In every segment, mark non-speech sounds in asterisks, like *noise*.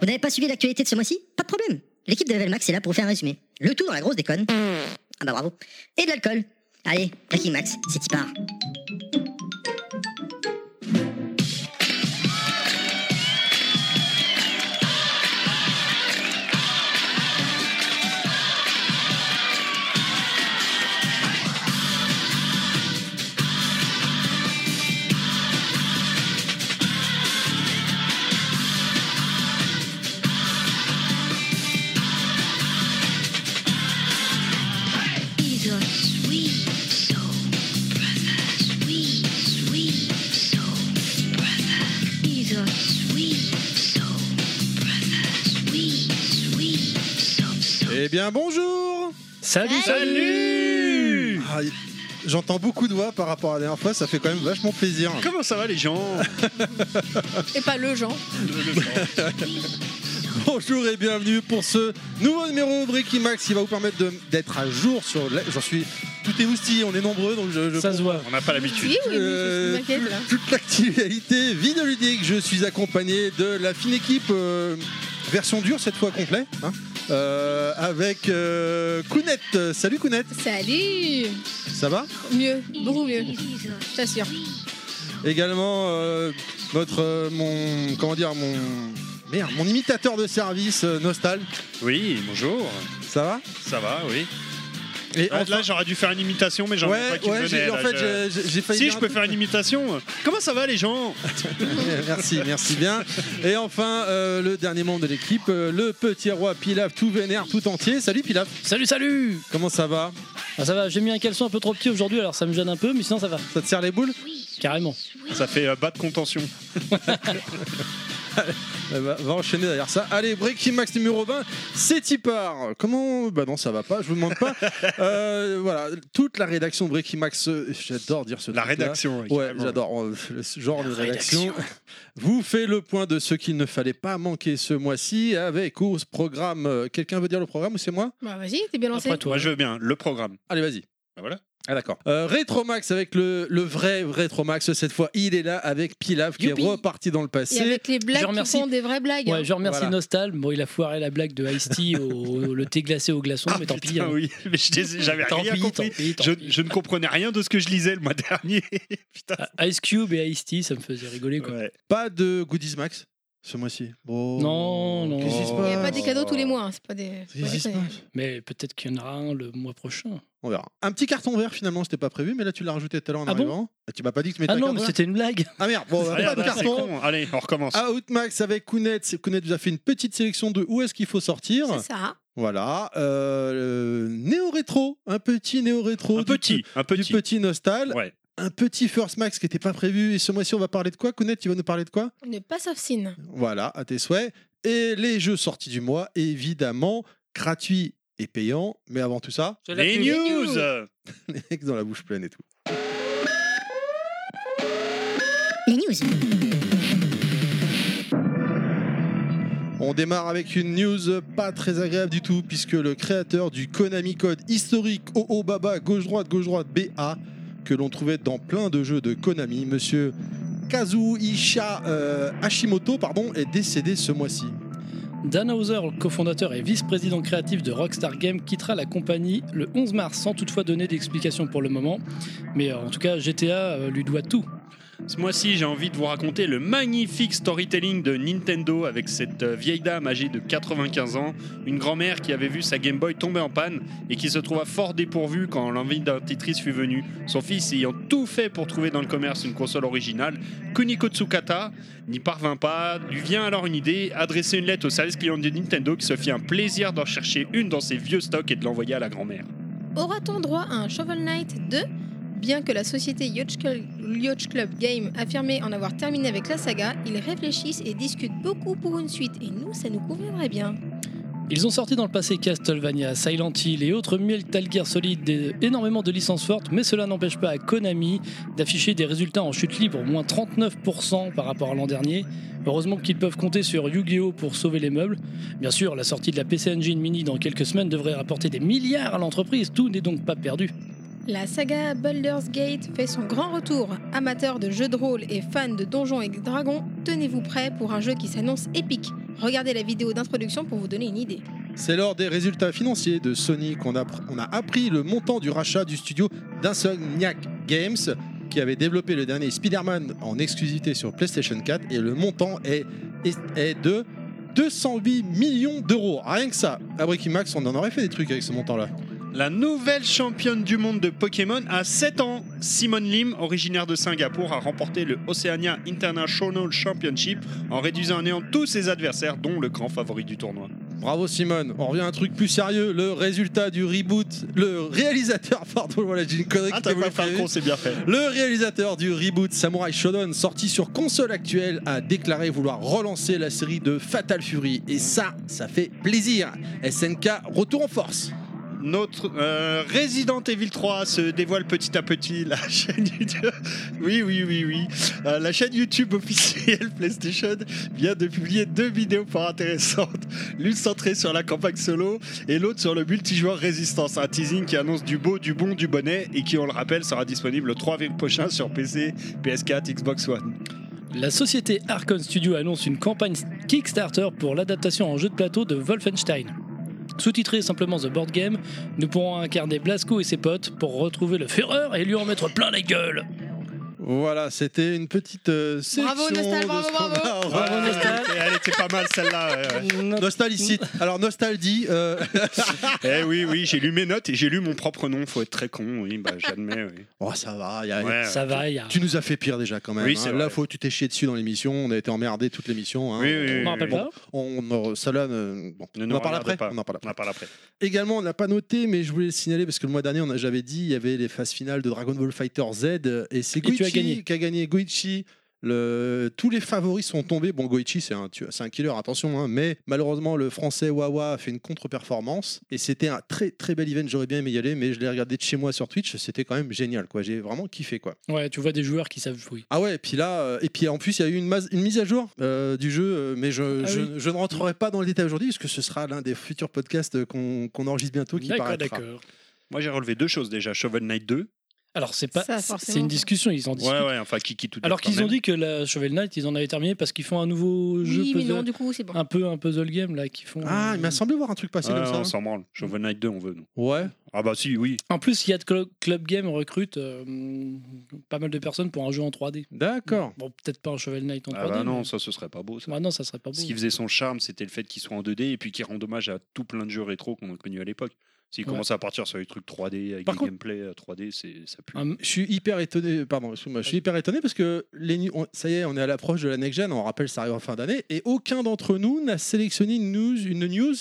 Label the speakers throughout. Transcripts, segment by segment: Speaker 1: Vous n'avez pas suivi l'actualité de ce mois-ci Pas de problème. L'équipe de Level Max est là pour faire un résumé. Le tout dans la grosse déconne. Ah bah bravo. Et de l'alcool. Allez, Cracking Max, c'est y part.
Speaker 2: He's a sweet soul brother. Sweet, sweet soul brother. He's a sweet soul brother. Sweet, sweet soul. soul.
Speaker 3: Eh bien bonjour
Speaker 4: Salut,
Speaker 3: Salut Ah, y- J'entends beaucoup de voix par rapport à la dernière fois, ça fait quand même vachement plaisir.
Speaker 4: Comment ça va les gens
Speaker 5: *laughs* Et pas le genre.
Speaker 3: *laughs* Bonjour et bienvenue pour ce nouveau numéro Breaking Max qui va vous permettre de- d'être à jour sur... la- J'en suis... Tout est moustillé, on est nombreux donc je... je-
Speaker 4: Ça se voit. On n'a pas l'habitude.
Speaker 5: Oui, oui,
Speaker 3: Euh,
Speaker 5: oui, je m'inquiète là.
Speaker 3: Toute l'actualité vidéoludique, je suis accompagné de la fine équipe euh, version dure cette fois complet hein, euh, avec euh, Kounette. Salut Kounette,
Speaker 5: Salut
Speaker 3: ça va
Speaker 5: Mieux, beaucoup mieux,
Speaker 2: He's a
Speaker 5: je t'assure.
Speaker 3: Également euh, notre euh, mon comment dire mon merde mon imitateur de service euh, Nostal,
Speaker 4: Oui, bonjour.
Speaker 3: ça va
Speaker 4: Ça va, oui.
Speaker 3: Et
Speaker 4: Ah,
Speaker 3: enfin-
Speaker 4: Là, j'aurais dû faire une imitation, mais j'en ai pas
Speaker 3: ouais
Speaker 4: qui me
Speaker 3: ouais
Speaker 4: venait,
Speaker 3: j'ai- en
Speaker 4: là,
Speaker 3: fait
Speaker 4: je-
Speaker 3: j'ai- j'ai j'ai failli
Speaker 4: Si,
Speaker 3: dire
Speaker 4: je
Speaker 3: un
Speaker 4: peux
Speaker 3: truc, *laughs*
Speaker 4: faire
Speaker 3: mais-
Speaker 4: une imitation. Comment ça va les gens
Speaker 3: merci, merci bien. Et enfin, euh, le dernier membre de l'équipe, euh, le petit roi Pilaf, tout vénère, tout entier. Salut Pilaf,
Speaker 6: Salut, salut
Speaker 3: comment ça va
Speaker 6: Ah, Ça va, j'ai mis un caleçon un peu trop petit aujourd'hui, alors ça me gêne un peu, mais sinon ça va,
Speaker 3: Ça te serre les boules
Speaker 6: carrément.
Speaker 4: Ça fait euh, bas de contention.
Speaker 3: Eh ben, Va enchaîner derrière ça. Allez, Breaking Max numéro 20, c'est y part. Comment Bah non, ça va pas, je vous demande
Speaker 4: *laughs*
Speaker 3: pas. Euh, voilà, toute la rédaction de Breaking Max, euh, j'adore dire ce
Speaker 4: La
Speaker 3: truc-là.
Speaker 4: rédaction. oui,
Speaker 3: Ouais,
Speaker 4: carrément.
Speaker 3: j'adore euh, le genre de rédaction.
Speaker 6: rédaction.
Speaker 3: *laughs* Vous fait le point de ce qu'il ne fallait pas manquer ce mois-ci avec au programme. euh, Quelqu'un veut dire le programme ou c'est moi
Speaker 5: Bah vas-y, t'es bien lancé.
Speaker 6: Après toi.
Speaker 4: Moi, je veux bien. Le programme.
Speaker 3: Allez, vas-y.
Speaker 4: Bah voilà.
Speaker 3: Ah d'accord. Euh, Rétromax avec le, le vrai Rétromax cette fois. Il est là avec Pilaf qui
Speaker 6: Youpi.
Speaker 3: est reparti dans le
Speaker 5: Et
Speaker 3: passé.
Speaker 5: avec les blagues qui
Speaker 6: remercie.
Speaker 5: sont des vraies blagues. hein.
Speaker 6: Ouais, je remercie
Speaker 3: Voilà.
Speaker 6: Nostal. Bon, il a foiré la blague de Ice-T au, au- le thé glacé au glaçon,
Speaker 4: Ah,
Speaker 6: mais tant pis.
Speaker 4: putain,
Speaker 6: hein.
Speaker 4: oui. *laughs* Mais je dés- j'avais
Speaker 6: Tant
Speaker 4: rien
Speaker 6: pis, tant
Speaker 4: compris.
Speaker 6: pis, tant
Speaker 4: Je,
Speaker 6: pis.
Speaker 4: je ne comprenais rien de ce que je lisais le mois *laughs* dernier. Putain.
Speaker 6: Ah, Ice Cube et Ice-T, ça me faisait rigoler, quoi.
Speaker 4: Ouais.
Speaker 3: Pas de goodies max ce mois-ci. Oh.
Speaker 6: Non, non.
Speaker 3: Qu'est-ce qui se
Speaker 4: Il
Speaker 5: Il n'y a
Speaker 3: passe
Speaker 5: pas des cadeaux tous les mois, hein, c'est pas des.
Speaker 3: Qu'est-ce qui se
Speaker 5: c'est pas des-
Speaker 3: passe
Speaker 6: Mais peut-être qu'il y en aura un le mois prochain.
Speaker 3: On verra. Un petit carton vert finalement, c'était pas prévu, mais là tu l'as rajouté tout à l'heure en
Speaker 6: Ah bon
Speaker 3: arrivant. Ah, tu m'as pas dit que tu mettais
Speaker 6: Ah
Speaker 3: un
Speaker 6: non,
Speaker 3: carton
Speaker 6: mais
Speaker 3: vert
Speaker 6: c'était une blague
Speaker 3: Ah merde, bon,
Speaker 4: Allez,
Speaker 3: pas de
Speaker 4: bah, c'est
Speaker 3: carton.
Speaker 4: con. Allez, on recommence.
Speaker 3: Ah, Outmax avec Kounet. C'est- Kounet vous a fait une petite sélection de où est-ce qu'il faut sortir.
Speaker 5: C'est ça. hein.
Speaker 3: Voilà. Euh, Néo rétro, un petit néo rétro.
Speaker 4: un petit, un
Speaker 3: Du
Speaker 4: petit.
Speaker 3: petit nostal,
Speaker 4: Ouais.
Speaker 3: un petit First Max qui n'était pas prévu. Et ce mois-ci, on va parler de quoi Kounet, tu vas nous parler de quoi
Speaker 5: Ne passe off scene.
Speaker 3: Voilà, à tes souhaits. Et les jeux sortis du mois, évidemment, gratuits et payants. Mais avant tout ça,
Speaker 4: Les news.
Speaker 3: les mecs dans la bouche pleine et tout.
Speaker 1: Les news.
Speaker 3: On démarre avec une news pas très agréable du tout, puisque le créateur du Konami Code historique OO Baba gauche-droite gauche-droite BA, que l'on trouvait dans plein de jeux de Konami, monsieur Kazuhisha euh, Hashimoto pardon, est décédé ce mois-ci.
Speaker 6: Dan Hauser, le cofondateur et vice-président créatif de Rockstar Games, quittera la compagnie le 11 mars sans toutefois donner d'explication pour le moment. Mais euh, en tout cas, GTA euh, lui doit tout.
Speaker 4: Ce mois-ci, j'ai envie de vous raconter le magnifique storytelling de Nintendo avec cette euh, vieille dame âgée de 95 ans, une grand-mère qui avait vu sa Game Boy tomber en panne et qui se trouva fort dépourvue quand l'envie d'un Tetris fut venue. Son fils ayant tout fait pour trouver dans le commerce une console originale, Kuniko Tsukata n'y parvint pas, lui vient alors une idée, adresser une lettre au service client de Nintendo qui se fit un plaisir d'en chercher une dans ses vieux stocks et de l'envoyer à la grand-mère.
Speaker 5: Aura-t-on droit à un Shovel Knight 2 Bien que la société Yacht Club, Yacht Club Game affirmait en avoir terminé avec la saga, ils réfléchissent et discutent beaucoup pour une suite, et nous, ça nous conviendrait bien.
Speaker 6: Ils ont sorti dans le passé Castlevania, Silent Hill et autres Metal Gear Solid des- énormément de licences fortes, mais cela n'empêche pas à Konami d'afficher des résultats en chute libre, au moins 39% par rapport à l'an dernier. Heureusement qu'ils peuvent compter sur Yu-Gi-Oh! pour sauver les meubles. Bien sûr, la sortie de la PC Engine Mini dans quelques semaines devrait rapporter des milliards à l'entreprise, tout n'est donc pas perdu.
Speaker 5: La saga Baldur's Gate fait son grand retour. Amateurs de jeux de rôle et fans de donjons et dragons, tenez-vous prêts pour un jeu qui s'annonce épique. Regardez la vidéo d'introduction pour vous donner une idée.
Speaker 3: C'est lors des résultats financiers de Sony qu'on appr- on a appris le montant du rachat du studio d'Insomniac Games qui avait développé le dernier Spider-Man en exclusivité sur PlayStation 4 et le montant est, est, est de 208 millions d'euros. Rien que ça. À Breaking Max, on en aurait fait des trucs avec ce montant-là.
Speaker 4: La nouvelle championne du monde de Pokémon à 7 ans, Simone Lim, originaire de Singapour, a remporté le Oceania International Championship en réduisant à néant tous ses adversaires, dont le grand favori du tournoi.
Speaker 3: Bravo Simone. On revient à un truc plus sérieux. Le résultat du reboot. Le réalisateur, *laughs* pardon, voilà, j'ai une connerie
Speaker 4: Ah,
Speaker 3: qui
Speaker 4: t'as
Speaker 3: m'a
Speaker 4: pas fait un
Speaker 3: fait-
Speaker 4: con, c'est bien fait.
Speaker 3: Le réalisateur du reboot Samurai Shodown, sorti sur console actuelle, a déclaré vouloir relancer la série de Fatal Fury. Et ça, ça fait plaisir. SNK, retour en force.
Speaker 4: Notre euh, Resident Evil 3 se dévoile petit à petit. La *laughs* chaîne YouTube, oui, oui, oui, oui. Euh, la chaîne YouTube officielle *laughs* PlayStation vient de publier deux vidéos fort intéressantes. L'une centrée sur la campagne solo et l'autre sur le multijoueur Résistance. Un teasing qui annonce du beau, du bon, du bonnet et qui, on le rappelle, sera disponible le 3 avril prochain sur PC, PS4, Xbox One.
Speaker 6: La société Arkon Studio annonce une campagne Kickstarter pour l'adaptation en jeu de plateau de Wolfenstein. Sous-titré simplement The Board Game, nous pourrons incarner Blasco et ses potes pour retrouver le Führer et lui en mettre plein la gueule.
Speaker 3: Voilà, c'était une petite euh, sélection.
Speaker 5: Bravo, Nostal,
Speaker 3: de
Speaker 5: bravo,
Speaker 3: ce qu'on a.
Speaker 5: bravo.
Speaker 3: Bravo,
Speaker 4: Ouais, eh,
Speaker 3: Nostal.
Speaker 4: elle était- elle était pas mal celle-là. ouais, ouais.
Speaker 3: Nostal ici. Alors Nostal dit, euh, *laughs*
Speaker 4: Eh oui, oui, j'ai lu mes notes et j'ai lu mon propre nom. Faut être très con, oui, bah, j'admets. oui.
Speaker 3: oh ça va, y a-
Speaker 4: Ouais,
Speaker 6: Ça va, il y a.
Speaker 3: tu nous as fait pire déjà quand même.
Speaker 4: Oui, c'est
Speaker 3: Là,
Speaker 4: vrai.
Speaker 3: faut que tu t'es chié dessus dans l'émission. On a été emmerdé toute l'émission. hein.
Speaker 4: Oui, oui,
Speaker 6: On
Speaker 4: oui,
Speaker 6: m'en rappelle
Speaker 4: oui.
Speaker 6: pas
Speaker 3: On, on- ça, là, euh, bon,
Speaker 4: Ne
Speaker 3: on
Speaker 4: nous
Speaker 3: en parle
Speaker 4: regarde
Speaker 3: après.
Speaker 4: pas.
Speaker 3: On en parle après.
Speaker 4: On en parle après.
Speaker 3: Également, on l'a pas noté, mais je voulais le signaler parce que le mois dernier, on a- j'avais dit, il y avait les phases finales de Dragon Ball Fighter Z euh, et c'est
Speaker 6: tu as
Speaker 3: Goichi
Speaker 6: gagné.
Speaker 3: qui a gagné. Goichi, le... tous les favoris sont tombés. Bon, Goichi, c'est un, tu- c'est un killer, attention, hein, mais malheureusement, le français Wawa a fait une contre-performance et c'était un très très bel event. J'aurais bien aimé y aller, mais je l'ai regardé de chez moi sur Twitch. C'était quand même génial, quoi. J'ai vraiment kiffé, quoi.
Speaker 6: Ouais, tu vois des joueurs qui savent jouer.
Speaker 3: Ah ouais, et puis là, euh, et puis en plus, il y a eu une, mas- une mise à jour euh, du jeu, euh, mais je,
Speaker 6: Ah
Speaker 3: je,
Speaker 6: oui.
Speaker 3: je ne rentrerai pas dans le détail aujourd'hui, puisque ce sera l'un des futurs podcasts euh, qu'on qu'on enregistre bientôt qui
Speaker 6: D'accord,
Speaker 3: paraîtra.
Speaker 6: d'accord.
Speaker 4: Moi, j'ai relevé deux choses déjà. Shovel Knight 2.
Speaker 6: Alors, c'est pas.
Speaker 5: Ça,
Speaker 6: C'est
Speaker 5: forcément.
Speaker 6: une discussion, ils en
Speaker 4: Ouais,
Speaker 6: discutent.
Speaker 4: ouais, enfin, Kiki tout
Speaker 6: Alors
Speaker 4: quand
Speaker 6: qu'ils ont
Speaker 4: même.
Speaker 6: dit que la Shovel Knight, ils en avaient terminé parce qu'ils font un nouveau jeu
Speaker 5: Oui, mais
Speaker 6: puzzle-
Speaker 5: non, du coup, c'est bon.
Speaker 6: un peu un puzzle game là qu'ils font.
Speaker 3: Ah, il m'a semblé voir un truc passer
Speaker 4: Ouais,
Speaker 3: comme ça.
Speaker 6: hein.
Speaker 4: on s'en branle. Shovel
Speaker 6: Mm.
Speaker 4: Knight 2, on veut, nous.
Speaker 3: Euh, Ouais.
Speaker 4: Ah, bah si, oui.
Speaker 6: En plus, il y a de Clo- Club Game recrute euh, pas mal de personnes pour un jeu en 3D.
Speaker 3: D'accord.
Speaker 6: Bon, peut-être pas un Shovel Knight en 3D.
Speaker 4: Ah, bah non,
Speaker 6: mais-
Speaker 4: ça, ce serait pas beau, ça.
Speaker 6: Bah non, ça serait pas beau.
Speaker 4: Ce qui faisait son charme, c'était le fait qu'il soit en 2D et puis qu'il rende hommage à tout plein de jeux rétro qu'on a connus à l'époque. S'il
Speaker 6: Ouais.
Speaker 4: commence à partir sur les trucs 3D avec
Speaker 3: Par
Speaker 4: des
Speaker 3: contre-
Speaker 4: gameplays euh, 3D, c'est, ça pue.
Speaker 6: Un-
Speaker 3: Je suis hyper étonné, pardon, excuse-moi, je suis hyper étonné parce que les, nu- on- ça y est, on est à l'approche de la next gen, on rappelle ça arrive en fin d'année, et aucun d'entre nous n'a sélectionné une news. Une news.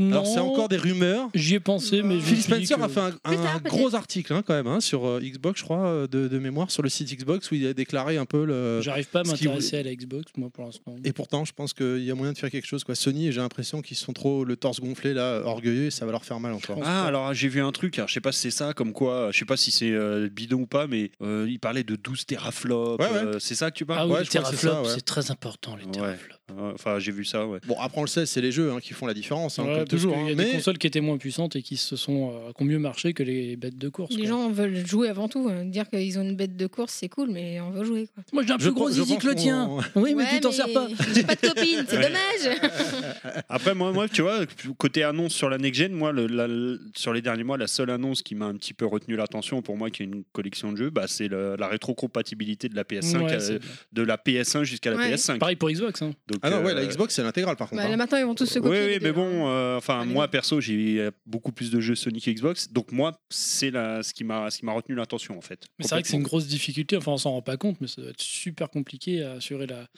Speaker 3: Alors c'est
Speaker 6: Non,
Speaker 3: encore des rumeurs.
Speaker 6: J'y ai pensé, mais je. me
Speaker 3: Phil
Speaker 6: suis dit
Speaker 3: Spencer
Speaker 6: que-
Speaker 3: a fait un,
Speaker 5: Plus
Speaker 3: un
Speaker 5: tard, peut-être.
Speaker 3: gros article hein, quand même hein, sur euh, Xbox, je crois, euh, de, de mémoire, sur le site Xbox où il a déclaré un peu le.
Speaker 6: J'arrive pas à
Speaker 3: ce qui
Speaker 6: m'intéresser à la Xbox, moi, pour l'instant.
Speaker 3: Et pourtant, je pense qu'il y a moyen de faire quelque chose. Quoi. Sony, j'ai l'impression qu'ils sont trop le torse gonflé là, orgueilleux, et ça va leur faire mal encore.
Speaker 6: pense
Speaker 4: Ah,
Speaker 6: pas.
Speaker 4: alors j'ai vu un truc, alors, je sais pas si c'est ça, comme quoi, je sais pas si c'est euh, bidon ou pas, mais euh, il parlait de 12 teraflops.
Speaker 3: Ouais, ouais.
Speaker 4: euh, c'est ça que tu
Speaker 6: Ah
Speaker 4: parles
Speaker 6: oui,
Speaker 3: ouais,
Speaker 6: les
Speaker 3: je crois que c'est
Speaker 6: teraflops,
Speaker 3: ça, ouais.
Speaker 6: c'est très important, les
Speaker 4: Ouais.
Speaker 6: teraflops.
Speaker 4: Euh, Enfin, j'ai vu ça, ouais.
Speaker 3: Bon, après on le sait, c'est les jeux hein, qui font la différence, hein,
Speaker 6: Ouais,
Speaker 3: comme
Speaker 6: parce
Speaker 3: toujours.
Speaker 6: qu'il
Speaker 3: hein,
Speaker 6: y a des
Speaker 3: mais
Speaker 6: consoles qui étaient moins puissantes et qui se sont euh, qui ont mieux marché que les bêtes de course.
Speaker 5: Les
Speaker 6: quoi.
Speaker 5: gens veulent jouer avant tout. hein. Dire qu'ils ont une bête de course, c'est cool, mais on veut jouer. Quoi.
Speaker 6: Moi j'ai un
Speaker 3: Je
Speaker 6: plus gros
Speaker 3: crois- je
Speaker 6: zizi
Speaker 3: pense
Speaker 6: que le
Speaker 3: qu'on-
Speaker 6: tien. Oui, mais tu
Speaker 5: Ouais,
Speaker 6: t'en sers pas.
Speaker 5: *laughs* J'ai pas de copine, c'est
Speaker 4: Ouais.
Speaker 5: dommage.
Speaker 4: Après, moi, moi, tu vois, côté annonce sur la next-gen, moi, le- la- le- sur les derniers mois, la seule annonce qui m'a un petit peu retenu l'attention pour moi, qui est une collection de jeux, bah, c'est le- la rétrocompatibilité de la PS5,
Speaker 6: Ouais,
Speaker 4: à-
Speaker 6: c'est-
Speaker 4: euh, de la PS1 jusqu'à la
Speaker 5: Ouais.
Speaker 4: PS5.
Speaker 6: Pareil pour Xbox. hein.
Speaker 4: Donc,
Speaker 3: Ah non, ouais, la
Speaker 4: euh,
Speaker 3: Xbox, c'est l'intégrale par contre.
Speaker 5: *laughs* Bah,
Speaker 3: hein.
Speaker 5: là maintenant, ils vont tous se
Speaker 4: Oui,
Speaker 5: copier.
Speaker 4: oui,
Speaker 5: les
Speaker 4: mais
Speaker 5: deux, hein.
Speaker 4: bon, euh, enfin,
Speaker 5: Allez.
Speaker 4: moi perso, j'ai euh, beaucoup plus de jeux Sonic Xbox, donc moi, c'est la- ce qui m'a ce qui m'a retenu l'attention en fait.
Speaker 6: Mais c'est vrai que c'est une grosse difficulté, enfin on s'en rend pas compte, mais ça doit être super compliqué à assurer la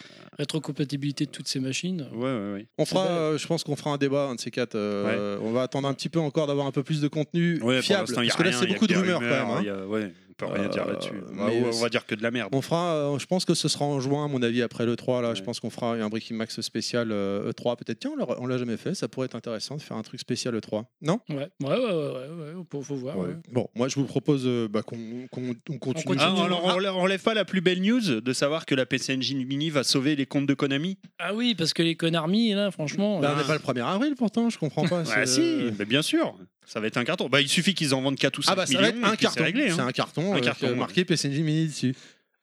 Speaker 6: rétrocompatibilité de toutes ces machines.
Speaker 4: Ouais, ouais, ouais.
Speaker 3: On fera, euh, je pense qu'on fera un débat, un de ces quatre. euh, On va attendre un petit peu encore d'avoir un peu plus de contenu
Speaker 4: Ouais, pour
Speaker 3: fiable.
Speaker 4: l'instant, il y a
Speaker 3: Parce que là,
Speaker 4: rien,
Speaker 3: c'est
Speaker 4: il y a
Speaker 3: beaucoup
Speaker 4: que
Speaker 3: de
Speaker 4: des
Speaker 3: rumeurs quand même. hein.
Speaker 4: il y a- ouais, on peut rien dire
Speaker 3: Euh,
Speaker 4: là-dessus.
Speaker 3: mais
Speaker 4: Bah, ouais, on
Speaker 3: c'est-
Speaker 4: va dire que de la merde. hein.
Speaker 3: On fera, euh, je pense que ce sera en juin, à mon avis, après le 3. Là, je
Speaker 4: Ouais.
Speaker 3: pense qu'on fera un Breaking Max spécial euh, E3. Peut-être, tiens, on l'a- on l'a jamais fait. Ça pourrait être intéressant de faire un truc spécial E3. Non
Speaker 6: Ouais, ouais, ouais, ouais, ouais, ouais, faut, faut voir.
Speaker 4: Ah Ouais.
Speaker 6: ouais.
Speaker 3: Bon, moi, je vous propose euh, bah, qu'on qu'on- on continue.
Speaker 6: continue.
Speaker 4: Ah, alors on relève- on relève pas la plus belle news de savoir que la PC Engine Mini va sauver les comptes de Konami
Speaker 6: Ah oui, parce que les conarmis, là, franchement.
Speaker 3: Bah, on
Speaker 6: euh,
Speaker 3: n'est pas le 1er avril pourtant, je comprends pas.
Speaker 4: Bah
Speaker 3: Ah, c'est- euh,
Speaker 4: mais bien sûr, ça va être un carton. Bah il suffit qu'ils en vendent 4 ou 5
Speaker 3: Ah bah ça
Speaker 4: millions
Speaker 3: va être
Speaker 4: et
Speaker 3: un
Speaker 4: puis c'est
Speaker 3: carton.
Speaker 4: réglé.
Speaker 3: C'est
Speaker 4: hein.
Speaker 3: un carton
Speaker 4: Un
Speaker 3: avec,
Speaker 4: carton,
Speaker 3: euh,
Speaker 4: ouais.
Speaker 3: marqué PSNJ Mini dessus.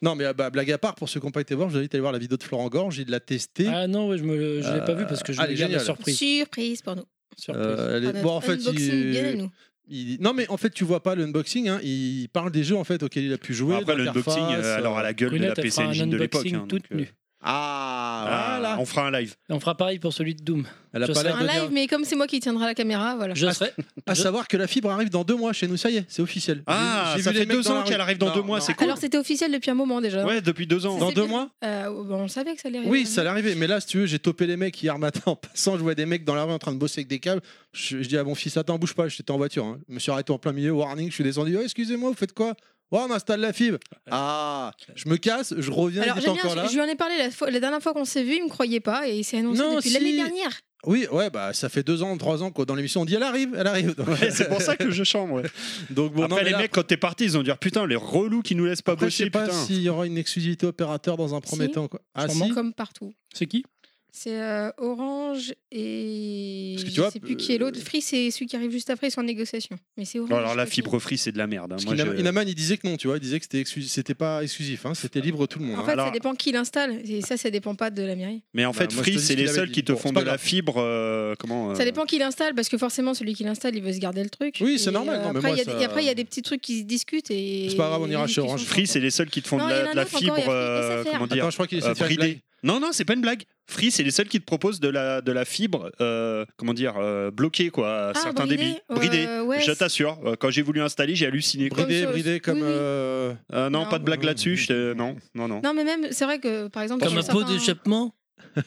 Speaker 3: Non, mais ah, bah, blague à part, pour ceux qui n'ont pas été voir, je vous invite à aller voir la vidéo de Florent Gorge, il l'a testé.
Speaker 6: Ah non, ouais, je ne l'ai pas vu
Speaker 4: Euh,
Speaker 6: parce que je
Speaker 3: Ah,
Speaker 6: voulais
Speaker 3: elle est
Speaker 6: garder la
Speaker 3: géniale.
Speaker 6: surprise.
Speaker 5: Surprise pour nous.
Speaker 6: Surprise.
Speaker 3: Euh, elle est-
Speaker 5: Pour
Speaker 3: Bon,
Speaker 5: notre
Speaker 3: en fait,
Speaker 5: Ah, unboxing bien à
Speaker 3: il...
Speaker 5: nous.
Speaker 3: il- Non, mais en fait, tu vois pas l'unboxing, hein, il parle des jeux en fait auxquels il a pu jouer.
Speaker 4: Après, le unboxing,
Speaker 3: l'interface,
Speaker 4: euh,
Speaker 3: euh,
Speaker 4: alors à la gueule
Speaker 6: Brunette,
Speaker 4: de la
Speaker 6: elle
Speaker 4: PC
Speaker 6: fera un
Speaker 4: Engine de l'époque.
Speaker 6: unboxing
Speaker 4: hein,
Speaker 6: toute
Speaker 4: donc, euh,
Speaker 6: nue.
Speaker 3: Ah, voilà
Speaker 4: On fera un live.
Speaker 6: Et on fera pareil pour celui de
Speaker 4: *laughs*
Speaker 6: Doom.
Speaker 3: Elle a
Speaker 6: Je
Speaker 3: pas
Speaker 6: serai-
Speaker 3: l'air
Speaker 5: Un
Speaker 3: de dire-
Speaker 5: live, mais comme c'est moi qui tiendra la caméra, voilà.
Speaker 6: Je serai,
Speaker 3: À
Speaker 6: Je-
Speaker 3: savoir que la fibre arrive dans deux mois chez nous, ça y est, c'est officiel.
Speaker 4: Ah,
Speaker 3: J'ai- j'ai
Speaker 4: ça
Speaker 3: vu les
Speaker 4: fait
Speaker 3: mecs
Speaker 4: deux
Speaker 3: dans la
Speaker 4: ans
Speaker 3: rue.
Speaker 4: qu'elle arrive dans
Speaker 3: Non,
Speaker 4: deux mois,
Speaker 3: non.
Speaker 4: c'est cool.
Speaker 5: Alors c'était officiel depuis un moment déjà.
Speaker 4: Ouais, depuis deux ans.
Speaker 3: Dans
Speaker 5: C'est
Speaker 3: deux
Speaker 5: bien.
Speaker 3: mois
Speaker 5: Euh, bon, on savait que ça allait arriver.
Speaker 3: Oui, ça allait arriver. Mais là, si tu veux, j'ai topé les mecs hier matin en passant. Je vois des mecs dans la rue en train de bosser avec des câbles. Je, je dis à mon fils, attends, bouge pas, j'étais en voiture. hein. Je me suis arrêté en plein milieu, warning, je suis descendu. Oh, excusez-moi, vous faites quoi Ouais, on installe la fibre. Ah, je me casse, je reviens,
Speaker 5: Alors
Speaker 3: il est
Speaker 5: j'aime bien,
Speaker 3: encore là.
Speaker 5: je, je lui en ai parlé la, fois- la dernière fois qu'on s'est vu, il me croyait pas et il s'est annoncé
Speaker 3: Non,
Speaker 5: depuis
Speaker 3: si.
Speaker 5: l'année dernière.
Speaker 3: Oui, ouais, bah ça fait deux ans, trois ans quoi. Dans l'émission, on dit elle arrive, elle arrive. Donc,
Speaker 4: Ouais, c'est pour ça que je chambre. ouais.
Speaker 3: donc, bon, non,
Speaker 4: Après,
Speaker 3: mais
Speaker 4: les
Speaker 3: là,
Speaker 4: mecs, quand t'es parti, ils ont dit Ah, Putain, les relous qui nous laissent pas
Speaker 3: après, je
Speaker 4: bosser,
Speaker 3: sais pas
Speaker 4: putain.
Speaker 3: s'il y aura une exclusivité opérateur dans un premier
Speaker 5: Si.
Speaker 3: temps. Quoi. Ah,
Speaker 6: Sûrement.
Speaker 3: si
Speaker 5: Comme partout.
Speaker 6: c'est qui
Speaker 5: C'est euh, Orange et
Speaker 3: Parce que tu
Speaker 5: je
Speaker 3: vois,
Speaker 5: sais plus qui est l'autre.
Speaker 3: euh,
Speaker 5: Free, c'est celui qui arrive juste après, ils sont en négociation. Mais c'est Orange.
Speaker 4: Bon, alors la
Speaker 5: je sais pas
Speaker 4: fibre free, c'est de la merde. hein.
Speaker 3: Parce
Speaker 4: Moi,
Speaker 3: qu'Ina-
Speaker 4: je-
Speaker 3: Inaman, il disait que non, tu vois, il disait que c'était exclusif- c'était pas exclusif, hein, c'était libre à tout le
Speaker 5: qui.
Speaker 3: monde.
Speaker 5: En
Speaker 3: hein.
Speaker 5: fait,
Speaker 4: Alors-
Speaker 5: ça dépend qui l'installe. Et ça, ça dépend pas de la mairie.
Speaker 4: Mais en
Speaker 3: Bah,
Speaker 4: fait,
Speaker 3: moi, je te
Speaker 4: free,
Speaker 3: dis
Speaker 4: c'est
Speaker 3: ce
Speaker 4: les
Speaker 3: qu'il avait
Speaker 4: seuls
Speaker 3: dit.
Speaker 4: qui te
Speaker 3: Bon,
Speaker 4: font
Speaker 3: c'est pas
Speaker 4: de la
Speaker 3: grave.
Speaker 4: fibre. euh, Comment euh,
Speaker 5: Ça dépend qui l'installe, parce que forcément, celui qui l'installe, il veut se garder le truc.
Speaker 3: Oui, c'est
Speaker 5: Et, euh,
Speaker 3: normal, non, mais
Speaker 5: après,
Speaker 3: moi,
Speaker 5: il y a des-
Speaker 3: ça-
Speaker 5: et après, il y a des petits trucs qui se discutent. et
Speaker 3: C'est pas grave, on ira
Speaker 5: les
Speaker 3: chez Orange.
Speaker 5: discussions
Speaker 4: Free,
Speaker 5: sont-
Speaker 4: c'est les seuls qui te font
Speaker 5: Non,
Speaker 4: de
Speaker 5: il y en
Speaker 4: la,
Speaker 5: a
Speaker 4: de
Speaker 5: un
Speaker 4: la
Speaker 5: autre encore, il y a
Speaker 4: fibre.
Speaker 5: Free
Speaker 4: euh,
Speaker 5: SFR.
Speaker 4: comment
Speaker 3: Attends,
Speaker 4: dire
Speaker 3: je crois qu'il
Speaker 4: euh,
Speaker 3: essaie de faire une
Speaker 4: bridée.
Speaker 3: blague.
Speaker 4: Non, non, c'est pas une blague. Free, c'est les seuls qui te proposent de la, de la fibre, euh, comment dire, euh, bloquée, quoi, à
Speaker 5: Ah,
Speaker 4: certains
Speaker 5: bridé,
Speaker 4: débits.
Speaker 5: euh,
Speaker 4: Bridée.
Speaker 5: ouais,
Speaker 4: je
Speaker 5: c'est-
Speaker 4: t'assure, euh, quand j'ai voulu installer, j'ai halluciné. quoi.
Speaker 5: Bridée.
Speaker 3: Bridé,
Speaker 5: Comme
Speaker 3: bridé comme.
Speaker 5: ça, oui, oui.
Speaker 3: euh,
Speaker 4: Euh, non,
Speaker 5: Non.
Speaker 4: pas de blague là-dessus. je- euh, non, non, non.
Speaker 5: Non, mais même, c'est vrai que par exemple.
Speaker 6: Comme
Speaker 5: sur
Speaker 6: un pot
Speaker 5: certains-
Speaker 6: d'échappement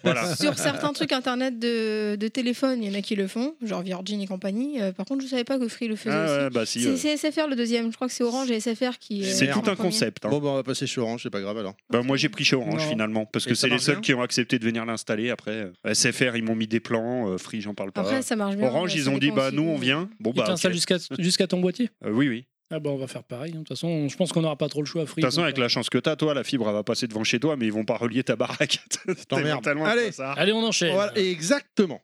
Speaker 4: Voilà.
Speaker 5: Sur certains trucs internet de, de téléphone, il y en a qui le font, genre Virgin et compagnie. Euh, par contre, je savais pas que Free le faisait
Speaker 4: Ah
Speaker 5: aussi.
Speaker 4: ouais, bah si, euh,
Speaker 5: C'est- C'est SFR le deuxième, je crois que c'est Orange et SFR qui. euh,
Speaker 4: C'est
Speaker 5: font
Speaker 4: tout
Speaker 5: le
Speaker 4: un
Speaker 5: premier.
Speaker 4: concept. hein.
Speaker 3: Bon, bah, on va passer chez Orange, c'est pas grave alors.
Speaker 4: Bah, moi j'ai pris chez Orange
Speaker 6: Non.
Speaker 4: finalement parce
Speaker 3: Et
Speaker 4: que
Speaker 3: ça
Speaker 4: c'est les
Speaker 3: marche
Speaker 4: seuls
Speaker 3: bien
Speaker 4: qui ont accepté de venir l'installer après. euh, SFR ils m'ont mis des plans, euh, Free j'en parle pas.
Speaker 5: Après, ça marche bien.
Speaker 4: Orange
Speaker 5: ça
Speaker 4: ils ont dit
Speaker 5: dépend
Speaker 4: bah
Speaker 5: aussi
Speaker 4: nous
Speaker 5: de-
Speaker 4: on vient. Bon
Speaker 6: Il
Speaker 4: bah
Speaker 6: t'installe
Speaker 4: ok.
Speaker 6: jusqu'à jusqu'à ton boîtier
Speaker 4: Euh, oui oui.
Speaker 6: Ah bah on va faire pareil. hein. De toute façon, on- je pense qu'on n'aura pas trop le choix à Free.
Speaker 4: De toute façon
Speaker 6: donc, euh,
Speaker 4: avec la chance que t'as toi la fibre elle va passer devant chez toi mais ils vont pas relier ta baraque. *laughs* T'es
Speaker 3: T'emmerdes.
Speaker 4: tellement
Speaker 3: Allez.
Speaker 4: pas ça.
Speaker 6: Allez, on enchaîne.
Speaker 3: Voilà, exactement.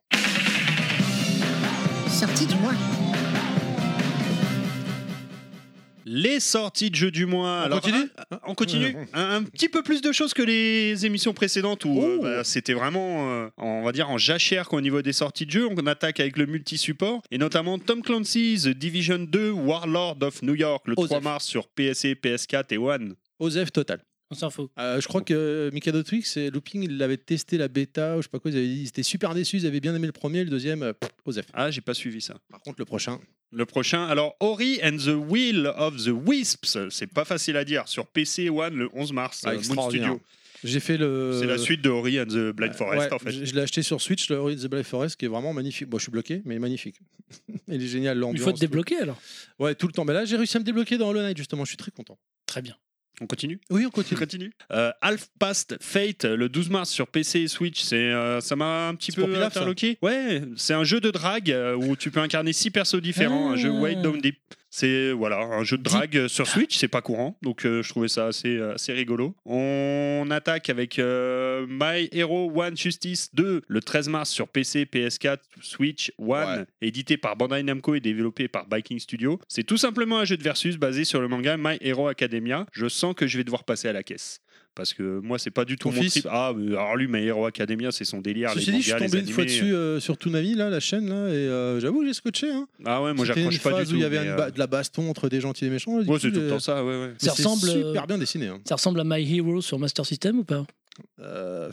Speaker 1: Sortie du mois.
Speaker 4: Les sorties de jeux du mois.
Speaker 3: On
Speaker 4: Alors,
Speaker 3: continue
Speaker 4: un- On continue.
Speaker 3: Ouais, bon.
Speaker 4: Un, un petit peu plus de choses que les émissions précédentes où euh,
Speaker 3: Oh.
Speaker 4: bah, c'était vraiment, euh, on va dire, en jachère qu'au niveau des sorties de jeux. On attaque avec le multi-support et notamment Tom Clancy's The Division 2 Warlord of New York le
Speaker 3: Osef.
Speaker 4: 3 mars sur E, PSE, PS4 et One.
Speaker 3: Osef Total.
Speaker 6: On s'en fout.
Speaker 3: Euh, je crois que Mikado Twix et Looping, ils l'avaient testé la bêta, ou je sais pas quoi, ils, avaient dit- ils étaient super déçus, ils avaient bien aimé le premier, le deuxième, euh, pff, Osef.
Speaker 4: Ah, j'ai pas suivi ça.
Speaker 3: Par contre, le prochain.
Speaker 4: Le prochain, alors Ori and the Will of the Wisps, c'est pas facile à dire, sur PC One le 11 mars,
Speaker 3: Ah,
Speaker 4: euh, Moon
Speaker 3: extraordinaire.
Speaker 4: Studio.
Speaker 3: J'ai fait le.
Speaker 4: C'est la suite de Ori and the Blind Forest
Speaker 3: Ouais,
Speaker 4: en fait.
Speaker 3: Je, je l'ai acheté sur Switch, le Ori and the Blind Forest, qui est vraiment magnifique. Bon, je suis bloqué, mais magnifique. *laughs* Il est génial, l'ambiance.
Speaker 6: Il faut te
Speaker 3: tout.
Speaker 6: débloquer alors.
Speaker 3: Ouais, tout le temps. Mais là, j'ai réussi à me débloquer dans Hollow Knight, justement. Je suis très content.
Speaker 6: Très bien.
Speaker 3: *laughs*
Speaker 4: On continue
Speaker 3: Oui, on
Speaker 4: Tu
Speaker 3: continue.
Speaker 4: continues Euh, Half Past Fate le 12 mars sur PC et Switch, c'est euh, ça m'a un petit
Speaker 3: C'est pour
Speaker 4: peu
Speaker 3: Pilaf, ça
Speaker 4: interloqué. Ouais, c'est un jeu de drague euh, où tu peux incarner six persos différents, un jeu
Speaker 6: Ah.
Speaker 4: Wait Down Deep. C'est voilà, un jeu de drague euh, sur Switch, c'est pas courant, donc euh, je trouvais ça assez, euh, assez rigolo. On attaque avec euh, My Hero One Justice 2 le 13 mars sur PC, PS4, Switch, One, édité par Bandai Namco et développé par Biking Studio. C'est tout simplement un jeu de versus basé sur le manga My Hero Academia. Je sens que je vais devoir passer à la caisse. Parce que moi, c'est pas du tout
Speaker 3: Ton
Speaker 4: mon
Speaker 3: fils
Speaker 4: trip. Ah, mais alors lui, My Hero Academia, c'est son délire.
Speaker 3: Ceci
Speaker 4: les
Speaker 3: dit, je suis
Speaker 4: mangas,
Speaker 3: tombé
Speaker 4: les
Speaker 3: une fois
Speaker 4: animés.
Speaker 3: dessus euh, sur Toonami, là, la chaîne, là, et euh, j'avoue, j'ai scotché. Hein.
Speaker 4: Ah ouais, moi,
Speaker 3: C'était
Speaker 4: j'accroche
Speaker 3: une
Speaker 4: pas du
Speaker 3: phase
Speaker 4: tout.
Speaker 3: où il y avait
Speaker 4: mais,
Speaker 3: une
Speaker 4: euh,
Speaker 3: ba- de la baston entre des gentils et des méchants. du
Speaker 4: Ouais,
Speaker 3: coup,
Speaker 4: c'est tout le
Speaker 3: euh,
Speaker 4: temps ça, ouais, ouais.
Speaker 3: mais
Speaker 6: Ça
Speaker 3: c'est
Speaker 6: ressemble, euh,
Speaker 3: super bien dessiné. Hein.
Speaker 6: Ça ressemble à My Hero sur Master System ou pas
Speaker 3: Euh,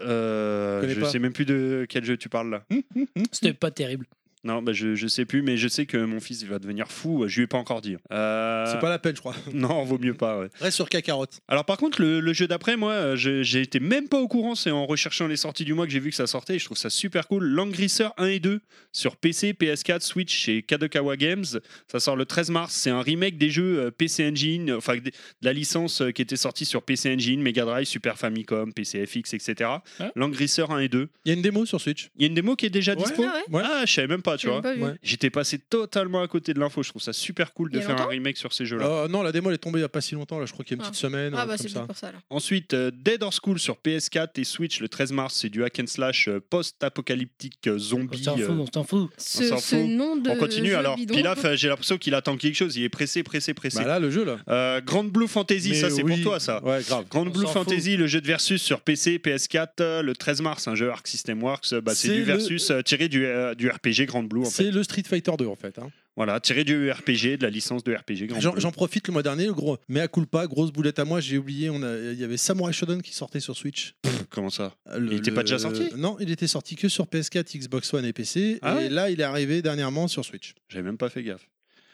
Speaker 4: Euh,
Speaker 3: connais
Speaker 4: je
Speaker 3: pas.
Speaker 4: sais même plus de quel jeu tu parles là.
Speaker 3: Hmm.
Speaker 6: C'était pas terrible.
Speaker 4: Non, bah, je, je sais plus, mais je sais que mon fils, il va devenir fou. Je lui ai pas encore dit. Euh,
Speaker 3: C'est pas la peine, je crois.
Speaker 4: *laughs* Non, vaut mieux pas, ouais.
Speaker 3: Reste sur Kakarot.
Speaker 4: Alors par contre, le, le jeu d'après, moi, euh, je- j'ai été même pas au courant. C'est en recherchant les sorties du mois que j'ai vu que ça sortait. Et je trouve ça super cool. Langrisseur 1 et 2 sur PC, PS4, Switch chez Kadokawa Games. Ça sort le 13 mars. C'est un remake des jeux euh, PC Engine, enfin des- de la licence euh, qui était sortie sur PC Engine, Mega Drive, Super Famicom, PCFX, etc.
Speaker 6: Hein
Speaker 4: Langrisseur 1 et 2.
Speaker 3: Il y a une démo sur Switch.
Speaker 4: Il y a une démo qui est déjà
Speaker 3: Ouais.
Speaker 4: dispo.
Speaker 5: Ah ouais
Speaker 3: Ouais.
Speaker 4: Ah, je savais même pas. pas, tu vois.
Speaker 5: Pas vu.
Speaker 3: Ouais.
Speaker 4: J'étais passé totalement à côté de l'info. Je trouve ça super cool
Speaker 5: Il
Speaker 4: de
Speaker 5: y a
Speaker 4: faire un
Speaker 5: longtemps
Speaker 4: remake sur ces jeux-là.
Speaker 3: Euh, non, la démo elle est tombée il y a pas si longtemps, là je crois qu'il y a une
Speaker 5: Ah.
Speaker 3: petite semaine.
Speaker 5: Ah
Speaker 3: euh,
Speaker 5: bah
Speaker 3: comme
Speaker 5: c'est
Speaker 3: ça.
Speaker 5: peut-être pour ça alors.
Speaker 4: Ensuite, euh, Dead or School sur PS4 et Switch le 13 mars, c'est du hack and slash euh, post-apocalyptique euh, zombie.
Speaker 6: C'est un
Speaker 4: euh,
Speaker 6: fou, on s'en fout.
Speaker 5: Ce,
Speaker 4: s'en
Speaker 5: ce
Speaker 4: fout.
Speaker 5: nom de
Speaker 4: on continue
Speaker 5: jeu
Speaker 4: alors.
Speaker 5: Euh, bidon.
Speaker 4: Pilaf, euh, j'ai l'impression qu'il attend quelque chose. Il est pressé, pressé, pressé.
Speaker 3: Bah là, le jeu là.
Speaker 4: Euh, Grande Blue Fantasy,
Speaker 3: Mais
Speaker 4: ça c'est
Speaker 3: oui.
Speaker 4: pour toi ça.
Speaker 3: Ouais, grave.
Speaker 4: Grande
Speaker 6: On
Speaker 4: Blue
Speaker 6: s'en
Speaker 4: Fantasy, le jeu de Versus sur PC, PS4, euh, le 13 mars, un jeu Arc System Works. euh, Bah, c'est
Speaker 3: C'est
Speaker 4: du
Speaker 3: le-
Speaker 4: Versus euh, tiré du, euh, du RPG Grande Blue en fait.
Speaker 3: C'est le Street Fighter 2 en fait. hein.
Speaker 4: Voilà, tiré du RPG, de la licence de RPG Grande
Speaker 3: J'en
Speaker 4: Blue.
Speaker 3: j'en profite le mois dernier, le gros. Mais à culpa, grosse boulette à moi, j'ai oublié. On a, il y avait Samurai Shodown qui sortait sur Switch.
Speaker 4: Comment ça
Speaker 3: Euh, le-
Speaker 4: Il était pas
Speaker 3: le-
Speaker 4: déjà sorti
Speaker 3: Non, il était sorti que sur PS4, Xbox One et PC.
Speaker 4: Ah
Speaker 3: et
Speaker 4: ouais
Speaker 3: là, il est arrivé dernièrement sur Switch.
Speaker 4: J'avais même pas fait gaffe.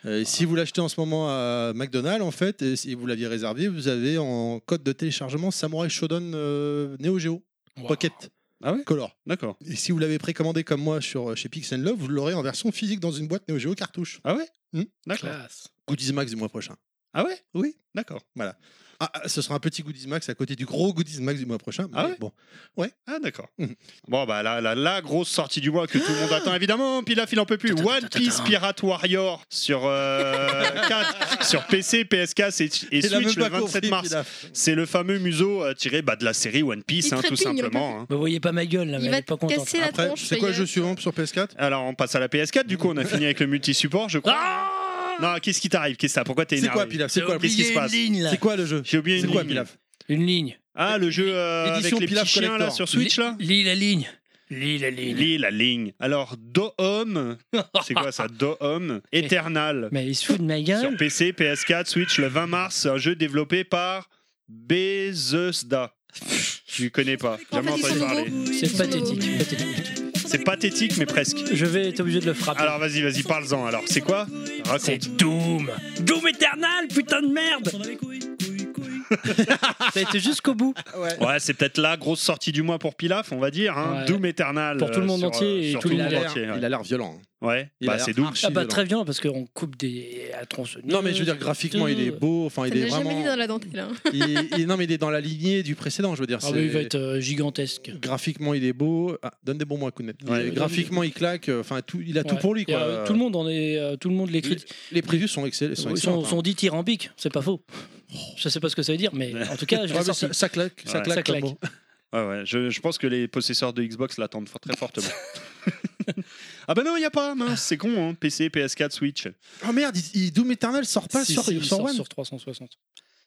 Speaker 3: Euh, et
Speaker 4: Ah.
Speaker 3: si vous l'achetez en ce moment à McDonald's, en fait, et si vous l'aviez réservé, vous avez en code de téléchargement Samurai Shodown euh, Neo Geo Pocket
Speaker 4: Ah ouais
Speaker 3: Color.
Speaker 4: D'accord.
Speaker 3: Et si vous l'avez précommandé comme moi sur, chez Pix Love, vous l'aurez en version physique dans une boîte Neo Geo cartouche.
Speaker 4: Ah ouais
Speaker 3: Hmm.
Speaker 4: D'accord.
Speaker 6: Classe.
Speaker 3: Goodies Max du mois prochain.
Speaker 4: Ah ouais
Speaker 3: Oui.
Speaker 4: D'accord.
Speaker 3: Ah, ah, ce sera un petit Goodies Max à côté du gros Goodies Max du mois prochain.
Speaker 4: Ah
Speaker 3: mais
Speaker 4: ouais
Speaker 3: bon.
Speaker 4: Ah d'accord.
Speaker 3: Mhm.
Speaker 4: Bon bah la, la, la grosse sortie du mois que tout
Speaker 3: *gasps*
Speaker 4: le monde attend évidemment, hein. Pilaf il en peut plus. One Piece Pirate Warrior sur euh,
Speaker 3: *laughs*
Speaker 4: 4, sur PC, PS4 et, et
Speaker 3: Il a même
Speaker 4: Switch le
Speaker 3: pas
Speaker 4: 27
Speaker 3: compris,
Speaker 4: mars.
Speaker 3: Pilaf.
Speaker 4: C'est le fameux museau euh, tiré bah, de la série One Piece
Speaker 5: Il
Speaker 4: hein, tout
Speaker 5: trépigne, il en peut
Speaker 4: simplement. hein.
Speaker 6: Vous voyez pas ma gueule là, mais
Speaker 5: Il
Speaker 6: elle
Speaker 5: va
Speaker 6: est pas
Speaker 5: te
Speaker 6: contente.
Speaker 5: casser la
Speaker 3: Après,
Speaker 5: tronche.
Speaker 3: c'est quoi le jeu
Speaker 5: Fayette.
Speaker 3: suivant sur PS4
Speaker 4: hein. Alors on passe à la PS4 du coup on a fini avec le multi-support je crois. non qu'est-ce qui t'arrive Qu'est-ce que ça Pourquoi t'es
Speaker 3: Ah C'est
Speaker 4: énervé
Speaker 3: quoi Pilaf C'est quoi,
Speaker 4: Qu'est-ce qui se passe
Speaker 6: Ah Une ligne là.
Speaker 3: C'est quoi le jeu
Speaker 4: J'ai oublié
Speaker 3: C'est
Speaker 4: une
Speaker 3: quoi
Speaker 4: ligne.
Speaker 3: Pilaf
Speaker 6: Une ligne.
Speaker 4: Ah le jeu euh, avec
Speaker 3: Édition
Speaker 4: les petits
Speaker 3: Pilaf
Speaker 4: chiens là
Speaker 3: Collector.
Speaker 4: sur Switch là
Speaker 6: Lis la ligne. Lis la ligne.
Speaker 4: Lis la ligne. Alors,
Speaker 6: *laughs*
Speaker 4: Doom, c'est quoi ça Doom Eternal.
Speaker 6: Mais il se fout de ma
Speaker 4: Sur
Speaker 6: gueule.
Speaker 4: PC, PS4, Switch, le 20 mars, un jeu développé par
Speaker 6: *laughs*
Speaker 4: Bezosda. Je connais pas,
Speaker 5: En
Speaker 4: jamais
Speaker 5: fait, ils
Speaker 4: entendu
Speaker 5: sont
Speaker 4: parler.
Speaker 5: nouveaux. Ils
Speaker 6: C'est
Speaker 5: sont
Speaker 6: pathétique.
Speaker 5: nouveaux.
Speaker 6: pathétique.
Speaker 4: C'est pathétique, mais presque.
Speaker 6: Je vais être obligé de le frapper.
Speaker 4: Alors, vas-y, vas-y, parle-en. Alors, c'est quoi
Speaker 6: C'est
Speaker 4: Raconte.
Speaker 6: Doom Doom éternel, putain de merde *laughs* Ça a été jusqu'au bout.
Speaker 3: Ah,
Speaker 6: Ah,
Speaker 4: Ouais, c'est peut-être la grosse sortie du mois pour Pilaf, on va dire. hein.
Speaker 6: Ouais.
Speaker 4: Doom Eternal.
Speaker 6: Pour tout le
Speaker 4: euh,
Speaker 6: monde
Speaker 4: sur,
Speaker 6: entier
Speaker 4: euh,
Speaker 6: et
Speaker 4: sur
Speaker 6: tout
Speaker 4: tout
Speaker 6: le
Speaker 4: le
Speaker 6: monde
Speaker 4: monde
Speaker 3: Il a l'air-
Speaker 4: entier.
Speaker 3: Il
Speaker 4: ouais.
Speaker 3: a l'air violent. hein.
Speaker 4: Ouais,
Speaker 3: Il a
Speaker 4: bah
Speaker 3: l'air
Speaker 4: c'est Doom.
Speaker 3: archi
Speaker 6: Ah bah
Speaker 3: violent.
Speaker 6: très violent parce qu'on coupe des à tronçonneuse.
Speaker 3: Non mais je veux dire graphiquement il est beau, enfin
Speaker 5: Ça
Speaker 3: il
Speaker 5: n'a
Speaker 3: est
Speaker 5: jamais dit
Speaker 3: vraiment.
Speaker 5: dans la dentelle. hein.
Speaker 3: il- il- non mais il est dans la lignée du précédent, je veux dire.
Speaker 6: Ah
Speaker 3: c'est-
Speaker 6: oui, il va être euh, gigantesque.
Speaker 3: Graphiquement il est beau. Ah, donne des bons mots à Kounet. Il-
Speaker 4: Ouais.
Speaker 3: graphiquement il claque, euh, enfin tout, il a tout
Speaker 6: Ouais.
Speaker 3: pour lui
Speaker 6: Et,
Speaker 3: quoi.
Speaker 6: euh, tout le monde en est, euh, tout le monde les critique.
Speaker 3: Les previews sont excellents. Sont
Speaker 6: Ils sont,
Speaker 3: excellentes,
Speaker 6: sont dithyrambiques, c'est pas faux. Je sais pas ce que ça veut dire, mais en tout cas, je
Speaker 3: hein.
Speaker 6: l'ai
Speaker 3: Ouais, mais
Speaker 6: sorti.
Speaker 3: ça, ça claque, ça
Speaker 4: Ouais.
Speaker 3: claque,
Speaker 6: Ça
Speaker 3: comme
Speaker 6: claque.
Speaker 3: mot.
Speaker 4: Ouais, ouais, je, je pense que les possesseurs de Xbox l'attendent fort-
Speaker 6: *laughs*
Speaker 4: très fortement. ah bah non, il n'y a pas, mince, c'est con, hein. PC, PS4, Switch.
Speaker 3: Oh merde, il, il- Doom Eternal sort pas
Speaker 6: Si,
Speaker 3: sur,
Speaker 6: si, il
Speaker 3: sur
Speaker 6: sort
Speaker 3: One.
Speaker 6: sur 360.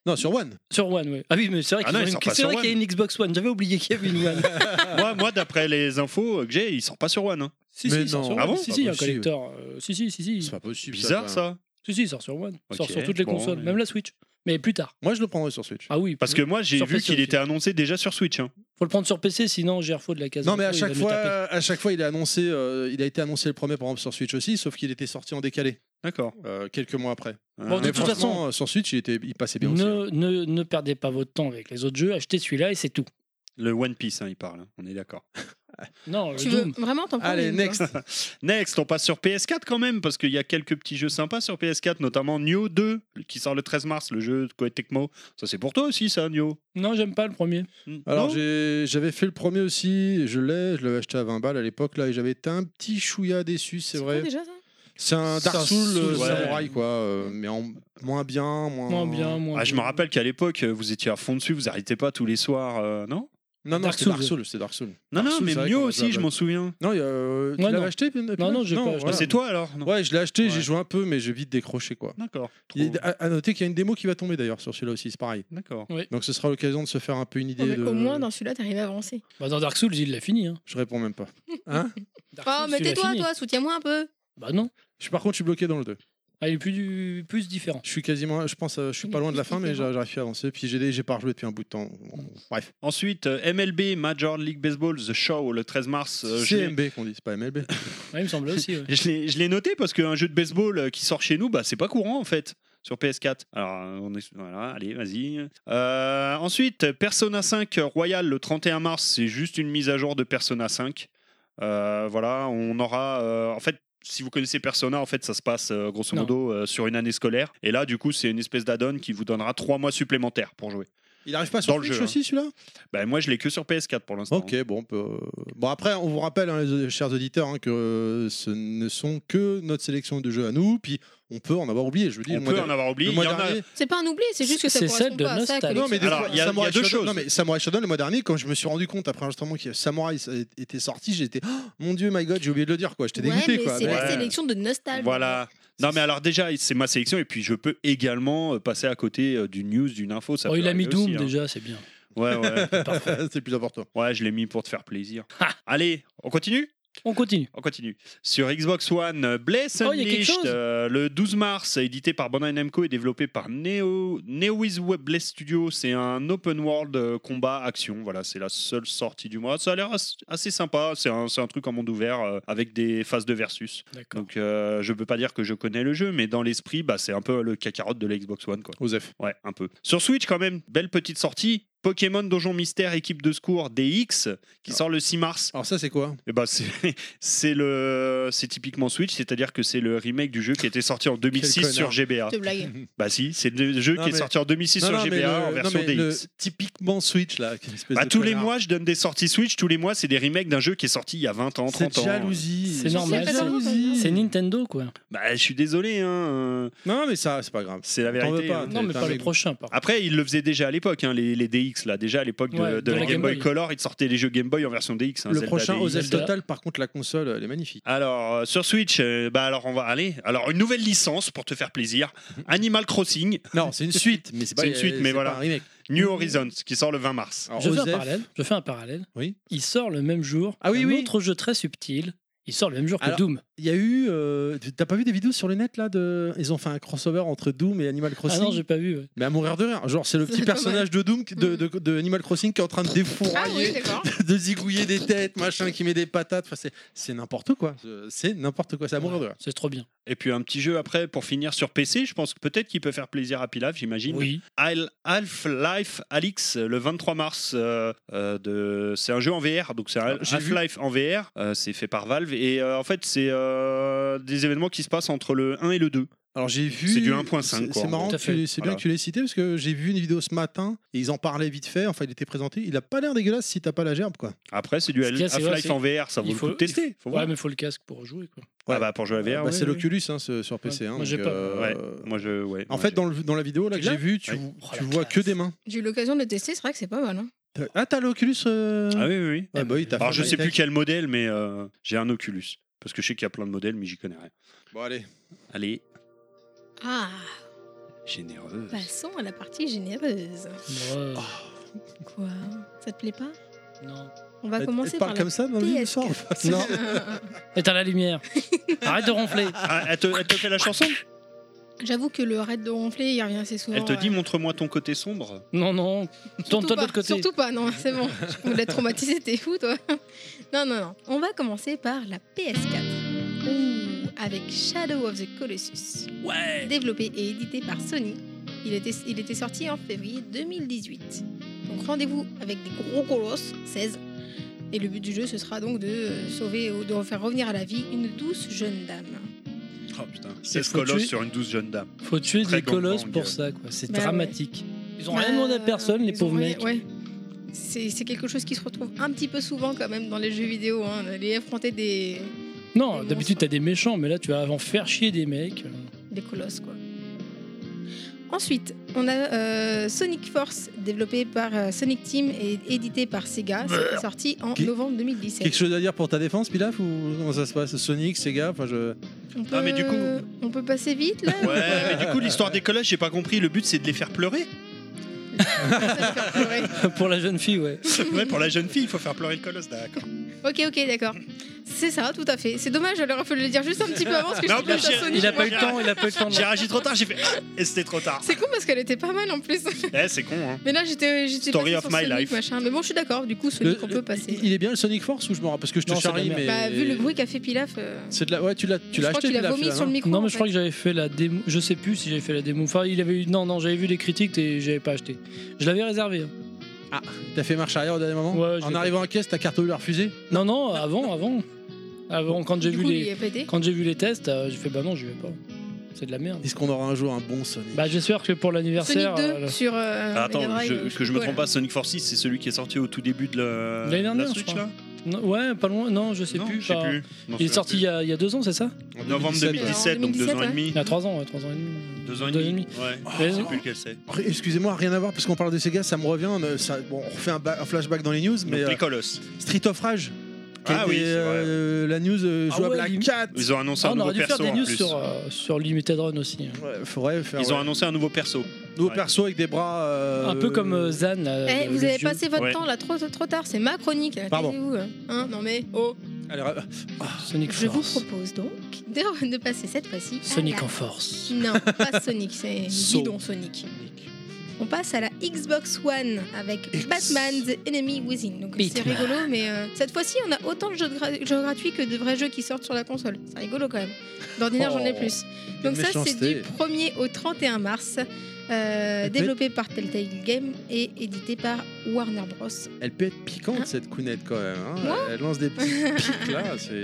Speaker 3: Non sur One.
Speaker 6: Sur One, oui. Ah oui, mais c'est vrai
Speaker 4: Ah
Speaker 6: qu'ils
Speaker 4: non,
Speaker 6: ont
Speaker 4: il
Speaker 6: une-
Speaker 4: sort pas
Speaker 6: c'est
Speaker 4: sur
Speaker 6: vrai qu'il y a une Xbox One. J'avais oublié qu'il y avait une One. Ah.
Speaker 4: moi, moi d'après les infos que j'ai, il sort pas sur One. hein.
Speaker 6: si,
Speaker 3: Mais
Speaker 6: si, il sort
Speaker 3: non.
Speaker 6: sur
Speaker 4: Ah
Speaker 6: One.
Speaker 4: bon
Speaker 6: si, si, il y a un
Speaker 3: Pas possible.
Speaker 6: collector. euh, si, si, si, si.
Speaker 3: C'est pas possible.
Speaker 4: Bizarre
Speaker 3: quoi.
Speaker 4: ça.
Speaker 6: Si, si, il sort sur One. Il sort
Speaker 4: Ok,
Speaker 6: sur toutes les
Speaker 4: bon,
Speaker 6: consoles,
Speaker 4: mais-
Speaker 6: même la Switch. Mais plus tard.
Speaker 3: Moi je le prendrais sur Switch.
Speaker 6: Ah oui,
Speaker 4: Parce que moi, j'ai
Speaker 6: Sur
Speaker 4: vu
Speaker 6: PC
Speaker 4: qu'il
Speaker 6: aussi.
Speaker 4: était annoncé déjà sur Switch. hein.
Speaker 6: Faut le prendre sur PC, sinon Gerfo de la case.
Speaker 3: Non mais à
Speaker 6: info, il va
Speaker 3: chaque
Speaker 6: me
Speaker 3: fois,
Speaker 6: taper.
Speaker 3: à chaque fois, il a annoncé, euh, il a été annoncé le premier par exemple sur Switch aussi, sauf qu'il était sorti en décalé
Speaker 4: D'accord.
Speaker 3: euh, quelques mois après.
Speaker 6: Bon,
Speaker 4: Euh,
Speaker 6: de toute façon-
Speaker 3: franchement, euh, sur Switch, il était, il passait bien aussi. hein.
Speaker 6: Ne, ne, ne perdez pas votre temps avec les autres jeux, achetez celui-là et c'est tout.
Speaker 4: Le One Piece, hein, il parle, hein. on est d'accord.
Speaker 6: Non, le
Speaker 5: Tu veux
Speaker 6: Doom.
Speaker 5: vraiment t'en prendre
Speaker 3: Allez,
Speaker 4: hein.
Speaker 5: une,
Speaker 3: next.
Speaker 5: toi
Speaker 4: Next, on passe sur PS4 quand même, parce qu'il y a quelques petits jeux sympas sur PS4, notamment Nioh 2, qui sort le 13 mars, le jeu de Koei Tecmo. Ça, c'est pour toi aussi, ça, Nioh
Speaker 6: Non, j'aime pas le premier.
Speaker 4: Hmm.
Speaker 3: Alors
Speaker 4: Non
Speaker 3: j'ai- j'avais fait le premier aussi, je l'ai, je l'avais acheté à 20 balles à l'époque là, et j'avais été un petit chouïa déçu, c'est
Speaker 5: quoi
Speaker 3: vrai.
Speaker 5: déjà, ça
Speaker 3: C'est un Dark
Speaker 6: Dark
Speaker 3: Souls euh,
Speaker 6: Souls,
Speaker 4: ouais.
Speaker 3: samouraï quoi, euh, mais en moins bien, moins.
Speaker 6: Moins bien, moins.
Speaker 4: Ah, je me
Speaker 6: bien.
Speaker 4: rappelle qu'à l'époque, vous étiez à fond dessus, vous arrêtez pas tous les soirs, euh, non
Speaker 3: Non non,
Speaker 6: Dark
Speaker 3: c'est
Speaker 6: Souls.
Speaker 3: Dark Souls, c'est Dark Souls.
Speaker 4: Non,
Speaker 3: Dark
Speaker 4: non,
Speaker 3: Souls,
Speaker 4: mais
Speaker 3: c'est vrai
Speaker 4: Nioh
Speaker 3: qu'on a
Speaker 4: aussi,
Speaker 3: joué
Speaker 4: je
Speaker 3: à
Speaker 4: m'en souviens.
Speaker 3: Non, il y a, euh, tu
Speaker 6: Ouais,
Speaker 3: l'avais
Speaker 6: non.
Speaker 3: acheté puis- puis-
Speaker 6: Non, non, j'ai pas acheté.
Speaker 4: Ah,
Speaker 3: voilà.
Speaker 4: C'est toi alors Non.
Speaker 3: Ouais, je l'ai acheté, j'ai
Speaker 4: Ouais.
Speaker 3: joué un peu, mais j'ai vite décroché quoi.
Speaker 4: D'accord.
Speaker 3: Il y a- à, à noter qu'il y a une démo qui va tomber d'ailleurs sur celui-là aussi, c'est pareil.
Speaker 4: D'accord.
Speaker 3: Donc ce sera l'occasion de se faire un peu une idée.
Speaker 5: Oh, mais
Speaker 3: de...
Speaker 5: Au moins, dans celui-là, t'arrives à avancer.
Speaker 6: Bah, dans Dark Souls, il l'a fini. Hein.
Speaker 3: Je réponds même pas.
Speaker 6: Dark
Speaker 5: Oh,
Speaker 6: Souls,
Speaker 5: mais
Speaker 6: il l'a
Speaker 5: tais-toi,
Speaker 6: fini.
Speaker 5: toi, soutiens-moi un peu.
Speaker 6: Bah non.
Speaker 3: Je suis par contre, je suis bloqué dans le 2.
Speaker 6: Ah, il est plus, du... plus différent.
Speaker 3: Je suis quasiment, je pense, euh, je suis pas loin de la fin, mais j'a- j'arrive à avancer. Puis j'ai des- j'ai pas rejoué depuis un bout de temps. Bon, bref,
Speaker 4: Ensuite, euh, MLB, Major League Baseball, The Show, le 13 mars. euh, je l'ai-
Speaker 3: CMB qu'on dit, c'est pas MLB.
Speaker 6: Ouais, il me semblait aussi. ouais.
Speaker 4: Je l'ai- je l'ai noté parce qu'un jeu de baseball euh, qui sort chez nous, bah, c'est pas courant en fait sur PS4. Alors, euh, on est... voilà, allez, vas-y. Euh, ensuite, Persona 5 Royal le 31 mars, c'est juste une mise à jour de Persona 5. Euh, voilà, on aura. euh, en fait, si vous connaissez Persona, en fait, ça se passe euh, grosso
Speaker 6: Non.
Speaker 4: modo euh, sur une année scolaire. Et là, du coup, c'est une espèce d'add-on qui vous donnera trois mois supplémentaires pour jouer.
Speaker 3: *laughs* Il arrive pas sur
Speaker 4: Dans le
Speaker 3: Switch
Speaker 4: jeu, hein.
Speaker 3: aussi celui-là
Speaker 4: Bah, moi, je l'ai que sur PS4 pour l'instant.
Speaker 3: Ok, bon, on peut- euh, bon après, on vous rappelle, hein, les- chers auditeurs, hein, que euh, ce ne sont que notre sélection de jeux à nous, puis on peut en avoir oublié. Je veux dire,
Speaker 4: On
Speaker 3: le mois
Speaker 4: peut en
Speaker 3: dernier-
Speaker 4: avoir oublié.
Speaker 3: le
Speaker 4: Il
Speaker 3: mois
Speaker 4: y en a-
Speaker 3: dernier-
Speaker 5: C'est pas un oubli, c'est juste que ça
Speaker 6: C'est
Speaker 5: correspond
Speaker 6: celle de
Speaker 5: pas à ça.
Speaker 6: Nostal.
Speaker 5: que
Speaker 3: Non, mais des
Speaker 4: Alors,
Speaker 3: fois,
Speaker 4: il y a-
Speaker 3: Samurai
Speaker 4: il y a deux
Speaker 3: Shodown-
Speaker 4: choses.
Speaker 3: Non, mais Samurai Shodown, le mois dernier, quand je me suis rendu compte, après justement que Samurai euh, était sorti, j'étais. Oh, mon dieu, my god, j'ai oublié de le dire, quoi. J'étais
Speaker 5: Ouais,
Speaker 3: dégoûté,
Speaker 5: mais
Speaker 3: quoi.
Speaker 5: c'est
Speaker 3: Mais-
Speaker 5: la
Speaker 4: Ouais.
Speaker 5: sélection de Nostal.
Speaker 4: Voilà. Non, mais alors déjà, c'est ma sélection. Et puis, je peux également euh, passer à côté euh, d'une news, d'une info. Ça
Speaker 6: Oh,
Speaker 4: peut
Speaker 6: il a mis
Speaker 4: arriver aussi,
Speaker 6: Doom
Speaker 4: hein.
Speaker 6: déjà, c'est bien.
Speaker 4: Ouais, ouais.
Speaker 6: *laughs*
Speaker 3: *laughs* c'est plus important.
Speaker 4: Ouais, je l'ai mis pour te faire plaisir. Allez, on continue
Speaker 6: On continue.
Speaker 4: On continue. Sur Xbox One, euh, Bless
Speaker 6: Oh, il y a quelque
Speaker 4: Unleashed,
Speaker 6: chose
Speaker 4: euh, le 12 mars, édité par Bandai Namco et développé par Neo, Neo is Web Bless Studio. C'est un open world euh, combat action. Voilà, c'est la seule sortie du mois. Ça a l'air as- assez sympa. C'est un, c'est un truc en monde ouvert euh, avec des phases de versus.
Speaker 6: D'accord.
Speaker 4: Donc, euh, je peux pas dire que je connais le jeu, mais dans l'esprit, bah, c'est un peu le cacarotte de la Xbox One, quoi.
Speaker 3: Osef.
Speaker 4: Ouais, un peu. Sur Switch, quand même, belle petite sortie. Pokémon Donjon Mystère, équipe de secours DX, qui
Speaker 3: Ah.
Speaker 4: sort le 6 mars.
Speaker 3: Alors, ça, c'est quoi
Speaker 4: Eh ben, c'est *laughs* c'est le c'est typiquement Switch, c'est-à-dire que c'est le remake du jeu qui était sorti en 2006
Speaker 3: Quel
Speaker 4: sur
Speaker 3: connard.
Speaker 4: GBA.
Speaker 5: Je te blague. *laughs*
Speaker 4: Bah si, c'est le jeu
Speaker 3: Non,
Speaker 4: qui est
Speaker 3: mais-
Speaker 4: sorti en 2006
Speaker 3: Non,
Speaker 4: sur
Speaker 3: non, mais
Speaker 4: GBA
Speaker 3: le-
Speaker 4: en
Speaker 3: non,
Speaker 4: version
Speaker 3: mais le-
Speaker 4: DX.
Speaker 3: Typiquement Switch, là. quelle espèce
Speaker 4: Bah,
Speaker 3: de
Speaker 4: tous les
Speaker 3: connard.
Speaker 4: mois, je donne des sorties Switch. Tous les mois, c'est des remakes d'un jeu qui est sorti il y a 20 ans, 30
Speaker 3: Cette
Speaker 4: ans.
Speaker 3: jalousie.
Speaker 6: C'est normal.
Speaker 5: pas normal.
Speaker 3: Jalousie.
Speaker 6: C'est Nintendo, quoi.
Speaker 4: Bah, je suis désolé, hein, euh,
Speaker 3: Non, mais ça, c'est pas grave.
Speaker 4: c'est la
Speaker 3: T'en veux
Speaker 4: vérité.
Speaker 3: pas,
Speaker 4: hein.
Speaker 6: Non, mais
Speaker 3: T'as
Speaker 6: pas
Speaker 3: un
Speaker 6: le
Speaker 3: mec-
Speaker 6: prochain, par contre.
Speaker 4: Après, ils le faisaient déjà à l'époque, hein, les, les DX, là. Déjà à l'époque de-
Speaker 6: Ouais,
Speaker 4: de, la Game, Boy Color, ils sortaient les jeux Game Boy en version DX. hein,
Speaker 3: Le
Speaker 4: Zelda
Speaker 3: prochain
Speaker 4: DX.
Speaker 3: Osef
Speaker 6: Zelda.
Speaker 3: Total, par contre, la console, elle est magnifique.
Speaker 4: Alors, euh, sur Switch, euh, bah alors on va aller. Alors, une nouvelle licence pour te faire plaisir Animal Crossing,
Speaker 3: Non, c'est une suite, mais c'est pas
Speaker 4: C'est une suite, mais
Speaker 3: c'est
Speaker 4: voilà.
Speaker 3: pas un remake.
Speaker 4: New Horizons, qui sort le 20 mars.
Speaker 3: Alors,
Speaker 6: Je fais un
Speaker 3: Osef-
Speaker 6: parallèle. Je fais un parallèle.
Speaker 3: Oui.
Speaker 6: Il sort le même jour.
Speaker 3: Ah oui,
Speaker 6: un
Speaker 3: oui.
Speaker 6: autre jeu très subtil. Il sort le même jour que
Speaker 3: Alors,
Speaker 6: Doom. Ah
Speaker 3: Il y a eu. euh, T'as pas vu des vidéos sur le net là de. Ils ont fait un crossover entre Doom et Animal
Speaker 6: Ah
Speaker 3: Crossing.
Speaker 6: non, j'ai pas vu. ouais.
Speaker 3: Mais à mourir de rire. Genre, c'est le petit
Speaker 5: C'est Mm.
Speaker 3: personnage de Doom, de, de, de Animal Crossing qui est en train de
Speaker 5: Ah oui,
Speaker 3: défourailler,
Speaker 5: d'accord.
Speaker 3: *laughs* de zigouiller des têtes, machin, qui met des patates. Enfin, c'est- c'est n'importe quoi. C'est n'importe quoi. C'est à mourir de rire.
Speaker 6: C'est trop bien.
Speaker 4: Et puis un petit jeu après pour finir sur PC, je pense que peut-être qu'il peut faire plaisir à Pilaf, j'imagine.
Speaker 6: Oui.
Speaker 4: Al- Half-Life Alix, le 23 mars. euh, euh, de... C'est un jeu en VR, donc c'est
Speaker 6: Ah,
Speaker 4: un
Speaker 3: j'ai vu.
Speaker 4: Half-Life en VR. euh, c'est fait par Valve. Et euh, en fait, c'est euh, des événements qui se passent entre le 1 et le 2.
Speaker 3: Alors, j'ai vu.
Speaker 4: C'est du 1.5,
Speaker 3: c'est-
Speaker 4: quoi,
Speaker 3: C'est marrant,
Speaker 6: tout à
Speaker 3: que tu- c'est bien
Speaker 4: Voilà.
Speaker 3: que tu l'aies cité parce que j'ai vu une vidéo ce matin et ils en parlaient vite fait. Enfin, il était présenté. Il a pas l'air dégueulasse si t'as pas la gerbe, quoi.
Speaker 4: Après, c'est du
Speaker 6: Ce qu'il y a, c'est vrai,
Speaker 4: Half-Life
Speaker 6: c'est-
Speaker 4: en VR, ça vaut
Speaker 6: il
Speaker 4: le coup
Speaker 6: faut-
Speaker 4: de tester. Faut voir.
Speaker 6: Ouais, mais faut le casque pour jouer, quoi.
Speaker 4: Ah bah, pour jouer à VR,
Speaker 3: Bah,
Speaker 4: ouais,
Speaker 3: c'est
Speaker 4: ouais.
Speaker 3: l'Oculus hein, ce- sur PC.
Speaker 6: Ouais.
Speaker 3: hein,
Speaker 6: Moi, j'ai
Speaker 3: donc,
Speaker 6: pas.
Speaker 3: euh,
Speaker 4: Moi, je. Ouais,
Speaker 3: En
Speaker 4: moi,
Speaker 3: fait,
Speaker 4: je-
Speaker 3: dans, le- dans la vidéo là,
Speaker 6: Tu
Speaker 3: que j'ai
Speaker 6: l'as
Speaker 3: vue, tu,
Speaker 4: Ouais.
Speaker 6: Oh,
Speaker 3: tu
Speaker 6: la
Speaker 3: vois
Speaker 6: classe.
Speaker 3: que des mains.
Speaker 5: *laughs* J'ai eu l'occasion de le tester, c'est vrai que c'est pas mal. hein.
Speaker 3: T'as- Ah, t'as l'Oculus euh,
Speaker 4: Ah oui, oui, oui.
Speaker 3: Ah bah oui, t'as
Speaker 4: Alors,
Speaker 3: fait
Speaker 4: je
Speaker 3: le
Speaker 4: sais plus
Speaker 3: high-tech.
Speaker 4: quel modèle, mais euh, j'ai un Oculus. Parce que je sais qu'il y a plein de modèles, mais j'y connais rien.
Speaker 3: Bon, allez.
Speaker 4: Allez,
Speaker 5: Ah,
Speaker 4: généreuse.
Speaker 5: passons à la partie généreuse.
Speaker 6: Moi, euh,
Speaker 5: Quoi Ça te plaît pas
Speaker 6: Non.
Speaker 5: On va
Speaker 3: Elle-
Speaker 5: commencer
Speaker 3: elle
Speaker 5: par
Speaker 3: parle
Speaker 5: la...
Speaker 3: comme ça dans le
Speaker 5: PS4.
Speaker 3: soir
Speaker 6: Non. Éteins la lumière. Arrête de ronfler.
Speaker 4: Ah, elle, te, elle te fait la chanson
Speaker 5: J'avoue que le arrête de ronfler, il revient assez souvent.
Speaker 4: Elle te
Speaker 5: ouais.
Speaker 4: dit montre-moi ton côté sombre
Speaker 6: Non, non. Tourne-toi de
Speaker 5: pas,
Speaker 6: l'autre côté.
Speaker 5: Surtout pas, non, c'est bon. Je voulais traumatiser, t'es fou, toi. Non, non, non. On va commencer par la PS4. Ouh, avec Shadow of the Colossus.
Speaker 6: Ouais.
Speaker 5: Développé et édité par Sony, il était, il était sorti en février 2018. Donc rendez-vous avec des gros colosses, 16. Et le but du jeu, ce sera donc de euh, sauver ou de faire revenir à la vie une douce jeune dame.
Speaker 4: Oh putain,
Speaker 6: C'est
Speaker 4: 16 colosses
Speaker 6: foutu.
Speaker 4: sur une douce jeune dame.
Speaker 6: Faut tuer
Speaker 4: Très
Speaker 6: des
Speaker 4: grande
Speaker 6: colosses
Speaker 4: langue.
Speaker 6: pour ça, quoi. C'est
Speaker 5: Bah ouais.
Speaker 6: dramatique. Ils ont
Speaker 5: Bah,
Speaker 6: rien demandé à personne, les
Speaker 5: ils ont
Speaker 6: pauvres
Speaker 5: rien-
Speaker 6: mecs.
Speaker 5: ouais. C'est c'est quelque chose qui se retrouve un petit peu souvent quand même dans les jeux vidéo. hein. Les affronter des,
Speaker 6: Non,
Speaker 5: Des
Speaker 6: d'habitude, t'as des méchants, mais là, tu vas avant faire chier des mecs.
Speaker 5: des colosses quoi. Ensuite, on a euh, Sonic Force, développé par euh, Sonic Team et édité par Sega. C'était sorti en
Speaker 3: Qui-
Speaker 5: novembre 2017.
Speaker 3: Quelque chose à dire pour ta défense, Pilaf Ou comment ça se passe Sonic, Sega Enfin, je.
Speaker 5: On peut,
Speaker 4: Ah, mais du coup-
Speaker 5: on peut passer vite là ou-
Speaker 4: Ouais, mais du coup, l'histoire des colosses, j'ai pas compris. Le but, c'est de les faire pleurer. *laughs*
Speaker 5: Ça va faire pleurer.
Speaker 6: *laughs* pour la jeune fille, ouais.
Speaker 4: Ouais, pour la jeune fille, il faut faire pleurer le colosse, d'accord.
Speaker 5: Ok, ok, d'accord. C'est ça, tout à fait. C'est dommage, j'aurais fallu le dire juste un petit peu avant parce que
Speaker 4: Non,
Speaker 5: je
Speaker 4: mais
Speaker 5: place à
Speaker 4: j'ai-
Speaker 5: Sonic.
Speaker 6: Il a pas eu le temps, il a pas eu le temps. de-
Speaker 4: J'ai réagi trop tard, j'ai fait. Ah Et c'était trop tard.
Speaker 5: C'est con parce qu'elle était pas mal en plus.
Speaker 4: Eh, c'est con, hein.
Speaker 5: Mais là, j'étais j'étais
Speaker 4: Story
Speaker 5: passée sur
Speaker 4: of my
Speaker 5: Sonic,
Speaker 4: life.
Speaker 5: machin. Mais bon, je suis d'accord. Du coup, Sonic,
Speaker 3: Le-
Speaker 5: on peut passer.
Speaker 3: Il est bien le Sonic Force ou je me rappelle Parce que je te
Speaker 6: Non, c'est de la
Speaker 3: charrie, mais.
Speaker 6: merde.
Speaker 5: Bah, vu le bruit qu'a fait Pilaf, euh,
Speaker 3: C'est de la. Ouais, tu l'as, tu
Speaker 5: je
Speaker 3: l'as
Speaker 5: crois
Speaker 3: acheté,
Speaker 5: qu'il a
Speaker 3: Pilaf. euh, hein.
Speaker 5: vomi
Speaker 3: celui-là,
Speaker 5: sur le
Speaker 3: non
Speaker 5: micro.
Speaker 6: Non, mais
Speaker 5: en
Speaker 6: je crois
Speaker 5: fait.
Speaker 6: que j'avais fait la démo. Je sais plus si j'avais fait la démo. Enfin, il avait eu. Non, non, j'avais vu les critiques et j'avais pas acheté. Je l'avais réservé. hein.
Speaker 3: T'as fait marche arrière au dernier moment
Speaker 6: Ouais, je
Speaker 3: En
Speaker 6: l'ai
Speaker 3: arrivant en caisse, ta carte bleue l'a refusée
Speaker 6: Non, non, avant, avant. Avant, quand j'ai
Speaker 5: Du
Speaker 6: vu
Speaker 5: coup,
Speaker 6: les.
Speaker 5: il a pété.
Speaker 6: Quand j'ai vu les tests, euh, j'ai fait bah non, j'y vais pas. c'est de la merde.
Speaker 3: Est-ce qu'on aura un jour un bon Sonic
Speaker 6: Bah j'espère que pour
Speaker 5: Sonic
Speaker 6: l'anniversaire.
Speaker 5: 2
Speaker 6: euh,
Speaker 5: sur. euh,
Speaker 4: Ah, attends,
Speaker 5: Mega Drive,
Speaker 4: je- que je me
Speaker 5: voilà.
Speaker 4: trompe pas, Sonic Force 6, c'est celui qui est sorti au tout début de la,
Speaker 6: L'année dernière,
Speaker 4: la
Speaker 6: je
Speaker 4: Switch,
Speaker 6: crois.
Speaker 4: là
Speaker 6: non, ouais, pas loin. Non, je sais
Speaker 4: Non,
Speaker 6: plus.
Speaker 4: je sais
Speaker 6: pas-
Speaker 4: plus. Non,
Speaker 6: Il
Speaker 4: je
Speaker 6: est
Speaker 4: sais
Speaker 6: sorti
Speaker 4: plus.
Speaker 6: il y, a, il y a deux ans, c'est ça
Speaker 3: En
Speaker 4: novembre
Speaker 3: 2017,
Speaker 4: 2017,
Speaker 5: ouais.
Speaker 4: donc deux ans et
Speaker 5: 2017,
Speaker 4: demi.
Speaker 6: Il y a trois ans, ouais, trois ans et demi.
Speaker 4: Deux ans et
Speaker 6: Deux
Speaker 4: demi.
Speaker 6: et Oh.
Speaker 4: Ouais,
Speaker 6: Mais
Speaker 4: je sais
Speaker 6: non.
Speaker 4: plus lequel c'est.
Speaker 3: Après, Excusez-moi, rien à voir parce qu'on parle de Sega, ça me revient. euh, ça- bon, on refait un, ba- un flashback dans les news, mais
Speaker 4: Donc,
Speaker 3: euh,
Speaker 4: les Colosses.
Speaker 3: Street of Rage, qui
Speaker 4: Ah
Speaker 3: était,
Speaker 4: oui, c'est vrai.
Speaker 3: euh, la news euh,
Speaker 6: Ah
Speaker 3: jouable
Speaker 6: ouais,
Speaker 3: à
Speaker 6: il-
Speaker 3: 4.
Speaker 4: Ils ont annoncé
Speaker 6: Ah,
Speaker 4: un
Speaker 6: on
Speaker 4: nouveau
Speaker 6: aurait dû faire
Speaker 4: perso
Speaker 6: des
Speaker 4: en
Speaker 6: news
Speaker 4: plus.
Speaker 6: sur, euh, sur Limited Run aussi. hein.
Speaker 3: Ouais, faudrait faire
Speaker 4: Ils ont
Speaker 3: ouais.
Speaker 4: annoncé un nouveau perso.
Speaker 3: nouveau
Speaker 4: ouais.
Speaker 3: perso avec des bras. euh,
Speaker 6: Un peu comme euh, Zan. là,
Speaker 5: Eh,
Speaker 6: le-
Speaker 5: vous
Speaker 6: le
Speaker 5: avez
Speaker 6: vieux.
Speaker 5: passé votre
Speaker 4: Ouais.
Speaker 5: temps là trop, trop tard, c'est ma chronique. là,
Speaker 3: Pardon.
Speaker 5: taisez-vous, là. Hein, non mais, oh.
Speaker 3: Allez, euh,
Speaker 6: Sonic
Speaker 5: Je vous
Speaker 6: Force.
Speaker 5: propose donc de, *laughs* de passer cette fois-ci. à
Speaker 6: Sonic
Speaker 5: la-
Speaker 6: en force.
Speaker 5: Non, pas Sonic,
Speaker 6: *laughs*
Speaker 5: c'est
Speaker 3: So.
Speaker 5: bidon Sonic. On passe à la Xbox One avec Batman The Enemy Within. Donc c'est
Speaker 6: Batman.
Speaker 5: rigolo, mais euh, cette fois-ci, on a autant de jeux, de gra- jeux gratuits que de vrais jeux qui sortent sur la console. C'est rigolo quand même. D'ordinaire, j'en ai
Speaker 3: Oh,
Speaker 5: plus. Donc ça, c'est
Speaker 3: méchanceté.
Speaker 5: du 1er au 31 mars. euh,
Speaker 3: Après-
Speaker 5: développé par Telltale Game et édité par Warner Bros.
Speaker 3: Elle peut être piquante
Speaker 5: Hein
Speaker 3: cette counette quand même. hein.
Speaker 5: Moi
Speaker 3: Elle lance des petits pics là. c'est-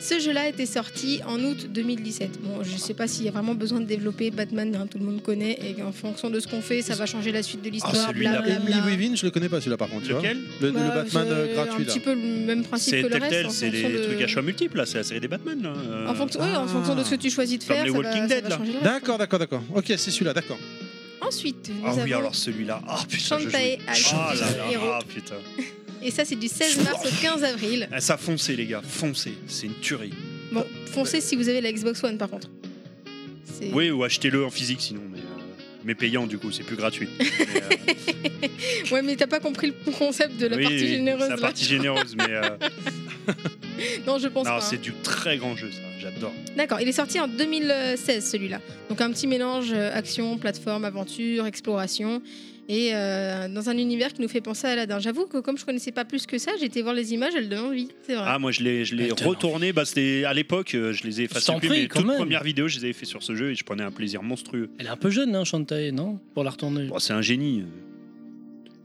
Speaker 5: Ce jeu-là était sorti en août 2017. Bon, je sais pas s'il y a vraiment besoin de développer Batman, hein, tout le monde connaît, et en fonction de ce qu'on fait, ça va changer la suite de
Speaker 3: Ah,
Speaker 5: l'histoire.
Speaker 4: celui-là.
Speaker 5: blablabla.
Speaker 3: Emily Weavin, je le connais pas celui-là par contre. tu vois.
Speaker 4: Lequel
Speaker 3: le, le
Speaker 5: Bah,
Speaker 3: Batman
Speaker 5: c'est
Speaker 3: euh, gratuit
Speaker 5: Un petit
Speaker 3: là.
Speaker 5: peu le même principe
Speaker 4: C'est
Speaker 5: que le reste.
Speaker 4: Telltale,
Speaker 5: en
Speaker 4: c'est
Speaker 5: fonction
Speaker 4: les
Speaker 5: de-
Speaker 4: trucs à choix multiples, là. C'est la série des Batman, là. Euh,
Speaker 5: En fonction, oui, en
Speaker 3: Ah.
Speaker 5: fonction de ce que tu choisis de
Speaker 4: Comme
Speaker 5: faire,
Speaker 4: les
Speaker 5: ça va,
Speaker 4: Walking
Speaker 5: ça
Speaker 4: Dead,
Speaker 5: va
Speaker 4: là.
Speaker 5: changer le reste.
Speaker 3: D'accord, d'accord, d'accord. Ok, c'est celui-là, d'accord.
Speaker 5: Ensuite, nous
Speaker 4: Ah oui,
Speaker 5: avons
Speaker 4: alors celui-là. Ah putain, je jouais.
Speaker 5: Shantae Alchemist
Speaker 4: Ah là là,
Speaker 5: Hero.
Speaker 4: ah putain.
Speaker 5: Et ça, c'est du 16 mars au 15 avril.
Speaker 4: Ah, Ça foncez, les gars, foncez. C'est une tuerie.
Speaker 5: Bon, foncez si vous avez la Xbox One, par contre. C'est-
Speaker 4: Oui, ou achetez-le en physique sinon, mais, euh, mais payant du coup, c'est
Speaker 5: *laughs*
Speaker 4: plus gratuit. Mais, euh,
Speaker 5: Ouais, mais t'as pas compris le concept de la
Speaker 4: oui,
Speaker 5: partie
Speaker 4: oui,
Speaker 5: généreuse.
Speaker 4: c'est La
Speaker 5: là.
Speaker 4: partie généreuse, mais euh,
Speaker 5: *laughs* Non, je pense
Speaker 4: non,
Speaker 5: pas. hein.
Speaker 4: c'est du très grand jeu, ça. J'adore.
Speaker 5: D'accord, il est sorti en 2016 celui-là. Donc un petit mélange euh, action, plateforme, aventure, exploration. Et euh, dans un univers qui nous fait penser à Aladdin. J'avoue que comme je connaissais pas plus que ça, j'ai été voir les images, elles donnent envie. C'est vrai.
Speaker 4: Ah, moi, je l'ai, je l'ai
Speaker 6: Mais t'as
Speaker 4: retourné. Bah, c'était à l'époque, euh, je les ai effacés.
Speaker 6: t'en
Speaker 4: plus,
Speaker 6: prie,
Speaker 4: mes
Speaker 6: quand
Speaker 4: toutes
Speaker 6: même.
Speaker 4: premières vidéos, je les avais fait sur ce jeu et je prenais un plaisir monstrueux.
Speaker 6: Elle est un peu jeune, hein, Shantae, non Pour la retourner.
Speaker 4: Bon, c'est un génie.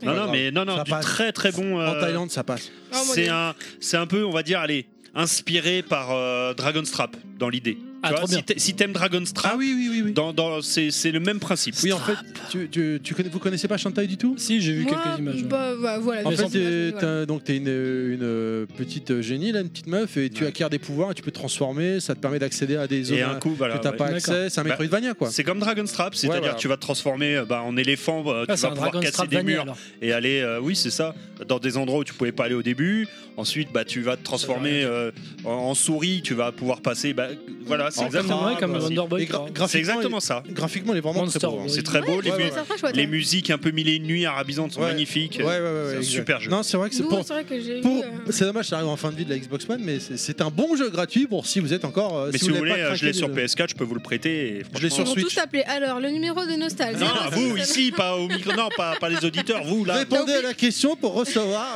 Speaker 4: Non,
Speaker 3: Ouais,
Speaker 4: non,
Speaker 3: grave.
Speaker 4: mais non, non,
Speaker 3: Ça
Speaker 4: du
Speaker 3: passe.
Speaker 4: très très bon.
Speaker 3: En
Speaker 4: euh,
Speaker 3: Thaïlande, ça passe.
Speaker 5: Oh, mon
Speaker 4: c'est
Speaker 5: Dieu.
Speaker 4: un, c'est un peu, on va dire, allez, inspiré par euh, Dragonstrap dans l'idée.
Speaker 6: Ah,
Speaker 4: Tu vois,
Speaker 6: trop bien.
Speaker 4: si t'a- Si t'aimes Dragonstrap,
Speaker 3: Ah oui, oui, oui, oui.
Speaker 4: dans, dans, c'est, c'est le même principe.
Speaker 3: Oui, en fait, tu, tu, tu connais, vous connaissez pas Shantae du tout
Speaker 6: Si, j'ai vu
Speaker 5: Moi,
Speaker 6: quelques images. ouais.
Speaker 5: bah, bah, voilà,
Speaker 3: En
Speaker 5: les
Speaker 3: fait,
Speaker 5: images, mais
Speaker 3: t'es-
Speaker 5: voilà.
Speaker 3: t'as- donc t'es une, une petite euh, génie, là, une petite meuf, et tu
Speaker 4: Ouais.
Speaker 3: acquiers des pouvoirs, et tu peux te transformer, ça te permet d'accéder à des zones
Speaker 4: et
Speaker 3: à-
Speaker 4: un coup, voilà.
Speaker 3: que t'as
Speaker 4: ouais.
Speaker 3: pas
Speaker 6: D'accord.
Speaker 3: accès. C'est un
Speaker 4: Bah,
Speaker 3: Metroidvania, quoi.
Speaker 4: C'est comme Dragonstrap, c'est-à-dire
Speaker 3: voilà.
Speaker 4: que tu vas te transformer euh, bah, en éléphant, bah,
Speaker 6: Ah,
Speaker 4: tu
Speaker 6: c'est
Speaker 4: vas
Speaker 6: un
Speaker 4: pouvoir
Speaker 6: Dragon
Speaker 4: casser
Speaker 6: Strap
Speaker 4: des
Speaker 6: vanille,
Speaker 4: murs
Speaker 6: alors.
Speaker 4: et aller, euh, oui c'est ça, dans des endroits où tu pouvais pas aller au début. Ensuite, bah, tu vas te transformer euh, en, en souris, tu vas pouvoir passer. bah, voilà, c'est
Speaker 3: En
Speaker 4: exactement,
Speaker 3: crabe,
Speaker 6: Ouais, comme
Speaker 3: bah,
Speaker 4: c'est-
Speaker 6: Wonder Boy.
Speaker 3: Et gra-
Speaker 6: quoi.
Speaker 4: c'est
Speaker 3: graphiquement,
Speaker 4: exactement ça.
Speaker 3: il- Graphiquement, il est vraiment
Speaker 6: Monster
Speaker 3: très beau. hein.
Speaker 6: Boy.
Speaker 4: C'est très beau, les,
Speaker 5: Ouais,
Speaker 4: mu-
Speaker 5: ouais, hein. ça sera chouette,
Speaker 4: les
Speaker 5: ouais.
Speaker 4: musiques un peu mille et une nuits arabisantes sont
Speaker 3: Ouais.
Speaker 4: magnifiques.
Speaker 3: Ouais, ouais, ouais,
Speaker 4: C'est un
Speaker 3: ouais, exact.
Speaker 4: super jeu.
Speaker 3: Non, c'est vrai que c'est
Speaker 5: D'où,
Speaker 3: pour.
Speaker 5: c'est vrai que j'ai
Speaker 3: pour-
Speaker 5: vu, euh,
Speaker 3: C'est dommage, ça arrive en fin de vie de la Xbox One, mais c'est- c'est un bon jeu gratuit pour si vous êtes encore. euh,
Speaker 4: Mais si vous
Speaker 3: n'avez
Speaker 4: voulez,
Speaker 3: pas
Speaker 4: euh, je l'ai
Speaker 3: craqué
Speaker 4: sur
Speaker 3: de-
Speaker 4: PS4, je peux vous le prêter. et
Speaker 3: Je l'ai
Speaker 4: franchement- euh,
Speaker 5: Ils
Speaker 3: sur
Speaker 5: vont
Speaker 3: Switch.
Speaker 5: tous appeler alors le numéro de Nostal.
Speaker 4: Non, à vous ici, pas au micro. Non, pas, pas les auditeurs, vous là.
Speaker 3: Répondez à la question pour recevoir.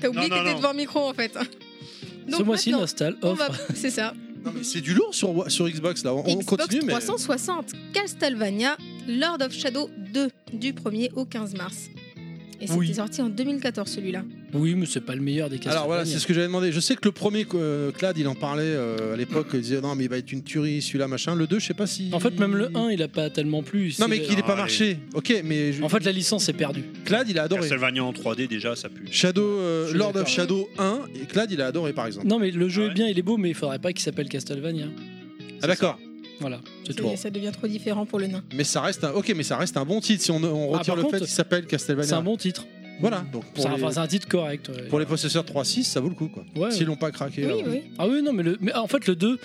Speaker 5: T'as oublié
Speaker 4: Non, non,
Speaker 5: que t'étais
Speaker 4: non.
Speaker 5: devant le micro en fait.
Speaker 6: Ce mois-ci,
Speaker 5: maintenant,
Speaker 6: Nostal
Speaker 5: on
Speaker 6: offre.
Speaker 5: va- C'est ça.
Speaker 3: Non, mais c'est du lourd sur, sur Xbox là. On, on
Speaker 5: Xbox
Speaker 3: continue, mais.
Speaker 5: 360, Castlevania, Lord of Shadow 2, du 1er au 15 mars. Et c'était
Speaker 6: Oui.
Speaker 5: sorti en 2014 celui-là.
Speaker 6: Oui, mais c'est pas le meilleur des
Speaker 3: Alors voilà, c'est
Speaker 6: Castlevania.
Speaker 3: ce que j'avais demandé. Je sais que le premier, euh, Clad, il en parlait euh, à l'époque. Il disait non, mais il va être une tuerie, celui-là, machin. Le 2, je sais pas si.
Speaker 6: En fait, même le 1, il a pas tellement plu.
Speaker 3: Non,
Speaker 6: C'est-
Speaker 3: mais qu'il ait
Speaker 4: Ah,
Speaker 3: pas
Speaker 4: allez.
Speaker 3: marché. Ok, mais. je-
Speaker 6: En fait, la licence est perdue.
Speaker 3: Clad, il a adoré.
Speaker 4: Castlevania en 3D déjà, ça pue.
Speaker 3: Shadow, euh,
Speaker 6: Je suis
Speaker 3: Lord of
Speaker 6: d'accord.
Speaker 3: Shadow 1, et Clad, il a adoré par exemple.
Speaker 6: Non, mais le jeu
Speaker 4: Ah ouais
Speaker 6: est bien, il est beau, mais il faudrait pas qu'il s'appelle Castlevania.
Speaker 3: Ah, d'accord.
Speaker 6: Voilà, c'est
Speaker 5: Ça,
Speaker 6: tout.
Speaker 5: ça devient trop différent pour le nain.
Speaker 3: Mais ça reste un. Ok, mais ça reste un bon titre si on, on
Speaker 6: Ah,
Speaker 3: retire
Speaker 6: par
Speaker 3: le fait
Speaker 6: contre,
Speaker 3: qu'il s'appelle Castlevania.
Speaker 6: C'est un bon titre.
Speaker 3: Voilà. Donc pour
Speaker 6: C'est un-
Speaker 3: les,
Speaker 6: enfin, c'est un titre correct. ouais.
Speaker 3: pour les possesseurs 3.6, ça vaut le coup quoi.
Speaker 6: Ouais.
Speaker 3: S'ils l'ont pas craqué. euh,
Speaker 5: Oui,
Speaker 3: alors.
Speaker 5: oui.
Speaker 6: Ah oui, non, mais, le, mais en fait, le 2,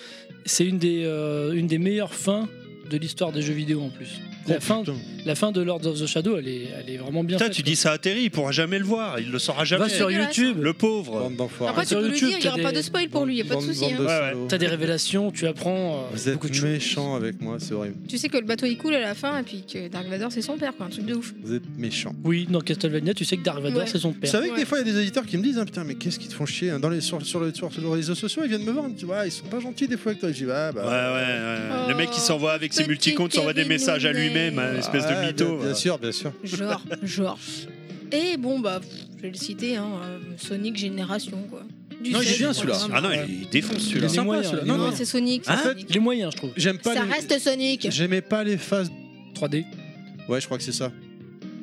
Speaker 6: c'est une, des, euh, une des meilleures fins de l'histoire des jeux vidéo en plus.
Speaker 3: Oh,
Speaker 6: La, fin,
Speaker 3: putain.
Speaker 6: la fin de Lords of the Shadow, elle est, elle est vraiment bien.
Speaker 4: Putain,
Speaker 6: faite,
Speaker 4: tu
Speaker 6: quoi.
Speaker 4: dis ça à Terry, il pourra jamais le voir, il le saura jamais.
Speaker 6: Va sur
Speaker 5: dégueulasse.
Speaker 6: YouTube,
Speaker 4: Le pauvre.
Speaker 3: Bande d'enfoirés.
Speaker 5: Après, tu
Speaker 6: sur
Speaker 5: peux
Speaker 6: YouTube,
Speaker 5: lui dire, il n'y
Speaker 6: t'as
Speaker 5: aura pas
Speaker 6: des-
Speaker 5: de spoil pour lui, il n'y a pas de
Speaker 3: Bande-
Speaker 5: souci.
Speaker 3: bande
Speaker 5: hein.
Speaker 3: de
Speaker 4: Ouais, ouais.
Speaker 3: salauds.
Speaker 6: t'as des révélations, tu apprends euh,
Speaker 3: Vous
Speaker 6: beaucoup de
Speaker 3: êtes
Speaker 6: choses.
Speaker 3: méchant avec moi, c'est horrible.
Speaker 5: Tu sais que le bateau il coule à la fin et puis que Dark Vador c'est son père, quoi, un truc de ouf.
Speaker 3: Vous êtes méchant.
Speaker 6: Oui, dans Castlevania, tu sais que Dark Vador,
Speaker 5: Ouais.
Speaker 6: c'est son
Speaker 3: Vous
Speaker 6: père.
Speaker 3: savez que
Speaker 5: Ouais.
Speaker 3: des fois il y a des éditeurs qui me disent hein, putain mais qu'est-ce qu'ils te font chier hein, dans les sur, sur, le- sur- sur les réseaux sociaux ils viennent me voir ils me disent ouais, ils sont pas gentils des fois avec toi Et je dis bah, bah euh,
Speaker 4: Ouais, ouais, ouais. Le mec qui
Speaker 5: Oh,
Speaker 4: s'envoie avec ses
Speaker 5: petit
Speaker 4: multicomptes, s'envoie des
Speaker 5: Kevin
Speaker 4: messages à
Speaker 5: Nounet.
Speaker 4: lui-même, hein, espèce de
Speaker 3: ouais,
Speaker 4: mytho.
Speaker 3: Ah, bien, bien
Speaker 4: ouais.
Speaker 3: sûr bien sûr
Speaker 5: Genre, genre. Et bon, bah, pff, je vais le citer, hein, euh, Sonic Génération, quoi. du
Speaker 3: Non, il est
Speaker 5: seul,
Speaker 3: bien,
Speaker 5: je crois,
Speaker 3: celui-là.
Speaker 5: vraiment.
Speaker 4: Ah non, il il défonce
Speaker 3: Il est
Speaker 4: celui-là.
Speaker 6: les
Speaker 3: sympa
Speaker 6: moyens,
Speaker 3: celui-là.
Speaker 6: les
Speaker 3: Non,
Speaker 5: Non,
Speaker 3: non,
Speaker 5: c'est Sonic. c'est
Speaker 6: Hein
Speaker 5: Sonic.
Speaker 6: Les moyens, je trouve.
Speaker 3: j'aime pas
Speaker 5: Ça
Speaker 3: les-
Speaker 5: reste Sonic.
Speaker 3: J'aimais pas les phases.
Speaker 6: 3D.
Speaker 3: Ouais, je crois que c'est ça.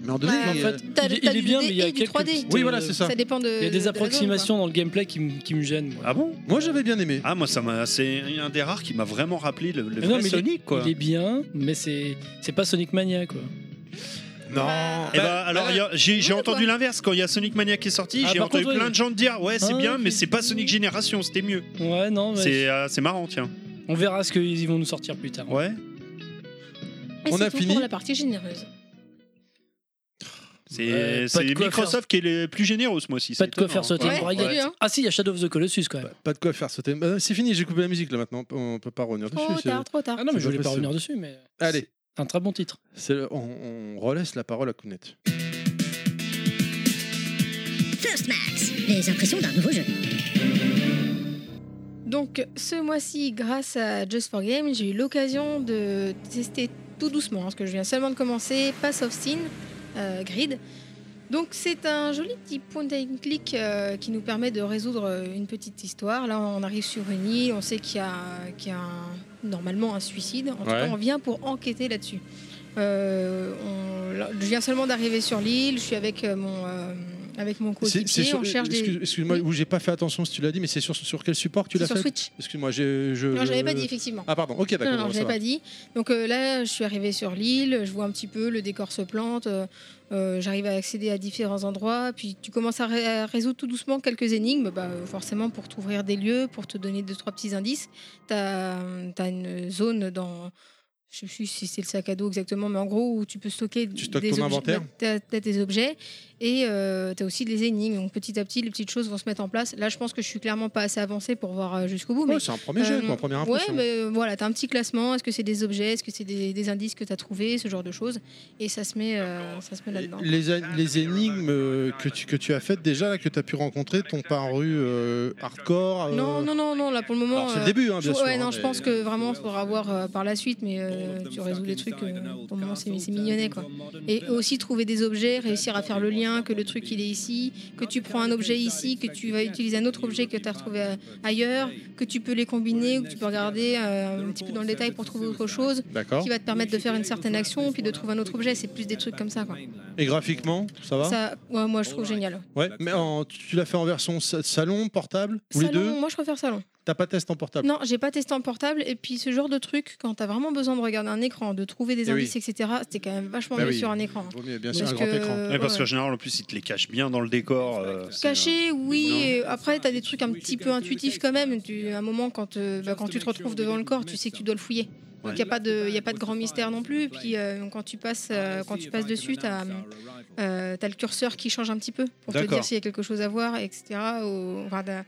Speaker 3: Mais en 2D,
Speaker 5: Ouais,
Speaker 6: En
Speaker 3: il-
Speaker 6: fait,
Speaker 5: T'as-
Speaker 6: il, est-
Speaker 5: t'as
Speaker 6: il est
Speaker 5: du
Speaker 6: bien,
Speaker 5: 2D
Speaker 6: mais il y a
Speaker 5: et du
Speaker 6: quelques
Speaker 5: 3D.
Speaker 6: petites,
Speaker 3: euh, Oui, voilà,
Speaker 6: euh,
Speaker 3: c'est ça.
Speaker 5: Ça dépend de.
Speaker 6: Il y a
Speaker 5: de la
Speaker 6: des
Speaker 5: zone, quoi.
Speaker 6: approximations dans le gameplay qui, me- qui me gênent. moi.
Speaker 4: Ah bon
Speaker 3: moi j'avais bien aimé.
Speaker 4: Ah moi ça m'a c'est un des rares qui m'a vraiment rappelé le, le
Speaker 6: Mais non, mais
Speaker 4: vrai
Speaker 6: il est-
Speaker 4: Sonic quoi.
Speaker 6: Il est bien, mais c'est c'est pas Sonic Mania quoi.
Speaker 3: Non.
Speaker 5: Bah,
Speaker 4: Eh ben, alors il y a- j'ai j'ai
Speaker 5: Ouais,
Speaker 4: entendu
Speaker 5: quoi.
Speaker 4: l'inverse quand il y a Sonic Mania qui est sorti,
Speaker 6: Ah,
Speaker 4: j'ai
Speaker 6: par
Speaker 4: entendu
Speaker 6: contre, oui.
Speaker 4: plein de gens dire ouais c'est
Speaker 6: Ah,
Speaker 4: bien mais
Speaker 6: ok.
Speaker 4: c'est pas Sonic Génération c'était mieux.
Speaker 6: Ouais, non, mais
Speaker 4: C'est euh, c'est marrant tiens.
Speaker 6: on verra ce qu'ils vont nous sortir plus tard.
Speaker 4: Ouais.
Speaker 5: Et
Speaker 3: On
Speaker 5: c'est
Speaker 3: a
Speaker 5: tout
Speaker 3: fini.
Speaker 5: pour la partie généreuse.
Speaker 4: C'est
Speaker 6: Euh, pas
Speaker 4: c'est
Speaker 6: de quoi
Speaker 4: Microsoft qui est le plus généreux ce mois-ci.
Speaker 6: Pas
Speaker 4: c'est
Speaker 6: de quoi
Speaker 4: étonnant,
Speaker 6: faire sauter
Speaker 4: hein.
Speaker 5: Ouais,
Speaker 6: une braguette.
Speaker 5: j'ai vu, hein.
Speaker 6: Ah si, il y a Shadow of the Colossus quand même.
Speaker 3: Pas de quoi faire sauter. Bah, c'est fini, j'ai coupé la musique là maintenant. On peut pas revenir dessus.
Speaker 5: Trop
Speaker 3: c'est-
Speaker 5: Oh, tard, trop tard.
Speaker 6: Ah non, mais
Speaker 3: C'est
Speaker 6: je voulais
Speaker 3: pas
Speaker 6: pas
Speaker 3: possible.
Speaker 6: revenir dessus, mais
Speaker 3: Allez,
Speaker 6: c'est un très bon titre.
Speaker 3: c'est le- on, on relaisse la parole à Kounet.
Speaker 1: First Max, les impressions d'un nouveau jeu.
Speaker 5: Donc, ce mois-ci, grâce à Just for Game, j'ai eu l'occasion de tester tout doucement, hein, parce que je viens seulement de commencer, Pass of Sin, euh, Grid. Donc, c'est un joli petit point and click euh, qui nous permet de résoudre euh, une petite histoire. Là, on arrive sur une île, on sait qu'il y a, qu'il y a un- normalement un suicide. En tout
Speaker 3: Ouais.
Speaker 5: cas, on vient pour enquêter là-dessus. Euh, on- là, je viens seulement d'arriver sur l'île, je suis avec euh, mon, euh, avec mon
Speaker 3: C'est- c'est
Speaker 5: coéquipier,
Speaker 3: sur-
Speaker 5: on cherche des...
Speaker 3: excuse- Excuse-moi,
Speaker 5: Oui.
Speaker 3: où j'ai pas fait attention si tu l'as dit, mais c'est sur, sur quel support tu
Speaker 5: C'est
Speaker 3: l'as
Speaker 5: sur
Speaker 3: fait Euh,
Speaker 5: Switch.
Speaker 3: Excuse-moi, j'ai- je.
Speaker 5: Non, je l'avais pas dit,
Speaker 3: je-
Speaker 5: effectivement.
Speaker 3: Ah, pardon, ok,
Speaker 5: Non,
Speaker 3: d'accord.
Speaker 5: non,
Speaker 3: bon,
Speaker 5: je
Speaker 3: ça
Speaker 5: l'avais
Speaker 3: va.
Speaker 5: pas dit. Donc euh, là, je suis arrivée sur l'île, je vois un petit peu, le décor se plante, euh, euh, j'arrive à accéder à différents endroits, puis tu commences à, ré- à résoudre tout doucement quelques énigmes, bah, euh, forcément pour t'ouvrir des lieux, pour te donner deux, trois petits indices. Tu as, une zone dans... Je sais plus si c'est le sac à dos exactement, mais en gros, où tu peux stocker
Speaker 3: Tu stockes
Speaker 5: des
Speaker 3: ton
Speaker 5: objets-
Speaker 3: inventaire
Speaker 5: bah, t'as- t'as tes objets et tu as aussi des énigmes. Donc petit à petit, les petites choses vont se mettre en place. Là, je pense que je suis clairement pas assez avancée pour voir euh, jusqu'au bout. mais
Speaker 3: Ouais, Oh, c'est un premier jeu,
Speaker 5: euh,
Speaker 3: quoi, première
Speaker 5: Ouais,
Speaker 3: impression.
Speaker 5: mais euh, voilà, t'as un petit classement. Est-ce que c'est des objets Est-ce que c'est des, des indices que t'as trouvés Ce genre de choses. Et ça se met, euh, ça se met là-dedans.
Speaker 3: Les, a- les énigmes euh, que tu, que tu as faites déjà, là, que tu as pu rencontrer, t'ont paru euh, hardcore euh,
Speaker 5: Non, non, non, non. Là, pour le moment.
Speaker 3: Alors, c'est le
Speaker 5: euh,
Speaker 3: début, hein,
Speaker 5: je-
Speaker 3: bien sûr.
Speaker 5: ouais, non,
Speaker 3: hein,
Speaker 5: je
Speaker 3: mais-
Speaker 5: pense que vraiment, il faudra voir euh, par la suite, mais euh, tu résous des trucs. euh, pour le moment, c'est c'est mignonnet, quoi. Et aussi trouver des objets, réussir à faire le lien, que le truc il est ici, que tu prends un objet ici, que tu vas utiliser un autre objet que tu as retrouvé euh, ailleurs, que tu peux les combiner ou que tu peux regarder euh, un petit peu dans le détail pour trouver autre chose,
Speaker 3: D'accord.
Speaker 5: qui va te permettre de faire une certaine action, puis de trouver un autre objet. C'est plus des trucs comme ça, quoi.
Speaker 3: Et graphiquement, ça va
Speaker 5: Ça, ouais, moi, je trouve génial.
Speaker 3: Ouais, mais en- tu l'as fait en version sa- salon, portable, ou les
Speaker 5: Salon,
Speaker 3: deux Ah.
Speaker 5: moi, je préfère salon.
Speaker 3: T'as pas test en portable
Speaker 5: Non, j'ai pas testé en portable. Et puis, ce genre de truc, quand t'as vraiment besoin de regarder un écran, de trouver des
Speaker 3: Eh oui.
Speaker 5: indices, etc., c'était quand même vachement
Speaker 3: Bah
Speaker 5: mieux
Speaker 3: oui.
Speaker 5: sur un écran.
Speaker 3: Vaut mieux, bien sûr,
Speaker 5: Parce
Speaker 3: un grand
Speaker 5: que-
Speaker 3: écran.
Speaker 4: Ouais, Eh, parce
Speaker 5: ouais.
Speaker 4: qu'en général en plus ils te les cachent bien dans le décor. euh, c'est, euh,
Speaker 5: Caché, oui.
Speaker 4: Non.
Speaker 5: et après, tu as des trucs un petit peu intuitifs quand même. Tu, à un moment, quand, euh, bah, quand tu te retrouves devant le corps, tu sais que tu dois le fouiller. Donc, il
Speaker 4: Ouais.
Speaker 5: n'y a, pas de- y a pas de grand mystère non plus. Et puis, euh, quand, tu
Speaker 4: Ah,
Speaker 5: passes, euh, quand tu passes dessus, euh, tu as, le curseur qui change un petit peu pour te
Speaker 4: D'accord.
Speaker 5: dire s'il y a quelque chose à voir, etc. Au- enfin, t'as-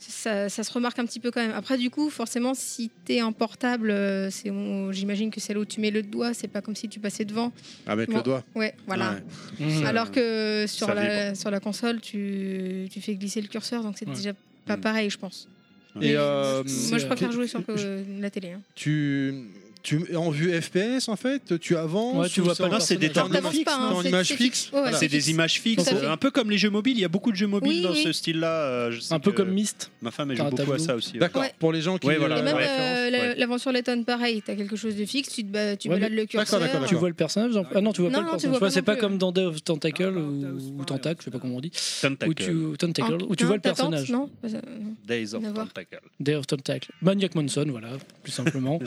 Speaker 5: ça, ça se remarque un petit peu quand même. Après, du coup, forcément, si tu es en portable, euh, c'est bon, j'imagine que c'est là où tu mets le doigt. C'est pas comme si tu passais devant.
Speaker 3: Avec le
Speaker 5: Bon.
Speaker 3: doigt.
Speaker 5: Ouais, voilà.
Speaker 3: Ouais.
Speaker 6: Mmh.
Speaker 5: Alors que sur
Speaker 4: ça
Speaker 5: la, sur la console, tu, tu fais glisser le curseur, donc c'est
Speaker 6: Ouais.
Speaker 5: déjà pas
Speaker 4: Mm.
Speaker 5: pareil, je pense.
Speaker 3: Et euh,
Speaker 5: Moi, je préfère
Speaker 3: tu-
Speaker 5: jouer sur
Speaker 3: je-
Speaker 5: euh, la télé. hein.
Speaker 3: Tu, tu en vue FPS en fait, tu avances.
Speaker 6: Ouais, tu
Speaker 3: ou
Speaker 6: vois pas
Speaker 4: là,
Speaker 6: le
Speaker 4: c'est des
Speaker 6: personnage.
Speaker 4: temps-
Speaker 5: T'avances pas, hein,
Speaker 3: dans
Speaker 5: c'est-
Speaker 3: l'image
Speaker 5: c'est
Speaker 3: fixe.
Speaker 5: Ouais, ouais,
Speaker 3: Voilà.
Speaker 4: C'est
Speaker 5: fixe.
Speaker 4: des images fixes,
Speaker 5: Tout à fait.
Speaker 4: un peu comme les jeux mobiles. Il y a beaucoup de jeux mobiles
Speaker 5: Oui,
Speaker 4: dans
Speaker 5: oui.
Speaker 4: ce style-là. euh, je sais
Speaker 6: Un peu
Speaker 4: que
Speaker 6: comme
Speaker 5: Ah,
Speaker 6: Myst.
Speaker 4: ma femme elle
Speaker 6: T'as
Speaker 4: joue
Speaker 6: un
Speaker 4: beaucoup à
Speaker 6: tableau.
Speaker 4: ça aussi.
Speaker 3: D'accord.
Speaker 5: Ouais.
Speaker 3: Pour les gens qui.
Speaker 4: Ouais, voilà,
Speaker 5: Et même
Speaker 4: la
Speaker 5: euh, la-
Speaker 4: ouais.
Speaker 5: l'aventure Letton, pareil, t'as quelque chose de fixe, tu, te ba- tu
Speaker 6: Ouais,
Speaker 5: balades le curseur.
Speaker 3: d'accord,
Speaker 6: Tu vois le personnage en- Ah non, tu vois
Speaker 5: Non,
Speaker 6: pas
Speaker 5: non,
Speaker 6: le personnage.
Speaker 5: tu vois
Speaker 6: Tu vois,
Speaker 5: pas
Speaker 6: c'est
Speaker 5: non
Speaker 6: pas
Speaker 5: plus. Ah,
Speaker 6: comme dans Day of Tentacle ou, ou Tentacle, je sais pas comment on dit. Où
Speaker 4: Tentacle.
Speaker 6: tu,
Speaker 5: En-
Speaker 6: Tentacle, où tu
Speaker 5: non,
Speaker 6: vois le
Speaker 5: t'attends,
Speaker 6: personnage.
Speaker 5: Non, Bah, ça- non.
Speaker 4: Days of
Speaker 5: On va voir.
Speaker 4: Tentacle.
Speaker 6: Day of Tentacle. Maniac Manson, voilà, plus
Speaker 5: *laughs*
Speaker 6: simplement.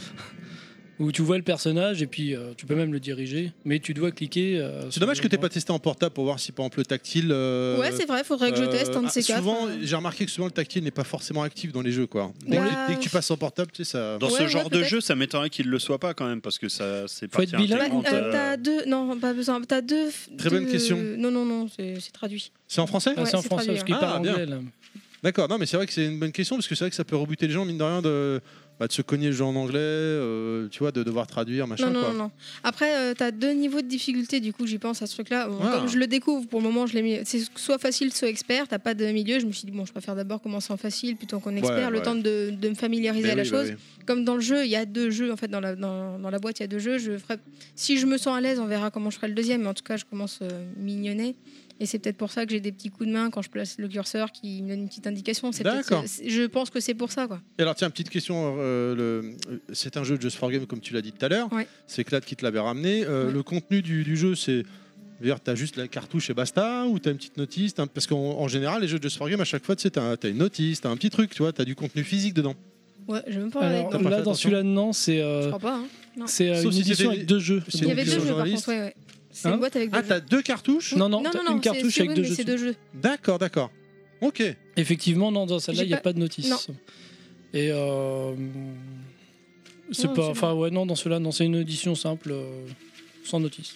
Speaker 6: où tu vois le personnage et puis euh, tu peux même le diriger, mais tu dois cliquer. euh,
Speaker 3: C'est
Speaker 6: sur
Speaker 3: dommage
Speaker 6: le
Speaker 3: que t'aies
Speaker 6: endroit.
Speaker 3: pas testé en portable pour voir si par exemple le tactile. euh,
Speaker 5: ouais, c'est vrai, faudrait que je
Speaker 3: euh,
Speaker 5: teste un de
Speaker 3: ah,
Speaker 5: ces quatre.
Speaker 3: Souvent,
Speaker 5: Ouais,
Speaker 3: j'ai remarqué que souvent le tactile n'est pas forcément actif dans les jeux quoi. Dès, que,
Speaker 5: Ouais.
Speaker 3: dès que tu passes en portable, tu sais ça.
Speaker 4: Dans ce
Speaker 5: Ouais,
Speaker 4: genre
Speaker 5: ouais,
Speaker 4: de
Speaker 5: peut-être.
Speaker 4: jeu, ça m'étonnerait qu'il le soit pas quand même, parce que ça, c'est
Speaker 6: Faut être
Speaker 4: partie
Speaker 6: bilingue.
Speaker 5: euh,
Speaker 4: intégrante, euh,
Speaker 5: t'as deux, non, pas besoin. T'as deux.
Speaker 3: Très
Speaker 5: deux-
Speaker 3: bonne question.
Speaker 5: Non, non, non, c'est c'est traduit.
Speaker 3: C'est en français
Speaker 6: Ah,
Speaker 5: Ouais,
Speaker 6: c'est en
Speaker 5: c'est
Speaker 6: français,
Speaker 5: traduit,
Speaker 6: parce qu'il
Speaker 3: hein. Ah,
Speaker 6: parle
Speaker 3: bien.
Speaker 6: anglais. là.
Speaker 3: D'accord. Non, mais c'est vrai que c'est une bonne question parce que c'est vrai que ça peut rebuter les gens mine de rien de, bah, de se cogner le jeu en anglais, euh, tu vois, de devoir traduire machin
Speaker 5: Non, non,
Speaker 3: quoi.
Speaker 5: non, non. Après, euh, t'as deux niveaux de difficulté, du coup, j'y pense à ce truc-là. Bon,
Speaker 3: Ah.
Speaker 5: Comme je le découvre, pour le moment, je l'ai mis. C'est soit facile, soit expert. T'as pas de milieu. Je me suis dit, bon, je préfère d'abord commencer en facile plutôt qu'en expert, le
Speaker 3: ouais.
Speaker 5: temps de, de me familiariser
Speaker 3: Mais
Speaker 5: à la
Speaker 3: oui, bah
Speaker 5: chose.
Speaker 3: oui.
Speaker 5: Comme dans le jeu, il y a deux jeux. En fait, dans la, dans, dans la boîte, il y a deux jeux. Je ferai... Si je me sens à l'aise, on verra comment je ferai le deuxième. Mais en tout cas, je commence euh, mignonnet. Et c'est peut-être pour ça que j'ai des petits coups de main quand je place le curseur qui me donne une petite indication. C'est peut-être-
Speaker 3: D'accord.
Speaker 5: c'est- Je pense que c'est pour ça, quoi.
Speaker 3: Et alors, tiens, petite question. euh, le- euh, C'est un jeu de Just for Game, comme tu l'as dit tout à l'heure.
Speaker 5: Ouais.
Speaker 3: C'est Clad qui te l'avait ramené. Euh,
Speaker 5: Ouais.
Speaker 3: Le contenu du, du jeu, c'est. D'ailleurs, t'as juste la cartouche et basta, ou t'as une petite notice t'as un- Parce qu'en en général, les jeux de Just for Game, à chaque fois, tu sais, t'as t'as une notice, t'as un petit truc, tu vois, t'as du contenu physique dedans.
Speaker 5: Ouais, je vais même pas.
Speaker 6: Alors
Speaker 3: T'as pas
Speaker 5: regarder.
Speaker 4: euh,
Speaker 3: fait
Speaker 6: là, dans
Speaker 3: Ah, attention
Speaker 6: celui-là, non, c'est euh,
Speaker 5: Je crois pas. hein. Non.
Speaker 6: c'est euh,
Speaker 3: Sauf
Speaker 6: une
Speaker 3: si
Speaker 6: édition
Speaker 3: c'était-
Speaker 6: avec deux jeux.
Speaker 3: c'est
Speaker 5: Il y
Speaker 3: une
Speaker 6: Donc,
Speaker 5: avait
Speaker 3: édition
Speaker 5: deux
Speaker 6: euh,
Speaker 5: jeux par
Speaker 3: journaliste.
Speaker 5: contre. Ouais, ouais. C'est
Speaker 6: Hein
Speaker 5: une boîte avec deux
Speaker 3: Ah,
Speaker 5: jeux.
Speaker 3: t'as deux cartouches
Speaker 5: Oui,
Speaker 6: Non, non, t'as une
Speaker 5: c'est-
Speaker 6: cartouche
Speaker 5: c'est-
Speaker 6: avec
Speaker 5: oui,
Speaker 6: deux
Speaker 5: mais
Speaker 6: jeux
Speaker 5: C'est deux jeux.
Speaker 3: D'accord, d'accord. Ok.
Speaker 6: Effectivement, non, dans celle-là,
Speaker 5: J'ai
Speaker 6: il n'y a
Speaker 5: pas-
Speaker 6: pas de notice. Et euh, c'est
Speaker 5: Non,
Speaker 6: pas.
Speaker 5: c'est
Speaker 6: Enfin, ouais, non, dans celle-là, non, c'est une édition simple, euh, sans notice.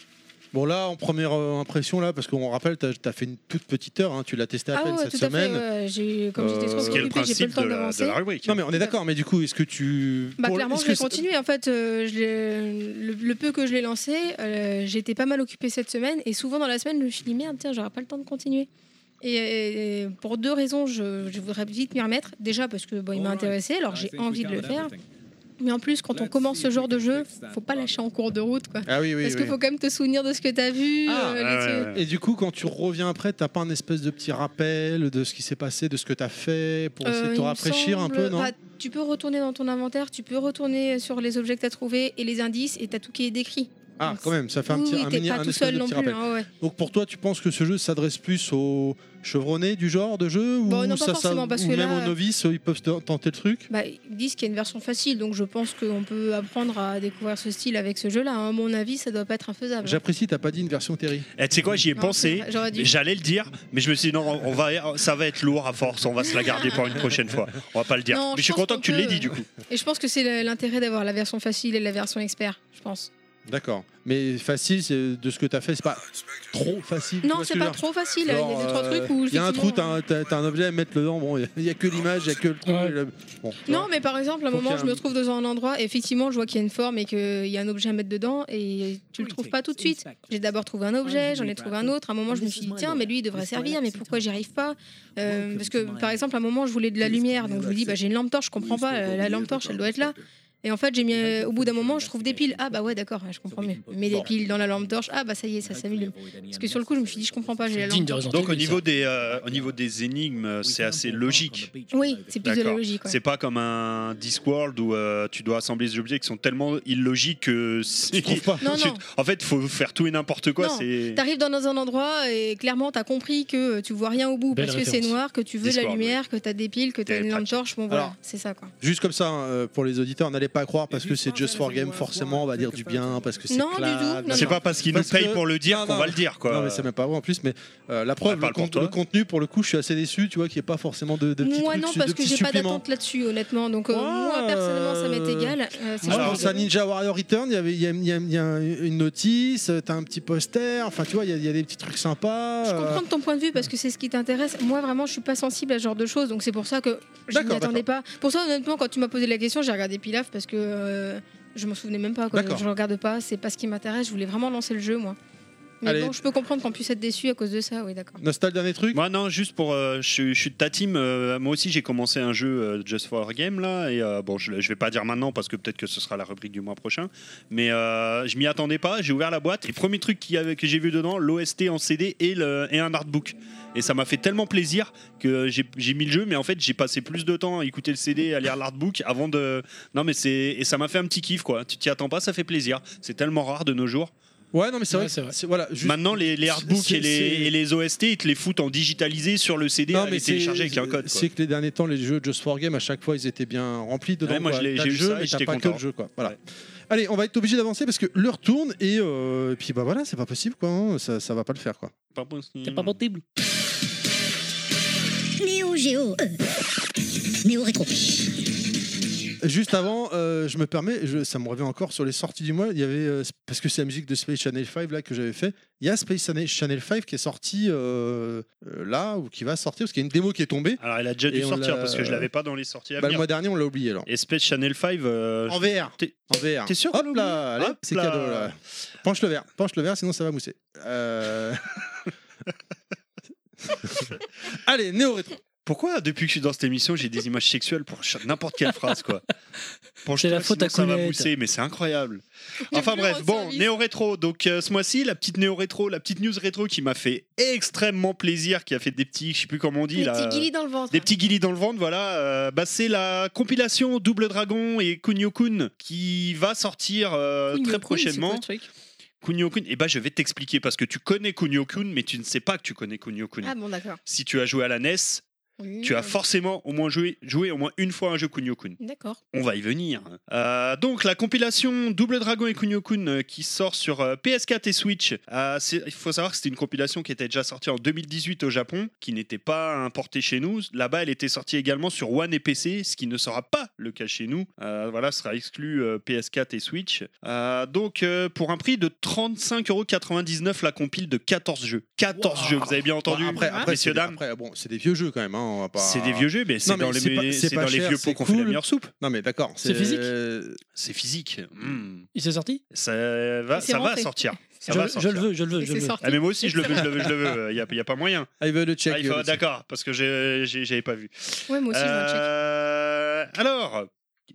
Speaker 3: Bon, là, en première euh, impression, là, parce qu'on rappelle, t'as as fait une toute petite heure, hein, tu l'as testé à
Speaker 5: Ah
Speaker 3: peine
Speaker 5: ouais,
Speaker 3: cette
Speaker 5: tout à fait.
Speaker 3: semaine.
Speaker 5: ouais, j'ai- Comme j'étais
Speaker 3: Euh,
Speaker 5: trop
Speaker 3: Ce
Speaker 4: Ce qui est le
Speaker 5: occupée, j'ai pas
Speaker 4: principe
Speaker 5: le temps
Speaker 4: de
Speaker 5: de
Speaker 4: la, de
Speaker 5: m'avancer.
Speaker 4: la rubrique.
Speaker 3: Non, mais on est d'accord, mais du coup, est-ce que tu.
Speaker 5: Bah,
Speaker 3: pour-
Speaker 5: clairement,
Speaker 3: est-ce
Speaker 5: je
Speaker 3: que
Speaker 5: vais
Speaker 3: ça-
Speaker 5: continuer. En fait, euh, je l'ai- le, le peu que je l'ai lancé, euh, j'étais pas mal occupée cette semaine. Et souvent dans la semaine, je me suis dit merde, tiens, j'aurai pas le temps de continuer. Et, euh, pour deux raisons, je, je voudrais vite m'y remettre. Déjà parce que bon, il m'a
Speaker 3: Oh,
Speaker 5: intéressé,
Speaker 3: Ah,
Speaker 5: alors
Speaker 4: Bah,
Speaker 5: j'ai envie de le faire. Mais en plus, quand on commence ce genre de jeu, faut pas lâcher en cours de route, quoi.
Speaker 3: Ah oui, oui.
Speaker 5: Parce
Speaker 3: oui.
Speaker 5: qu'il faut quand même te souvenir de ce que t'as vu.
Speaker 3: Ah,
Speaker 5: euh,
Speaker 4: Ouais,
Speaker 5: les
Speaker 4: ouais,
Speaker 5: trucs.
Speaker 4: ouais.
Speaker 3: Et du coup, quand tu reviens après, t'as pas un espèce de petit rappel de ce qui s'est passé, de ce que t'as fait, pour essayer
Speaker 5: Euh,
Speaker 3: de
Speaker 5: il
Speaker 3: te
Speaker 5: me
Speaker 3: rafraîchir un peu,
Speaker 5: semble-
Speaker 3: non
Speaker 5: Ah, Tu peux retourner dans ton inventaire, tu peux retourner sur les objets que tu as trouvés et les indices, et tu as tout qui est décrit.
Speaker 3: Ah, quand même, ça fait un
Speaker 5: oui,
Speaker 3: petit,
Speaker 5: oui,
Speaker 3: un
Speaker 5: t'es
Speaker 3: mini-
Speaker 5: pas
Speaker 3: un
Speaker 5: tout
Speaker 3: espèce
Speaker 5: seul
Speaker 3: de
Speaker 5: non
Speaker 3: petit
Speaker 5: plus.
Speaker 3: rappel.
Speaker 5: hein, ouais.
Speaker 3: Donc pour toi, tu penses que ce jeu s'adresse plus aux chevronnés du genre de jeu
Speaker 5: Bon,
Speaker 3: ou
Speaker 5: Bah, non, pas
Speaker 3: ça, ça-
Speaker 5: forcément, parce
Speaker 3: ou
Speaker 5: que
Speaker 3: même
Speaker 5: là- euh,
Speaker 3: aux novices, ils peuvent te- tenter le truc
Speaker 5: Bah, ils disent qu'il y a une version facile, donc je pense qu'on peut apprendre à découvrir ce style avec ce jeu-là. hein. À mon avis, ça doit pas être infaisable.
Speaker 3: J'apprécie, t'as pas dit une version Terry.
Speaker 4: Eh, tu sais quoi, j'y ai
Speaker 5: Non, c'est
Speaker 4: pensé.
Speaker 5: vrai, J'aurais dû.
Speaker 4: J'allais le dire, mais je me suis dit non, on va, ça va être lourd à force, on va se la garder pour une prochaine fois. On va pas le dire.
Speaker 5: Non,
Speaker 4: mais je
Speaker 5: je
Speaker 4: suis
Speaker 5: pense
Speaker 4: content
Speaker 5: qu'on
Speaker 4: que tu l'aies
Speaker 5: peut, euh,
Speaker 4: dit du coup.
Speaker 5: Et je pense que c'est le- l'intérêt d'avoir la version facile et la version expert, je pense.
Speaker 3: D'accord. Mais facile, c'est- de ce que t'as fait, c'est pas trop facile. tu
Speaker 5: Non,
Speaker 3: vois ce
Speaker 5: c'est
Speaker 3: que
Speaker 5: pas
Speaker 3: je veux dire
Speaker 5: trop facile. Il y a
Speaker 3: Genre,
Speaker 5: deux, trois
Speaker 3: euh,
Speaker 5: trucs où.
Speaker 3: Il y a un trou,
Speaker 5: effectivement,
Speaker 3: t'as un, t'as- t'as un objet à mettre dedans. Bon, il y a que l'image, il y a que le truc.
Speaker 6: Ouais.
Speaker 3: le- Bon, tu vois.
Speaker 5: Non, mais par exemple, à un
Speaker 3: hein. Faut
Speaker 5: moment,
Speaker 3: qu'il y
Speaker 5: je
Speaker 3: ait un-
Speaker 5: me trouve dans un endroit et effectivement, je vois qu'il y a une forme et qu'il y a un objet à mettre dedans et tu le trouves pas tout de suite. J'ai d'abord trouvé un objet, j'en ai trouvé un autre. À un moment, je me suis dit, tiens, mais lui, il devrait servir, mais pourquoi j'y arrive pas Euh, Parce que, par exemple, à un moment, je voulais de la lumière, donc je me dis, bah, j'ai une lampe torche, je comprends pas, euh, la lampe torche, elle doit être là. Et en fait, j'ai mis, euh, au bout d'un moment, je trouve des piles. Ah, bah ouais, d'accord, je comprends mieux. Mets des piles dans la lampe torche, ah, bah ça y est, ça s'allume. Parce que sur le coup, je me suis dit, je comprends pas, j'ai la
Speaker 6: Digne
Speaker 5: lampe
Speaker 6: de
Speaker 5: torche.
Speaker 6: Resident
Speaker 4: Donc au
Speaker 6: Evil,
Speaker 4: niveau
Speaker 6: ça.
Speaker 4: des, euh, au niveau des énigmes, Euh, c'est assez logique.
Speaker 5: Oui, c'est plus de la
Speaker 4: D'accord.
Speaker 5: logique. ouais.
Speaker 4: C'est pas comme un Discworld où euh, tu dois assembler des objets qui sont tellement illogiques que si-
Speaker 3: Tu trouves *laughs* pas
Speaker 5: Non,
Speaker 4: tu-
Speaker 5: non.
Speaker 4: En fait, faut faire tout et n'importe quoi.
Speaker 5: Non,
Speaker 4: C'est
Speaker 5: T'arrives dans un endroit et clairement t'as compris que tu vois rien au bout
Speaker 6: Belle
Speaker 5: parce que c'est
Speaker 6: référence.
Speaker 5: noir, que tu veux de la
Speaker 4: Discord,
Speaker 5: lumière, que t'as des piles, que t'as
Speaker 4: Très
Speaker 5: une lampe
Speaker 4: pratique.
Speaker 5: torche. Bon voilà,
Speaker 3: Alors,
Speaker 5: c'est ça quoi.
Speaker 3: Juste comme ça, hein, euh, pour les auditeurs, n'allez pas croire parce que c'est Just for Game, forcément, on va dire du bien, parce que c'est
Speaker 5: Non, du
Speaker 3: classe,
Speaker 5: tout, non,
Speaker 3: machin.
Speaker 4: c'est pas parce qu'ils nous
Speaker 3: Parce
Speaker 4: payent
Speaker 3: que-
Speaker 4: pour le dire
Speaker 3: Non,
Speaker 4: qu'on
Speaker 3: non.
Speaker 4: va le dire quoi.
Speaker 3: Non, mais c'est même euh, pas vrai en plus, mais euh, la preuve, le,
Speaker 4: parle pour
Speaker 3: compte-
Speaker 4: toi.
Speaker 3: le contenu, pour le coup, je suis assez déçu, tu vois, qu'il n'y ait pas forcément de, de petits
Speaker 5: Moi
Speaker 3: trucs,
Speaker 5: non
Speaker 3: de
Speaker 5: parce que
Speaker 3: petits
Speaker 5: j'ai pas
Speaker 3: suppléments.
Speaker 5: d'attente là-dessus honnêtement. Donc euh,
Speaker 3: Ouais,
Speaker 5: moi personnellement ça m'est
Speaker 3: euh,
Speaker 5: égal. Euh, c'est
Speaker 3: Moi, je
Speaker 5: genre
Speaker 4: Alors,
Speaker 3: pense
Speaker 5: de-
Speaker 3: à Ninja Warrior Return, il y avait- il y a, il y a- il y a une notice, euh, t'as un petit poster, enfin, tu vois, il y a- il y, a des petits trucs sympas.
Speaker 5: Je
Speaker 3: euh,
Speaker 5: comprends de ton point de vue parce que c'est ce qui t'intéresse. Moi vraiment je suis pas sensible à ce genre de choses donc c'est pour ça que je
Speaker 3: D'accord,
Speaker 5: n'y attendais pas. Pour ça honnêtement quand tu m'as posé la question j'ai regardé Pilaf parce que euh, je m'en souvenais même pas. Quoi.
Speaker 3: D'accord.
Speaker 5: Je le regarde pas, c'est pas ce qui m'intéresse. Je voulais vraiment lancer le jeu moi. Mais
Speaker 3: Allez.
Speaker 5: bon je peux comprendre qu'on puisse être déçu à cause de ça. Oui d'accord.
Speaker 3: Nostal, dernier truc
Speaker 4: Moi non, juste pour, euh, je, suis- je suis de ta team. euh, moi aussi, j'ai commencé un jeu euh, Just for Game là, et euh, bon, je, je vais pas dire maintenant parce que peut-être que ce sera la rubrique du mois prochain. Mais euh, je m'y attendais pas. J'ai ouvert la boîte et premier truc qu'il y avait- que j'ai vu dedans, l'OST en CD et, le, et un artbook. Et ça m'a fait tellement plaisir que j'ai j'ai mis le jeu, mais en fait, j'ai passé plus de temps à écouter le CD, à lire l'artbook avant de. Non, mais c'est et ça m'a fait un petit kiff quoi. Tu t'y attends pas, ça fait plaisir. C'est tellement rare de nos jours.
Speaker 3: Ouais, non, mais c'est
Speaker 6: Ouais,
Speaker 3: vrai.
Speaker 6: c'est vrai.
Speaker 3: c'est- Voilà, juste-
Speaker 4: Maintenant, les, les artbooks
Speaker 3: c'est-
Speaker 4: et les,
Speaker 3: c'est-
Speaker 4: et les OST, ils te les foutent en digitalisé sur le CD
Speaker 3: Non,
Speaker 4: à les
Speaker 3: c'est-
Speaker 4: télécharger avec un code. quoi.
Speaker 3: C'est que les derniers temps, les jeux Just for Game, à chaque fois, ils étaient bien remplis dedans.
Speaker 4: Ouais, moi,
Speaker 3: quoi.
Speaker 4: je l'ai-
Speaker 3: T'as
Speaker 4: j'ai
Speaker 3: le
Speaker 4: eu
Speaker 3: jeu,
Speaker 4: ça et
Speaker 3: mais t'as
Speaker 4: j'étais
Speaker 3: pas
Speaker 4: content.
Speaker 3: que le jeu, quoi. Voilà.
Speaker 4: Ouais.
Speaker 3: Allez, on va être obligé d'avancer parce que l'heure tourne et, euh, et puis bah voilà, c'est pas possible, quoi. hein. Ça, ça va pas le faire, quoi.
Speaker 4: Pas possible.
Speaker 6: C'est pas possible.
Speaker 1: Néo Géo. euh, Néo Rétro.
Speaker 3: Juste avant, euh, je me permets, je- ça me revient encore sur les sorties du mois. Il y avait euh, parce que c'est la musique de Space Channel 5 là que j'avais fait. Il y a Space Channel- Channel 5 qui est sorti euh, euh, là ou qui va sortir parce qu'il y a une démo qui est tombée.
Speaker 4: Mmh. Alors, elle a déjà
Speaker 3: Et
Speaker 4: dû
Speaker 3: on
Speaker 4: sortir
Speaker 3: l'a-
Speaker 4: parce que je l'avais pas dans les sorties à
Speaker 3: Bah, le
Speaker 4: venir.
Speaker 3: mois dernier, on l'a oublié alors.
Speaker 4: Et Space Channel 5, euh,
Speaker 3: En VR.
Speaker 4: T'es-
Speaker 3: En VR.
Speaker 4: t'es sûr qu'on
Speaker 3: Hop
Speaker 4: l'oublie
Speaker 3: là, allez,
Speaker 4: Hop
Speaker 3: c'est
Speaker 4: là.
Speaker 3: cadeau là. Penche le verre, penche le verre, sinon ça va mousser. Euh, *laughs* allez, néo rétro.
Speaker 4: Pourquoi, depuis que je suis dans cette émission, j'ai des images sexuelles pour ch- n'importe quelle phrase, *laughs* quoi
Speaker 6: C'est la faute à
Speaker 4: Ça va
Speaker 6: Colette.
Speaker 4: pousser, mais
Speaker 6: *laughs*
Speaker 4: c'est incroyable.
Speaker 5: Le
Speaker 4: Enfin
Speaker 5: plus
Speaker 4: bref,
Speaker 5: grand
Speaker 4: bon,
Speaker 5: service.
Speaker 4: néo rétro. Donc euh, ce mois-ci, la petite néo rétro, la petite news rétro qui m'a fait extrêmement plaisir, qui a fait des petits, je sais plus comment on dit
Speaker 5: Des
Speaker 4: là.
Speaker 5: petits guillis dans le ventre.
Speaker 4: Des petits guillis dans le ventre, voilà. euh, bah, c'est la compilation Double Dragon et Kunio Kun qui va sortir euh,
Speaker 5: Kunio-kun,
Speaker 4: très
Speaker 5: c'est quoi
Speaker 4: prochainement.
Speaker 5: le truc
Speaker 4: Kunio Kun, et bah, je vais t'expliquer parce que tu connais Kunio Kun, mais tu ne sais pas que tu connais Kunio Kun.
Speaker 5: Ah bon, d'accord.
Speaker 4: Si tu as joué à la NES,
Speaker 5: Oui,
Speaker 4: tu as
Speaker 5: euh,
Speaker 4: forcément au moins joué, joué au moins une fois à un jeu Kunio Kun.
Speaker 5: D'accord.
Speaker 4: On va y venir. Euh, donc la compilation Double Dragon et Kunio-kun euh, qui sort sur euh, PS4 et Switch. Euh, c'est- Il faut savoir que c'était une compilation qui était déjà sortie en 2018 au Japon, qui n'était pas importée chez nous. Là-bas, elle était sortie également sur One et PC, ce qui ne sera pas le cas chez nous. Euh, voilà, ce sera exclu euh, PS4 et Switch. Euh, donc euh, pour un prix de 35,99€ la compile de 14 jeux. 14
Speaker 3: Wow.
Speaker 4: jeux, vous avez bien entendu.
Speaker 3: Bon, après, après, c'est
Speaker 4: messieurs
Speaker 3: des-
Speaker 4: dames.
Speaker 3: après, bon, c'est des vieux jeux quand même. hein, on va pas-
Speaker 4: C'est des vieux jeux, mais c'est
Speaker 3: mais
Speaker 4: dans les,
Speaker 3: c'est pas- c'est
Speaker 4: c'est
Speaker 3: pas
Speaker 4: dans les
Speaker 3: cher,
Speaker 4: vieux
Speaker 3: c'est
Speaker 4: pots qu'on fait la
Speaker 3: cool.
Speaker 4: meilleure soupe.
Speaker 3: Non, mais d'accord.
Speaker 6: C'est physique
Speaker 4: C'est physique. Hmm.
Speaker 6: Il s'est sorti
Speaker 4: Ça va,
Speaker 5: C'est
Speaker 4: ça va
Speaker 5: rentré.
Speaker 4: sortir. Ça
Speaker 6: je,
Speaker 4: va
Speaker 6: je
Speaker 4: sortir.
Speaker 6: le veux, je le veux,
Speaker 5: Et
Speaker 6: je le
Speaker 5: c'est
Speaker 6: veux.
Speaker 5: sorti.
Speaker 4: Ah, mais moi aussi, je le veux, je le veux, je le veux. Il n'y a, il y a pas moyen.
Speaker 3: I will check. euh,
Speaker 4: Ah, il faut- D'accord, parce que j'ai- j'ai- j'avais pas vu.
Speaker 5: Ouais, moi aussi, je vois le check.
Speaker 4: Euh, alors,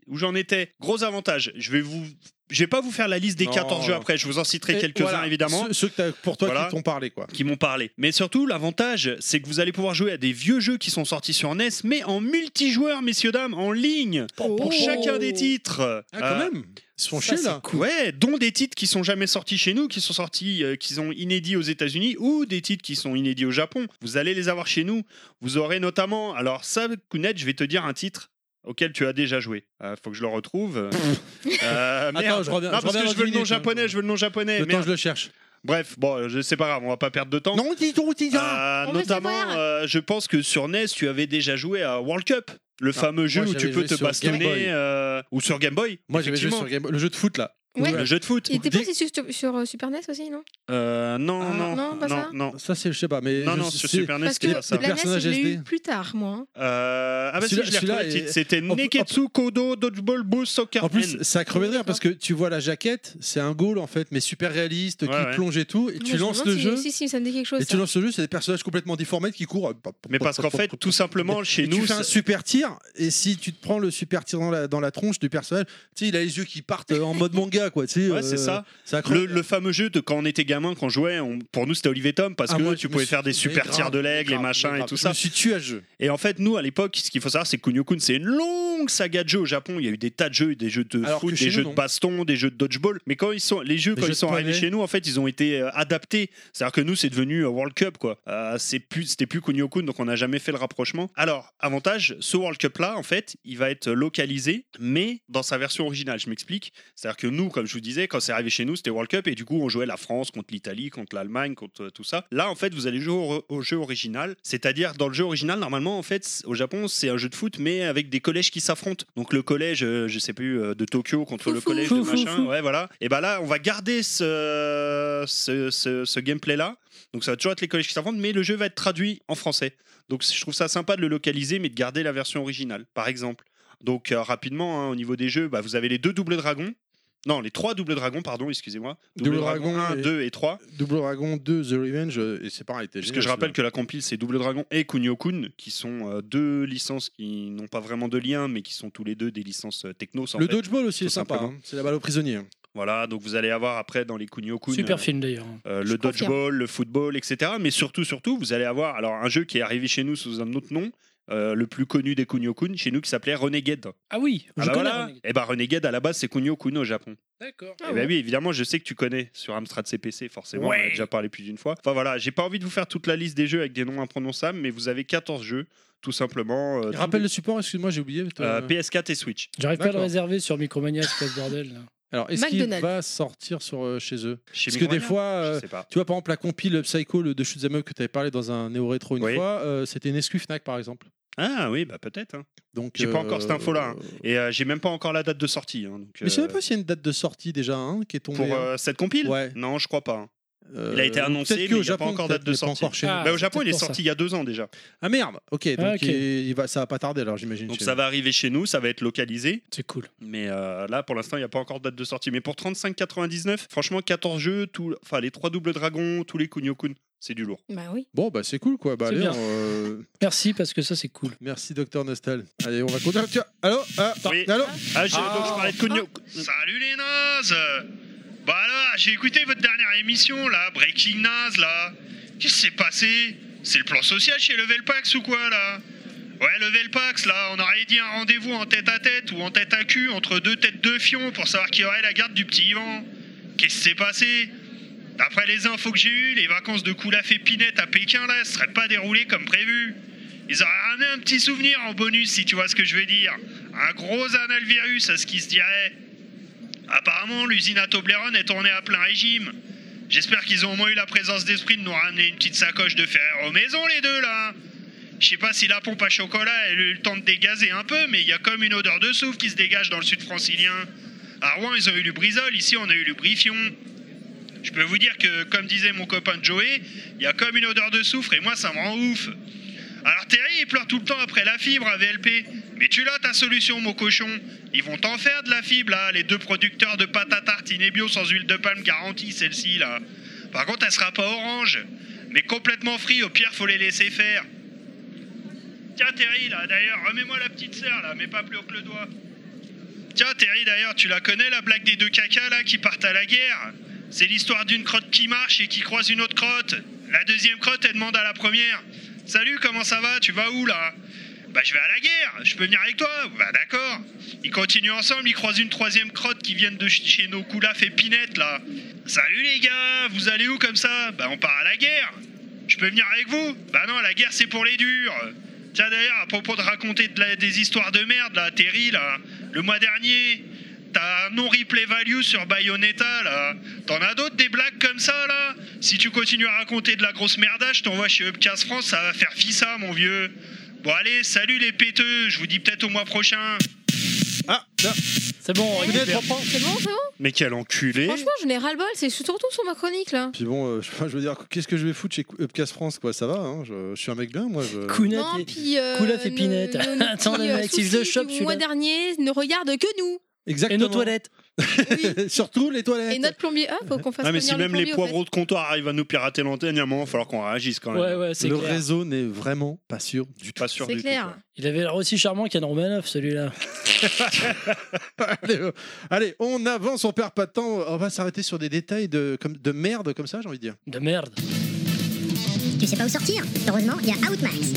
Speaker 4: où j'en étais Gros avantage. Je vais vous. Je vais pas vous faire la liste des
Speaker 3: Non.
Speaker 4: 14 jeux après. Je vous en citerai
Speaker 3: Et
Speaker 4: quelques-uns,
Speaker 3: Euh, voilà,
Speaker 4: évidemment.
Speaker 3: Ceux, ceux que t'as- pour toi
Speaker 4: Voilà.
Speaker 3: qui t'ont parlé, quoi.
Speaker 4: qui m'ont parlé. Mais surtout, l'avantage, c'est que vous allez pouvoir jouer à des vieux jeux qui sont sortis sur NES, mais en multijoueur, messieurs, dames, en ligne, pour
Speaker 5: Oh.
Speaker 4: chacun des titres.
Speaker 3: Ah, quand
Speaker 4: Euh,
Speaker 3: même Ils se font
Speaker 6: ça,
Speaker 3: chier,
Speaker 6: c'est
Speaker 3: là.
Speaker 4: Ouais, dont des titres qui sont jamais sortis chez nous, qui sont sortis, euh, qui sont inédits aux États-Unis ou des titres qui sont inédits au Japon. Vous allez les avoir chez nous. Vous aurez notamment, alors ça, Kounet, je vais te dire un titre auquel tu as déjà joué. Euh, faut que je le
Speaker 3: *laughs*
Speaker 4: retrouve. Euh, merde.
Speaker 3: Attends, je reviens-
Speaker 4: Non,
Speaker 3: je reviens dans
Speaker 4: parce que je veux
Speaker 3: dix
Speaker 4: le nom
Speaker 3: minutes, hein.
Speaker 4: japonais, je veux le nom japonais.
Speaker 3: Le temps,
Speaker 4: Eh, merde.
Speaker 3: je le cherche.
Speaker 4: Bref, bon, euh, c'est pas grave, on va pas perdre de temps.
Speaker 3: Non, dis donc, dis donc
Speaker 4: Euh,
Speaker 5: On veut
Speaker 4: notamment,
Speaker 5: savoir.
Speaker 4: euh, je pense que sur NES, tu avais déjà joué à World Cup, le fameux jeu où
Speaker 3: Ah, j'avais
Speaker 4: tu peux
Speaker 3: joué
Speaker 4: te
Speaker 3: sur Game Boy.
Speaker 4: bastonner, euh, ou sur Game Boy.
Speaker 3: Moi, j'avais joué
Speaker 4: effectivement.
Speaker 3: sur Game Boy- le jeu de foot, là.
Speaker 5: Ouais.
Speaker 4: Le jeu de foot.
Speaker 5: Il était
Speaker 3: Dès-
Speaker 5: passé sur, sur, euh, Super NES aussi, non
Speaker 4: Euh, non,
Speaker 3: Ah,
Speaker 4: non,
Speaker 5: non,
Speaker 4: non,
Speaker 5: pas
Speaker 4: non,
Speaker 5: ça
Speaker 4: non.
Speaker 3: Ça, c'est, je sais pas, mais.
Speaker 4: Non,
Speaker 3: je-
Speaker 4: non, sur
Speaker 3: c'est-
Speaker 4: Super NES,
Speaker 5: Parce que
Speaker 4: c'était pas ça.
Speaker 5: la NES,
Speaker 3: personnage
Speaker 5: je l'ai
Speaker 3: SD.
Speaker 5: eu plus tard, moi. hein.
Speaker 4: Euh, ah bah si,
Speaker 3: Celui-là-
Speaker 4: je l'ai retrouvé, le
Speaker 3: celui-là
Speaker 4: titre.
Speaker 3: est-
Speaker 4: C'était
Speaker 3: en-
Speaker 4: Neketsu Kodo Dodgeball Ball Soccer.
Speaker 3: En plus,
Speaker 4: N.
Speaker 3: ça crevait de rire parce que tu vois la jaquette, c'est un goal en fait, mais super réaliste, qui
Speaker 4: Ouais, ouais.
Speaker 3: plonge et tout, et
Speaker 5: Moi,
Speaker 3: tu
Speaker 5: je me
Speaker 3: lances
Speaker 5: demande
Speaker 3: le
Speaker 5: si-
Speaker 3: jeu.
Speaker 5: Si, si, ça me dit quelque chose.
Speaker 3: Et tu
Speaker 5: ça.
Speaker 3: lances le jeu, c'est des personnages complètement déformés qui courent. euh,
Speaker 4: mais parce qu'en fait, tout simplement,
Speaker 3: Et
Speaker 4: chez
Speaker 3: tu
Speaker 4: nous,
Speaker 3: fais un
Speaker 4: c'est-
Speaker 3: super tir, et si tu te prends le super tir dans la, dans la tronche du personnage, tu sais, il a les yeux qui partent euh, en mode manga, quoi. Tu sais,
Speaker 4: ouais,
Speaker 3: euh,
Speaker 4: c'est ça.
Speaker 3: C'est
Speaker 4: Le,
Speaker 3: incroyable.
Speaker 4: le fameux jeu de quand on était gamin, quand on jouait, on- pour nous c'était Olivier Tom parce
Speaker 3: Ah,
Speaker 4: que
Speaker 3: moi, je
Speaker 4: tu
Speaker 3: me
Speaker 4: pouvais
Speaker 3: suis-
Speaker 4: faire des
Speaker 3: mais
Speaker 4: super
Speaker 3: grave,
Speaker 4: tirs de l'aigle, les
Speaker 3: grave,
Speaker 4: machins et
Speaker 3: grave.
Speaker 4: tout
Speaker 3: Je
Speaker 4: ça.
Speaker 3: me suis tué à ce jeu.
Speaker 4: Et en fait, nous à l'époque, ce qu'il faut savoir, c'est que Kunio-kun, c'est une longue saga de jeux au Japon. Il y a eu des tas de jeux, des jeux de
Speaker 3: Alors
Speaker 4: foot,
Speaker 3: que chez
Speaker 4: des
Speaker 3: nous,
Speaker 4: jeux
Speaker 3: non.
Speaker 4: de baston, des jeux de dodgeball. Mais quand ils sont, les jeux,
Speaker 3: Des
Speaker 4: quand
Speaker 3: jeux
Speaker 4: ils
Speaker 3: de
Speaker 4: sont arrivés
Speaker 3: poney.
Speaker 4: chez nous, en fait, ils ont été euh, adaptés. C'est-à-dire que nous, c'est devenu euh, World Cup, quoi. Euh, c'est plus, c'était plus Kunio-kun, donc on n'a jamais fait le rapprochement. Alors, avantage, ce World Cup-là, en fait, il va être localisé, mais dans sa version originale. Je m'explique. C'est-à-dire que nous, comme je vous disais, quand c'est arrivé chez nous, c'était World Cup et du coup, on jouait la France contre l'Italie, contre l'Allemagne, contre euh, tout ça. Là, en fait, vous allez jouer au, au jeu original. C'est-à-dire, dans le jeu original, normalement, en fait, c- au Japon, c'est un jeu de foot, mais avec des collèges qui s'affrontent. Donc, le collège, euh, je sais plus, euh, de Tokyo contre le
Speaker 5: Foufou.
Speaker 4: collège de
Speaker 6: Foufou,
Speaker 4: machin. Ouais, voilà. Et bah là, on va garder ce, ce, ce- ce gameplay-là. Donc, ça va toujours être les collèges qui s'affrontent, mais le jeu va être traduit en français. Donc, c- je trouve ça sympa de le localiser, mais de garder la version originale, par exemple. Donc euh, rapidement, hein, au niveau des jeux, bah, vous avez les deux doubles dragons. Non, les trois doubles dragons, pardon, excusez-moi. Double,
Speaker 3: Double
Speaker 4: dragon,
Speaker 3: Dragon
Speaker 4: 1,
Speaker 3: et-
Speaker 4: 2 et 3.
Speaker 3: Double Dragon 2, The Revenge, euh, et c'est pareil. t'es
Speaker 4: Puisque
Speaker 3: génial,
Speaker 4: je rappelle
Speaker 3: celui-là.
Speaker 4: que la compile, c'est Double Dragon et Kunio-kun, qui sont euh, deux licences qui n'ont pas vraiment de lien, mais qui sont tous les deux des licences euh, techno. sans
Speaker 3: Le
Speaker 4: fait.
Speaker 3: dodgeball aussi
Speaker 4: tout
Speaker 3: est sympa,
Speaker 4: simplement.
Speaker 3: hein. c'est la balle aux prisonniers.
Speaker 4: Voilà, donc vous allez avoir après dans les Kunio-kun.
Speaker 6: Super
Speaker 4: euh,
Speaker 6: film d'ailleurs.
Speaker 4: euh,
Speaker 5: Je
Speaker 4: le
Speaker 5: confirme.
Speaker 4: dodgeball, le football, etc. Mais surtout, surtout, vous allez avoir alors un jeu qui est arrivé chez nous sous un autre nom, euh, le plus connu des Kunio-kun, chez nous qui s'appelait Renegade.
Speaker 6: Ah oui, je
Speaker 4: Ah bah
Speaker 6: connais.
Speaker 4: voilà. Et bah Renegade à la base c'est Kunio-kun au Japon.
Speaker 6: D'accord.
Speaker 5: Ah
Speaker 4: Eh
Speaker 5: ouais.
Speaker 4: ben oui, évidemment, je sais que tu connais sur Amstrad CPC, forcément, on en a
Speaker 6: Ouais.
Speaker 4: déjà parlé plus d'une fois. Enfin voilà, j'ai pas envie de vous faire toute la liste des jeux avec des noms imprononçables, mais vous avez 14 jeux, tout simplement. euh,
Speaker 3: Rappelle
Speaker 4: tout-
Speaker 3: le support, excuse-moi, j'ai oublié. t'as-
Speaker 4: euh, PS4 et Switch.
Speaker 6: J'arrive pas à le
Speaker 3: D'accord.
Speaker 6: réserver sur Micromania, ce passe bordel. là.
Speaker 3: Alors, est-ce qu'il
Speaker 5: McDonald's.
Speaker 3: va sortir sur, euh, chez eux
Speaker 4: Chez
Speaker 3: Parce que des
Speaker 4: Micromania
Speaker 3: fois,
Speaker 4: Je
Speaker 3: euh,
Speaker 4: sais pas.
Speaker 3: tu vois, par exemple, la compile Psycho le, de Shoot'em Up que tu avais parlé dans un Néo Rétro une
Speaker 4: Oui.
Speaker 3: fois, euh, c'était une exclu Fnac par exemple.
Speaker 4: Ah oui, bah peut-être. hein.
Speaker 3: Donc,
Speaker 4: J'ai pas encore cette info-là, hein.
Speaker 3: euh,
Speaker 4: Et euh, j'ai même pas encore la date de sortie. hein, donc,
Speaker 3: Mais je
Speaker 4: euh,
Speaker 3: savais pas s'il y a une date de sortie déjà hein, qui est tombée.
Speaker 4: pour
Speaker 3: hein.
Speaker 4: euh, cette compile
Speaker 3: Ouais.
Speaker 4: Non, je crois pas. hein.
Speaker 3: Euh,
Speaker 4: il a été
Speaker 3: donc
Speaker 4: annoncé,
Speaker 3: peut-être
Speaker 4: mais
Speaker 3: qu'au
Speaker 4: il y a pas
Speaker 3: Japon,
Speaker 4: encore
Speaker 3: peut-être,
Speaker 4: date de
Speaker 3: mais pas
Speaker 4: sortie.
Speaker 3: encore chez nous.
Speaker 6: Ah,
Speaker 3: Ah,
Speaker 4: Bah, au
Speaker 6: c'est
Speaker 4: Japon, il est
Speaker 6: peut-être pour
Speaker 4: sorti il y a deux ans déjà.
Speaker 3: merde, ok, donc
Speaker 6: Ah, ok.
Speaker 3: Il, il va, ça va pas tarder alors j'imagine.
Speaker 4: Donc
Speaker 3: chez
Speaker 4: ça
Speaker 3: nous.
Speaker 4: va arriver chez nous, ça va être localisé.
Speaker 6: C'est cool.
Speaker 4: Mais euh, là, pour l'instant, il n'y a pas encore de date de sortie. Mais pour 35,99, franchement, 14 jeux, tout, enfin, les 3 doubles dragons, tous les Kunio-kun,
Speaker 7: C'est du lourd.
Speaker 5: Bah oui.
Speaker 3: Bon, bah c'est cool quoi. Bah,
Speaker 6: C'est
Speaker 3: allez,
Speaker 6: bien.
Speaker 3: on, euh,
Speaker 6: Merci parce que ça c'est cool.
Speaker 3: merci Docteur Nostal. Allez, on va continuer. Tiens, allô ah,
Speaker 7: Oui.
Speaker 3: Allô
Speaker 7: Ah, j'ai-
Speaker 6: Ah.
Speaker 7: donc je parlais de Cogno.
Speaker 4: Salut les nazes Bah là, j'ai écouté votre dernière émission là, Breaking Naze là. Qu'est-ce qui s'est passé C'est le plan social chez Level Pax ou quoi là Ouais, Level Pax là, on aurait dit un rendez-vous en tête à tête ou en tête à cul entre deux têtes de fion pour savoir qui aurait la garde du petit Ivan. Qu'est-ce qui s'est passé D'après les infos que j'ai eues, les vacances de Koulaf et Pinette à Pékin là, se seraient pas déroulées comme prévu. Ils auraient ramené un petit souvenir en bonus si tu vois ce que je veux dire. Un gros analvirus à ce qui se dirait. Apparemment, l'usine à Toblerone est tournée à plein régime. J'espère qu'ils ont au moins eu la présence d'esprit de nous ramener une petite sacoche de fer aux maisons, les deux, là. Je sais pas si la pompe à chocolat elle a eu le temps de dégazer un peu, mais il y a comme une odeur de soufre qui se dégage dans le sud francilien. À Rouen, ils ont eu le brisol, ici, on a eu le brifion. Je peux vous dire que, comme disait mon copain Joey, il y a comme une odeur de soufre et moi, ça me rend ouf. Alors Terry, il pleure tout le temps après la fibre à VLP. Mais tu l'as ta solution, mon cochon. Ils vont t'en faire de la fibre, là, les deux producteurs de pâte à tartiner bio sans huile de palme garantie, celle-ci, là. Par contre, elle sera pas orange, mais complètement free, au pire, faut les laisser faire. Tiens, Terry, là, d'ailleurs, remets-moi la petite sœur, là, mais pas plus haut que le doigt. Tiens, Terry, d'ailleurs, tu la connais, la blague des deux cacas, là, qui partent à la guerre C'est l'histoire d'une crotte qui marche et qui croise une autre crotte. La deuxième crotte, elle demande à la première Salut, comment ça va Tu vas où, là Bah, je vais à la guerre, je peux venir avec toi Bah, d'accord. Ils continuent ensemble, ils croisent une troisième crotte qui viennent de ch- chez nos coulafs et pinettes, là. Salut, les gars, vous allez où comme ça Bah, on part à la guerre. Je peux venir avec vous Bah, non, la guerre, c'est pour les durs. Tiens d'ailleurs, à propos de raconter de la- des histoires de merde, là, Terry, là, le mois dernier, t'as un non-replay value sur Bayonetta, là. T'en as d'autres, des blagues comme ça, là Si tu continues à raconter de la grosse merdage, je t'envoie chez Upcast France, ça va faire fissa, mon vieux. Bon, allez, salut les péteux, je vous dis peut-être au mois prochain.
Speaker 3: Ah, tiens,
Speaker 6: C'est bon, on
Speaker 5: Eh,
Speaker 6: récupère.
Speaker 5: C'est bon, c'est bon.
Speaker 7: Mais quel enculé
Speaker 5: Franchement, je n'ai ras-le-bol. C'est surtout sur ma chronique là.
Speaker 3: Puis bon, euh, *laughs* je, sais pas, je veux dire, qu'est-ce que je vais foutre chez Upcast France quoi Ça va, hein, je, je suis un mec bien, moi. Je...
Speaker 6: Kounat
Speaker 5: Non,
Speaker 6: et-
Speaker 5: puis. Euh,
Speaker 6: Koulaf et Pinette.
Speaker 5: nos- nos
Speaker 6: Attends,
Speaker 5: petits,
Speaker 6: les
Speaker 5: euh,
Speaker 6: mecs, s'ils le
Speaker 5: soucis
Speaker 6: chopent,
Speaker 5: du
Speaker 6: celui-là.
Speaker 5: mois dernier ne regarde que nous.
Speaker 6: et
Speaker 3: Exactement.
Speaker 6: nos toilettes.
Speaker 5: Oui.
Speaker 3: *laughs* Surtout les toilettes.
Speaker 5: Et notre plombier. Ah, faut qu'on fasse
Speaker 7: Ah mais si
Speaker 5: revenir
Speaker 7: même
Speaker 5: le
Speaker 7: les
Speaker 5: plombier, au fait.
Speaker 7: poivreaux de comptoir arrivent à nous pirater l'antenne, il y a un moment, il va falloir qu'on réagisse quand même.
Speaker 6: Ouais, ouais, c'est
Speaker 3: Le
Speaker 6: clair.
Speaker 3: réseau n'est vraiment pas sûr du tout.
Speaker 7: Pas sûr
Speaker 5: C'est
Speaker 7: du
Speaker 5: clair.
Speaker 7: tout. quoi.
Speaker 6: Il avait l'air aussi charmant qu'un Romanov, celui-là.
Speaker 3: Allez, euh, allez, on avance, on perd pas de temps. On va s'arrêter sur des détails de, comme, de merde comme ça, j'ai envie de dire.
Speaker 6: De merde.
Speaker 1: Tu sais pas où sortir Heureusement, il y a Outmax.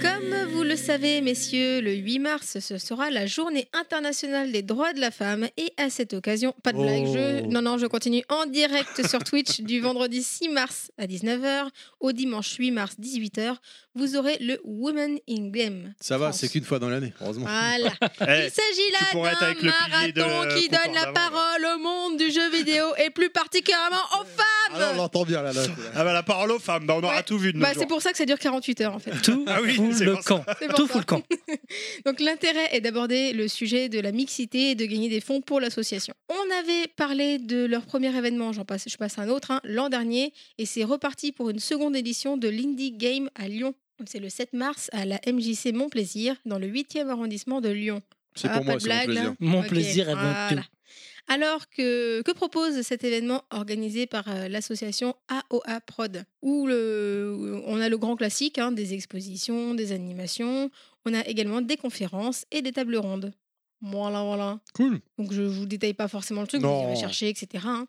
Speaker 5: Comme vous le savez, messieurs, le 8 mars, ce sera la journée internationale des droits de la femme. Et à cette occasion, pas de
Speaker 3: Oh.
Speaker 5: blague, je... Non, non, je continue en direct sur Twitch du vendredi 6 mars à 19h au dimanche 8 mars 18h. Vous aurez le Women in Game.
Speaker 3: Ça va,
Speaker 5: France. Ah,
Speaker 3: c'est qu'une fois dans l'année, heureusement.
Speaker 5: Voilà.
Speaker 7: Eh,
Speaker 5: Il s'agit
Speaker 7: tu pourrais être
Speaker 5: là d'un
Speaker 7: avec le pilier de
Speaker 5: marathon qui
Speaker 7: Concorde
Speaker 5: donne la
Speaker 7: d'avant, là.
Speaker 5: parole au monde du jeu vidéo et plus particulièrement aux femmes.
Speaker 3: Ah là, on l'entend bien là. là.
Speaker 7: Ah bah la parole aux femmes, bah on aura
Speaker 5: Ouais.
Speaker 7: tout vu de nos
Speaker 5: Bah,
Speaker 7: jours.
Speaker 5: c'est pour ça que ça dure 48 heures en fait.
Speaker 6: Tout
Speaker 7: Ah oui,
Speaker 6: fout
Speaker 7: c'est
Speaker 6: le
Speaker 7: pour ça.
Speaker 6: camp.
Speaker 5: C'est pour
Speaker 6: Tout
Speaker 5: ça.
Speaker 6: fout le camp.
Speaker 5: Donc l'intérêt est d'aborder le sujet de la mixité et de gagner des fonds pour l'association. On avait parlé de leur premier événement, j'en passe, je passe à un autre, hein, l'an dernier, et c'est reparti pour une seconde édition de l'Indie Game à Lyon. Donc, C'est le 7 mars à la MJC Montplaisir, dans le 8e arrondissement de Lyon.
Speaker 3: C'est
Speaker 5: Ah,
Speaker 3: pour
Speaker 5: pas
Speaker 3: moi,
Speaker 5: de
Speaker 3: c'est mon
Speaker 5: blague,
Speaker 3: plaisir.
Speaker 5: là.
Speaker 6: Mon
Speaker 5: Ok,
Speaker 6: plaisir avant
Speaker 5: voilà.
Speaker 6: tout.
Speaker 5: Alors que, que propose cet événement organisé par euh, l'association AOA Prod Où le, on a le grand classique hein, des expositions, des animations, on a également des conférences et des tables rondes. Voilà, voilà.
Speaker 3: Cool.
Speaker 5: Donc je vous détaille pas forcément le truc,
Speaker 3: Non.
Speaker 5: vous irez chercher, etc. hein.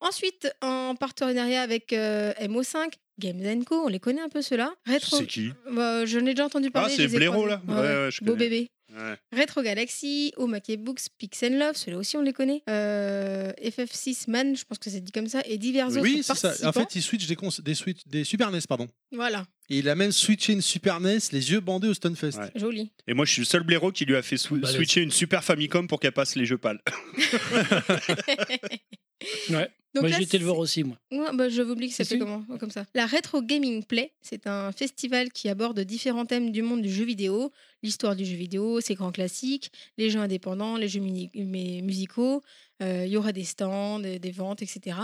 Speaker 5: Ensuite, en partenariat avec euh, MO5, Games Co, on les connaît un peu ceux-là. Rétro...
Speaker 7: C'est qui
Speaker 5: Bah, je l'ai déjà entendu parler.
Speaker 7: c'est
Speaker 5: je les ai
Speaker 7: Blaireau,
Speaker 5: croisés.
Speaker 7: là Ouais, ouais, je
Speaker 5: Beau
Speaker 7: connais.
Speaker 5: bébé.
Speaker 7: Ouais.
Speaker 5: Retro Galaxy, Omake Books, Pix and Love, ceux-là aussi on les connaît. Euh, FF6 Man, je pense que c'est dit comme ça, et divers autres
Speaker 3: Oui, c'est
Speaker 5: participants.
Speaker 3: ça. En fait, il switch des, cons- des, switch- des Super NES, pardon.
Speaker 5: Voilà,
Speaker 3: Et il a même switché une Super NES, les yeux bandés au Stunfest.
Speaker 7: Ouais.
Speaker 5: joli.
Speaker 7: Et moi je suis le seul blaireau qui lui a fait sw-
Speaker 6: Balèze.
Speaker 7: switcher une super Famicom pour qu'elle passe les jeux pâles. *laughs*
Speaker 5: Donc
Speaker 6: Moi,
Speaker 5: là,
Speaker 6: j'étais le
Speaker 5: c'est-
Speaker 6: voir aussi, moi.
Speaker 5: Ouais, bah, je vous oublie que ça
Speaker 6: Si,
Speaker 5: fait
Speaker 6: si.
Speaker 5: comment comme ça. La Retro Gaming Play, c'est un festival qui aborde différents thèmes du monde du jeu vidéo, l'histoire du jeu vidéo, ses grands classiques, les jeux indépendants, les jeux mini- mais musicaux. Euh, Il y aura des stands, des des ventes, etc.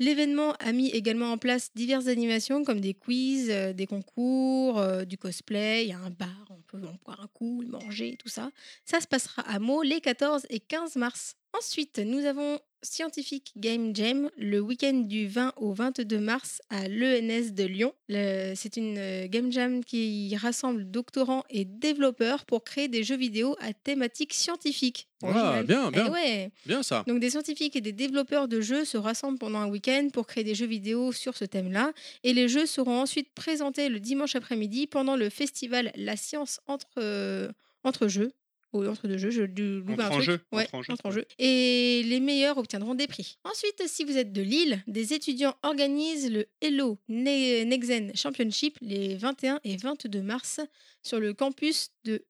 Speaker 5: L'événement a mis également en place diverses animations comme des quiz, euh, des concours, euh, du cosplay, il y a un bar, on peut en boire un coup, manger, tout ça. Ça se passera à Meaux les 14 et 15 mars. Ensuite, nous avons Scientific Game Jam le week-end du 20 au 22 mars à l'ENS de Lyon. Le- C'est une euh, game jam qui rassemble doctorants et développeurs pour créer des jeux vidéo à thématique scientifique.
Speaker 3: Ah,
Speaker 5: Original.
Speaker 3: bien,
Speaker 5: Eh
Speaker 3: bien,
Speaker 5: ouais.
Speaker 3: bien ça.
Speaker 5: Donc des scientifiques et des développeurs de jeux se rassemblent pendant un week-end pour créer des jeux vidéo sur ce thème-là, et les jeux seront ensuite présentés le dimanche après-midi pendant le festival La Science entre, euh, entre jeux. Ou entre deux jeux, je du- loupe
Speaker 4: Entre
Speaker 5: un
Speaker 4: en
Speaker 5: truc.
Speaker 4: jeu,
Speaker 5: Ouais,
Speaker 4: entre en jeu.
Speaker 5: entre en jeu. Et les meilleurs obtiendront des prix. Ensuite, si vous êtes de Lille, des étudiants organisent le Hello Ne- Nexen Championship les 21 et 22 mars sur le campus de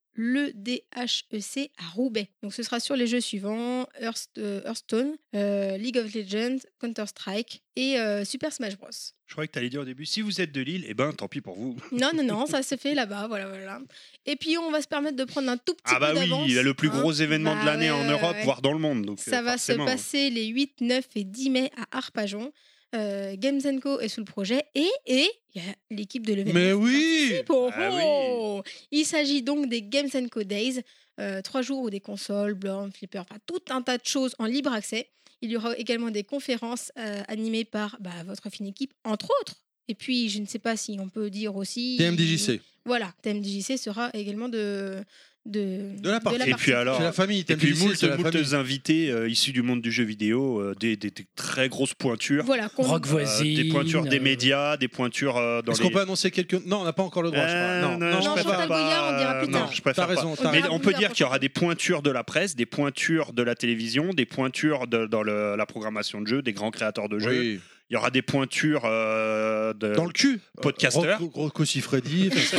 Speaker 5: l'EDHEC E à Roubaix. Donc ce sera sur les jeux suivants Hearth- euh, Hearthstone, euh, League of Legends, Counter-Strike et euh, Super Smash Bros.
Speaker 4: Je croyais que t'allais dire au début, si vous êtes de Lille, eh ben tant pis pour vous.
Speaker 5: Non, non, non, ça se fait là-bas, voilà, voilà. Et puis on va se permettre de prendre un tout petit
Speaker 4: Ah bah
Speaker 5: peu
Speaker 4: oui,
Speaker 5: d'avance,
Speaker 4: il y a le plus
Speaker 5: hein.
Speaker 4: gros événement
Speaker 5: Bah
Speaker 4: de l'année
Speaker 5: ouais,
Speaker 4: en
Speaker 5: ouais,
Speaker 4: Europe,
Speaker 5: ouais.
Speaker 4: voire dans le monde. Donc,
Speaker 5: Ça
Speaker 4: euh,
Speaker 5: va se
Speaker 4: forcément.
Speaker 5: passer les 8, 9 et 10 mai à Arpajon. Euh, Games Co est sous le projet et et il y a l'équipe de l'événement.
Speaker 3: Mais
Speaker 5: qui
Speaker 3: oui
Speaker 5: participe. Oh,
Speaker 4: Ah oui.
Speaker 5: oh. Il s'agit donc des Games Co Days, euh, trois jours où des consoles, bornes, flippers, enfin tout un tas de choses en libre accès. Il y aura également des conférences euh, animées par bah, votre fine équipe, entre autres. Et puis, je ne sais pas si on peut dire aussi.
Speaker 3: TMDJC.
Speaker 5: Voilà, TMDJC sera également de, de,
Speaker 3: De la partie.
Speaker 4: Et puis alors,
Speaker 3: C'est la famille,
Speaker 4: Et puis
Speaker 3: TMDJC,
Speaker 4: moult,
Speaker 3: c'est la famille.
Speaker 4: moult invités euh, issus du monde du jeu vidéo, euh, des, des- des très grosses pointures.
Speaker 5: Voilà, qu'on-
Speaker 6: Rock
Speaker 4: euh,
Speaker 6: voisine.
Speaker 4: des pointures des
Speaker 6: euh,
Speaker 4: médias, des pointures euh, dans
Speaker 3: Est-ce
Speaker 4: les...
Speaker 3: qu'on peut annoncer quelques. Non, on n'a pas encore le droit, je
Speaker 4: Euh,
Speaker 3: crois. Non,
Speaker 4: non, je
Speaker 5: Non,
Speaker 3: préfère
Speaker 5: Chantal
Speaker 4: préfère
Speaker 5: Goya, on dira
Speaker 4: pas.
Speaker 5: plus
Speaker 4: Ah Non,
Speaker 5: tard.
Speaker 4: je
Speaker 3: T'as
Speaker 4: préfère pas.
Speaker 3: raison, t'as
Speaker 5: On dira
Speaker 4: Mais
Speaker 3: raison.
Speaker 5: Ah,
Speaker 4: on
Speaker 5: vous
Speaker 4: peut
Speaker 5: la
Speaker 4: dire qu'il y aura
Speaker 5: prochaine.
Speaker 4: des pointures de la presse, des pointures de la télévision, des pointures de- dans le- la programmation de jeux, des grands créateurs de jeux.
Speaker 3: Oui.
Speaker 4: Il y aura des pointures euh, de.
Speaker 3: Dans le cul.
Speaker 4: Podcaster.
Speaker 3: Rocco- Rocco
Speaker 4: *laughs*
Speaker 3: Siffredi. enfin,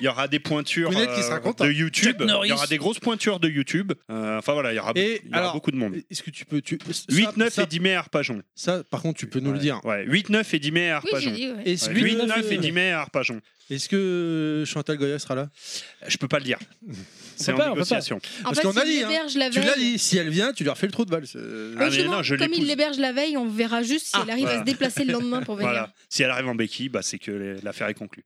Speaker 4: Il y aura des pointures
Speaker 3: Brunette qui
Speaker 4: euh,
Speaker 3: sera content.
Speaker 4: de YouTube.
Speaker 6: Chuck
Speaker 4: Il y aura
Speaker 6: Norris.
Speaker 4: des grosses pointures de YouTube. Euh, enfin voilà, il y aura,
Speaker 3: Et
Speaker 4: il y aura
Speaker 3: alors,
Speaker 4: beaucoup de monde.
Speaker 3: Est-ce que tu peux. Tu...
Speaker 4: 8, 9
Speaker 3: ça,
Speaker 4: et 10 mai à Arpajon.
Speaker 3: Ça, par contre, tu peux nous le
Speaker 4: Ouais.
Speaker 3: dire.
Speaker 4: Ouais, 8, 9 et 10 mai à
Speaker 5: Oui, j'ai
Speaker 4: Arpajon.
Speaker 5: dit, ouais.
Speaker 3: Est-ce
Speaker 4: Ouais,
Speaker 3: que-
Speaker 4: 8, 9 et 10 mai à Arpajon.
Speaker 3: Est-ce que Chantal Goya sera là
Speaker 4: Je peux pas le dire. C'est
Speaker 6: peut
Speaker 4: en
Speaker 6: pas, on peut pas.
Speaker 4: négociation.
Speaker 5: En
Speaker 3: Parce
Speaker 5: fait,
Speaker 3: qu'on a
Speaker 5: s'il
Speaker 3: dit, hein.
Speaker 5: l'héberge la
Speaker 3: Tu
Speaker 5: veille-
Speaker 3: l'as dit, si elle vient, tu lui refais le trou de balle. c'est-
Speaker 5: Oui,
Speaker 4: Ah, mais
Speaker 5: justement,
Speaker 4: non, je
Speaker 5: comme il
Speaker 4: l'épouse.
Speaker 5: l'héberge la veille, on verra juste s'il
Speaker 4: Ah,
Speaker 5: arrive à
Speaker 4: voilà.
Speaker 5: se déplacer le lendemain pour venir.
Speaker 4: Voilà. Si elle arrive en béquille, bah, c'est que les- l'affaire est conclue.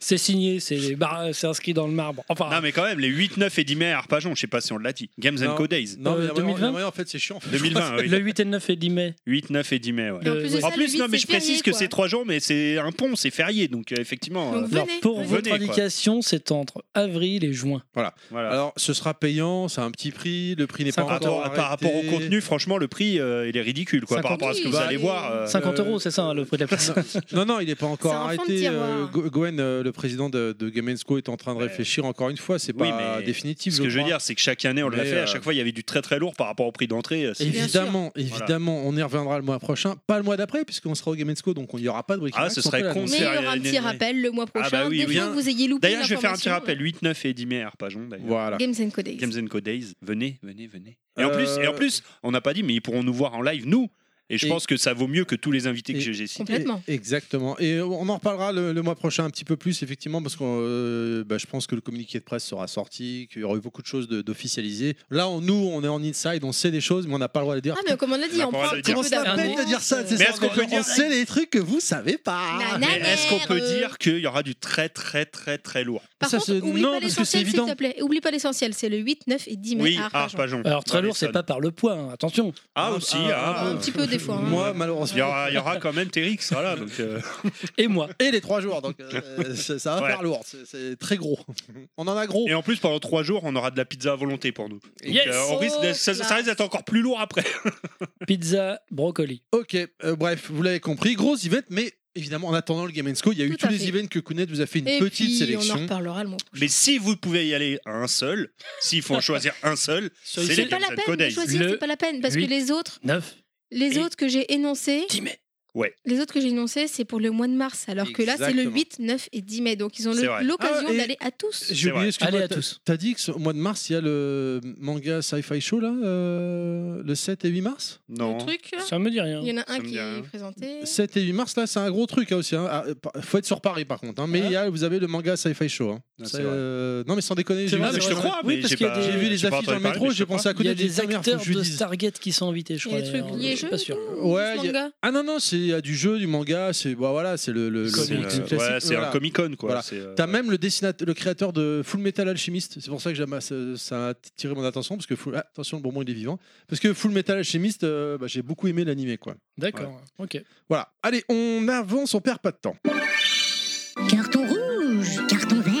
Speaker 6: C'est signé, c'est bar- c'est inscrit dans le marbre. Enfin,
Speaker 4: Non, mais quand même, les 8, 9 et 10 mai à Arpajon, je sais pas si on l'a dit. Games
Speaker 3: Non.
Speaker 4: and Co Days.
Speaker 3: Non, mais
Speaker 6: Euh,
Speaker 3: en vrai,
Speaker 6: 2020?
Speaker 3: en vrai, en fait, c'est chiant.
Speaker 4: 2020, oui.
Speaker 6: le 8 et le 9 et 10 mai.
Speaker 4: 8, 9 hein. et 10 mai, ouais.
Speaker 5: Et en
Speaker 6: Euh,
Speaker 5: plus, de
Speaker 6: ouais.
Speaker 5: ça,
Speaker 4: En
Speaker 5: le
Speaker 4: plus,
Speaker 5: huit,
Speaker 4: non, mais
Speaker 5: c'est
Speaker 4: je précise
Speaker 5: férié,
Speaker 4: que
Speaker 5: quoi.
Speaker 4: c'est 3 jours, mais c'est un pont, c'est férié. Donc, euh, effectivement,
Speaker 5: Donc,
Speaker 4: euh,
Speaker 6: Alors,
Speaker 5: Venez,
Speaker 6: pour
Speaker 5: venez.
Speaker 6: votre
Speaker 4: Venez, quoi.
Speaker 6: indication, c'est entre avril et juin.
Speaker 4: voilà.
Speaker 3: Alors, ce sera payant, c'est un petit prix, le prix n'est pas
Speaker 4: par,
Speaker 3: encore
Speaker 4: rapport, par
Speaker 3: arrêté.
Speaker 4: rapport au contenu, franchement, le prix, euh, il est ridicule. Quoi,
Speaker 6: 50.
Speaker 4: par rapport à ce que vous
Speaker 5: Oui,
Speaker 4: allez
Speaker 5: bah,
Speaker 4: voir. euh,
Speaker 6: 50
Speaker 3: Euh,
Speaker 6: euros, c'est ça hein, le prix de la place.
Speaker 4: *laughs*
Speaker 3: Non, non, il n'est pas encore
Speaker 5: C'est un fond de
Speaker 3: arrêté.
Speaker 5: tiroir.
Speaker 3: euh, Go- Gwen, euh, le président de, de Gamesco, est en train de
Speaker 4: Ouais.
Speaker 3: réfléchir encore une fois. C'est
Speaker 4: Oui,
Speaker 3: pas
Speaker 4: mais
Speaker 3: définitif.
Speaker 4: ce que je veux
Speaker 3: crois.
Speaker 4: dire, c'est que chaque année, on l'a
Speaker 3: Mais,
Speaker 4: fait.
Speaker 3: euh,
Speaker 4: À chaque fois, il y avait du très très lourd par rapport au prix d'entrée. euh, c'est-
Speaker 5: Bien
Speaker 3: Évidemment, évidemment, on y reviendra le mois prochain, pas le mois d'après, puisqu'on sera au Gamesco, donc il n'y aura pas de Brick
Speaker 4: Ah, ce serait con,
Speaker 5: Mais il y
Speaker 4: C'est
Speaker 5: aura un
Speaker 4: une-
Speaker 5: petit rappel le mois prochain.
Speaker 4: Ah bah oui,
Speaker 5: dès
Speaker 4: oui.
Speaker 5: que vous ayez loupé
Speaker 4: D'ailleurs, je vais faire un petit
Speaker 5: l'information,
Speaker 4: rappel 8, 9 et 10 mai à Arpajon. d'ailleurs.
Speaker 3: Voilà.
Speaker 5: Games and Codex.
Speaker 4: Games and Co Days, venez, venez, venez. Et en
Speaker 3: Euh,
Speaker 4: plus, et en plus, on n'a pas dit, mais ils pourront nous voir en live, nous. Et je
Speaker 3: Et-
Speaker 4: pense que ça vaut mieux que tous les invités que
Speaker 3: Et-
Speaker 4: j'ai- j'ai cités.
Speaker 5: Complètement.
Speaker 3: Et- exactement. Et on en reparlera le, le mois prochain un petit peu plus, effectivement, parce que euh, bah, je pense que le communiqué de presse sera sorti, qu'il y aura eu beaucoup de choses de- d'officialisées. Là, on- nous, on est en inside, on sait des choses, mais on n'a pas le droit de les dire.
Speaker 5: Ah, mais comme on l'a dit,
Speaker 4: On a
Speaker 5: on
Speaker 4: pas
Speaker 5: prend un
Speaker 4: le droit de
Speaker 5: petit peu
Speaker 4: dire
Speaker 6: ça.
Speaker 5: d'avance.
Speaker 6: Comment ça
Speaker 3: Arrête de dire
Speaker 5: euh,
Speaker 3: ça, c'est
Speaker 4: Mais
Speaker 3: ça,
Speaker 4: est-ce qu'on
Speaker 3: on-
Speaker 4: peut
Speaker 3: on
Speaker 4: dire-
Speaker 3: sait les trucs que vous savez pas.
Speaker 5: Nanana.
Speaker 4: Mais est-ce qu'on peut
Speaker 5: Euh. dire
Speaker 4: dire qu'il y aura du très très très très lourd
Speaker 5: Par
Speaker 3: Ça,
Speaker 5: contre,
Speaker 3: c'est-
Speaker 5: oublie
Speaker 3: non,
Speaker 5: pas
Speaker 3: parce que c'est
Speaker 5: l'essentiel, s'il
Speaker 3: évident.
Speaker 5: te plaît. Oublie pas l'essentiel, c'est le 8, 9 et 10 mai
Speaker 4: Oui,
Speaker 5: à
Speaker 4: à
Speaker 5: Arpajon.
Speaker 4: Arpajon.
Speaker 6: Alors très
Speaker 4: Dans
Speaker 6: lourd,
Speaker 4: les
Speaker 6: c'est
Speaker 4: salles.
Speaker 6: pas par le poids, hein, attention.
Speaker 4: Ah aussi,
Speaker 3: Ah,
Speaker 4: ah,
Speaker 5: Un petit peu des fois. hein.
Speaker 3: Moi,
Speaker 4: Il y
Speaker 3: malheureusement.
Speaker 4: aura, il y aura quand même Térix, voilà. Donc,
Speaker 3: *laughs*
Speaker 4: euh,
Speaker 6: Et moi.
Speaker 3: Et les trois jours, donc
Speaker 4: *laughs*
Speaker 3: euh, ça ça va
Speaker 4: Ouais.
Speaker 3: faire lourd. C'est- C'est très gros. On en a gros.
Speaker 4: Et en plus, pendant trois jours, on aura de la pizza à volonté pour nous. Donc,
Speaker 6: Yes
Speaker 4: euh, on risque d'être- ça, ça risque d'être encore plus lourd après.
Speaker 6: Pizza, brocoli.
Speaker 3: Ok, euh, bref, vous l'avez compris, gros event, mais évidemment, en attendant le Game Co, il y a eu
Speaker 5: Tout
Speaker 3: tous
Speaker 5: à
Speaker 3: les
Speaker 5: fait.
Speaker 3: events que Kounet vous a fait une
Speaker 5: Et
Speaker 3: petite
Speaker 5: puis, on en
Speaker 3: sélection.
Speaker 5: reparlera le mois prochain.
Speaker 4: Mais si vous pouvez y aller à un seul, s'il faut en choisir un seul,
Speaker 6: Sur
Speaker 4: C'est
Speaker 6: ici,
Speaker 4: les
Speaker 5: C'est pas la
Speaker 4: Games and
Speaker 5: peine de
Speaker 4: Codex.
Speaker 5: choisir,
Speaker 6: Le
Speaker 5: c'est pas la peine. Parce que
Speaker 6: huit.
Speaker 5: les autres,
Speaker 6: 9,
Speaker 5: les
Speaker 4: Et-
Speaker 5: autres que j'ai énoncés,
Speaker 6: 10 mai.
Speaker 5: Les autres que j'ai énoncés, c'est pour le mois de mars, alors que là, c'est le
Speaker 3: Exactement.
Speaker 5: 8, 9 et 10 mai. Donc, ils ont le-
Speaker 4: C'est vrai.
Speaker 5: l'occasion
Speaker 3: Ah, et-
Speaker 5: d'aller à tous.
Speaker 4: C'est
Speaker 3: J'ai
Speaker 4: vrai.
Speaker 3: oublié, excuse-moi.
Speaker 6: Allez à
Speaker 3: t'as-
Speaker 6: tous.
Speaker 3: T'as dit que ce- au mois de mars, il y a le manga Sci-Fi Show, là, euh, le 7 et 8 mars
Speaker 4: Non.
Speaker 5: Le truc,
Speaker 6: Ça me dit rien.
Speaker 5: Hein il y en a
Speaker 4: ça
Speaker 5: un
Speaker 4: me
Speaker 5: qui
Speaker 4: dit rien.
Speaker 5: est présenté.
Speaker 3: 7 et 8 mars, là, c'est un gros truc hein, aussi. hein. Ah, euh, par- faut être sur Paris, par contre. hein. Mais
Speaker 6: Ouais.
Speaker 3: il y a- vous avez le manga Sci-Fi Show. hein.
Speaker 4: Ah,
Speaker 3: Ça,
Speaker 4: c'est vrai.
Speaker 3: euh, non, mais sans déconner,
Speaker 6: C'est
Speaker 3: j'ai vu,
Speaker 6: vrai,
Speaker 4: Ah, mais
Speaker 6: c'est
Speaker 4: je te
Speaker 6: vrai.
Speaker 4: crois,
Speaker 6: Oui,
Speaker 4: mais
Speaker 6: parce
Speaker 4: j'ai
Speaker 6: qu'il y a
Speaker 4: pas-
Speaker 6: des-
Speaker 3: j'ai vu
Speaker 4: j'ai
Speaker 3: les
Speaker 4: pas
Speaker 3: affiches
Speaker 4: entendu
Speaker 3: dans le
Speaker 4: parler,
Speaker 3: métro,
Speaker 4: mais je
Speaker 3: j'ai
Speaker 4: sais pas.
Speaker 3: pensé à
Speaker 6: Il y
Speaker 3: côté
Speaker 6: a
Speaker 3: de
Speaker 6: des acteurs
Speaker 3: merde, faut que je
Speaker 6: de
Speaker 3: lui dise.
Speaker 6: Stargate qui sont invités, je
Speaker 5: Il y
Speaker 6: crois.
Speaker 5: a des trucs
Speaker 6: d'ailleurs.
Speaker 5: liés
Speaker 6: Je suis
Speaker 5: jeux
Speaker 6: pas sûr.
Speaker 3: Ouais,
Speaker 5: ce
Speaker 3: il y a-
Speaker 5: manga.
Speaker 3: Ah non, non, c'est- il y a du jeu, du manga, c'est bah, voilà, c'est le, le, le-
Speaker 4: C'est
Speaker 3: le
Speaker 6: Comics.
Speaker 4: euh,
Speaker 3: classique,
Speaker 4: ouais, c'est
Speaker 3: voilà.
Speaker 4: un Comic Con quoi.
Speaker 3: Voilà.
Speaker 4: C'est, euh,
Speaker 3: T'as même le dessinateur, le créateur de Full Metal Alchemist. C'est pour ça que j'aime- ça, ça a attiré mon attention parce que Full- ah, attention, le bonbon il est vivant. Parce que Full Metal Alchemist, euh, bah, j'ai beaucoup aimé l'animé quoi.
Speaker 6: D'accord. Ok.
Speaker 3: Voilà. Allez, on avance, on perd pas de temps.
Speaker 1: Carton rouge, carton vert.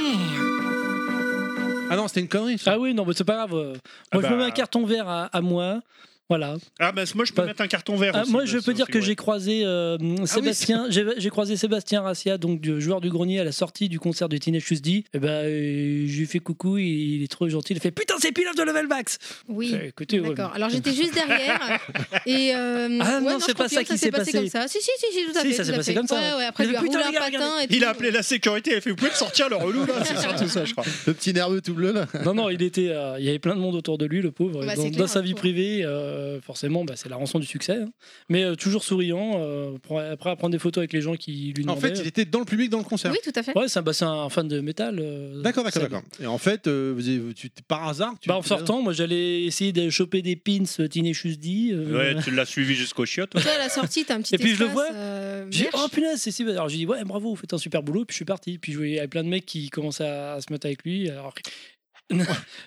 Speaker 3: Ah non, c'était une connerie. ça.
Speaker 6: Ah oui, non, mais c'est pas grave. Moi, je
Speaker 4: Ah
Speaker 6: me mets
Speaker 4: bah.
Speaker 6: un carton vert à, à moi. Voilà.
Speaker 4: Ah bah moi je peux
Speaker 6: Pas-
Speaker 4: mettre un carton vert.
Speaker 6: Ah,
Speaker 4: aussi,
Speaker 6: moi,
Speaker 4: bah,
Speaker 6: je peux
Speaker 4: sinon,
Speaker 6: dire
Speaker 4: c'est Ah
Speaker 6: que
Speaker 4: vrai.
Speaker 6: j'ai croisé euh,
Speaker 4: *laughs*
Speaker 6: Sébastien. j'ai- j'ai croisé Sébastien Rassia, donc du joueur du grenier, à la sortie du concert de Teenage Tuesday. Et ben, euh, je lui fais coucou. Il, il est trop gentil. Il fait putain, c'est Pilaf de Level Max.
Speaker 5: Oui.
Speaker 6: Eh, écoutez, ouais.
Speaker 5: D'accord. Alors j'étais juste
Speaker 6: *laughs*
Speaker 5: derrière et euh,
Speaker 6: Ah non,
Speaker 5: ouais,
Speaker 6: c'est pas
Speaker 5: je
Speaker 6: ça
Speaker 5: confirme,
Speaker 6: qui s'est passé.
Speaker 5: comme ça. Si si si, si tout à
Speaker 6: Si,
Speaker 5: fait.
Speaker 6: ça
Speaker 5: tout
Speaker 6: s'est
Speaker 5: à
Speaker 6: passé
Speaker 5: fait.
Speaker 6: comme ça,
Speaker 5: Ouais,
Speaker 6: ouais.
Speaker 5: ouais, après
Speaker 6: Mais
Speaker 5: lui a
Speaker 6: putain,
Speaker 5: roulé un
Speaker 6: les gars,
Speaker 5: patin et
Speaker 4: Il
Speaker 5: tout.
Speaker 4: a appelé la sécurité, il a fait vous pouvez me sortir le relou
Speaker 6: Ah,
Speaker 5: *laughs*
Speaker 4: là, c'est surtout ça *laughs* je crois.
Speaker 3: Le petit nerveux tout bleu là.
Speaker 6: Non, non, il était. euh, il y avait plein de monde autour de lui, le pauvre.
Speaker 5: Bah,
Speaker 6: dans,
Speaker 5: c'est
Speaker 6: dans
Speaker 5: clair,
Speaker 6: sa
Speaker 5: le
Speaker 6: vie
Speaker 5: pauvre.
Speaker 6: privée, euh, forcément, bah, c'est la rançon du succès. hein. Mais euh, toujours souriant. euh, pour- après, à prendre des photos avec les gens qui lui
Speaker 3: En
Speaker 6: demandaient.
Speaker 3: fait, il était dans le public dans le concert.
Speaker 5: Oui, tout à fait.
Speaker 6: Ouais, c'est un, bah, c'est un fan de métal. euh,
Speaker 3: D'accord, d'accord,
Speaker 6: Seb.
Speaker 3: d'accord. Et en fait, euh, vous avez- tu, par hasard, tu.
Speaker 6: Bah, en
Speaker 3: tu-
Speaker 6: sortant, moi j'allais essayer de choper des pins euh, Teenage Tuesday. euh,
Speaker 4: Ouais, tu l'as suivi jusqu'au chiottes. hein.
Speaker 5: Toi, à la sortie, t'as un petit
Speaker 6: Et puis, je le
Speaker 5: espace,
Speaker 6: vois.
Speaker 5: euh,
Speaker 6: J'ai dit,
Speaker 5: merch.
Speaker 6: oh punaise, c'est si Alors j'ai dit, ouais, bravo, vous faites un super boulot. Puis je suis parti. Puis je voyais il y avait plein de mecs qui commençaient à, à se mettre avec lui. Alors. *laughs* que-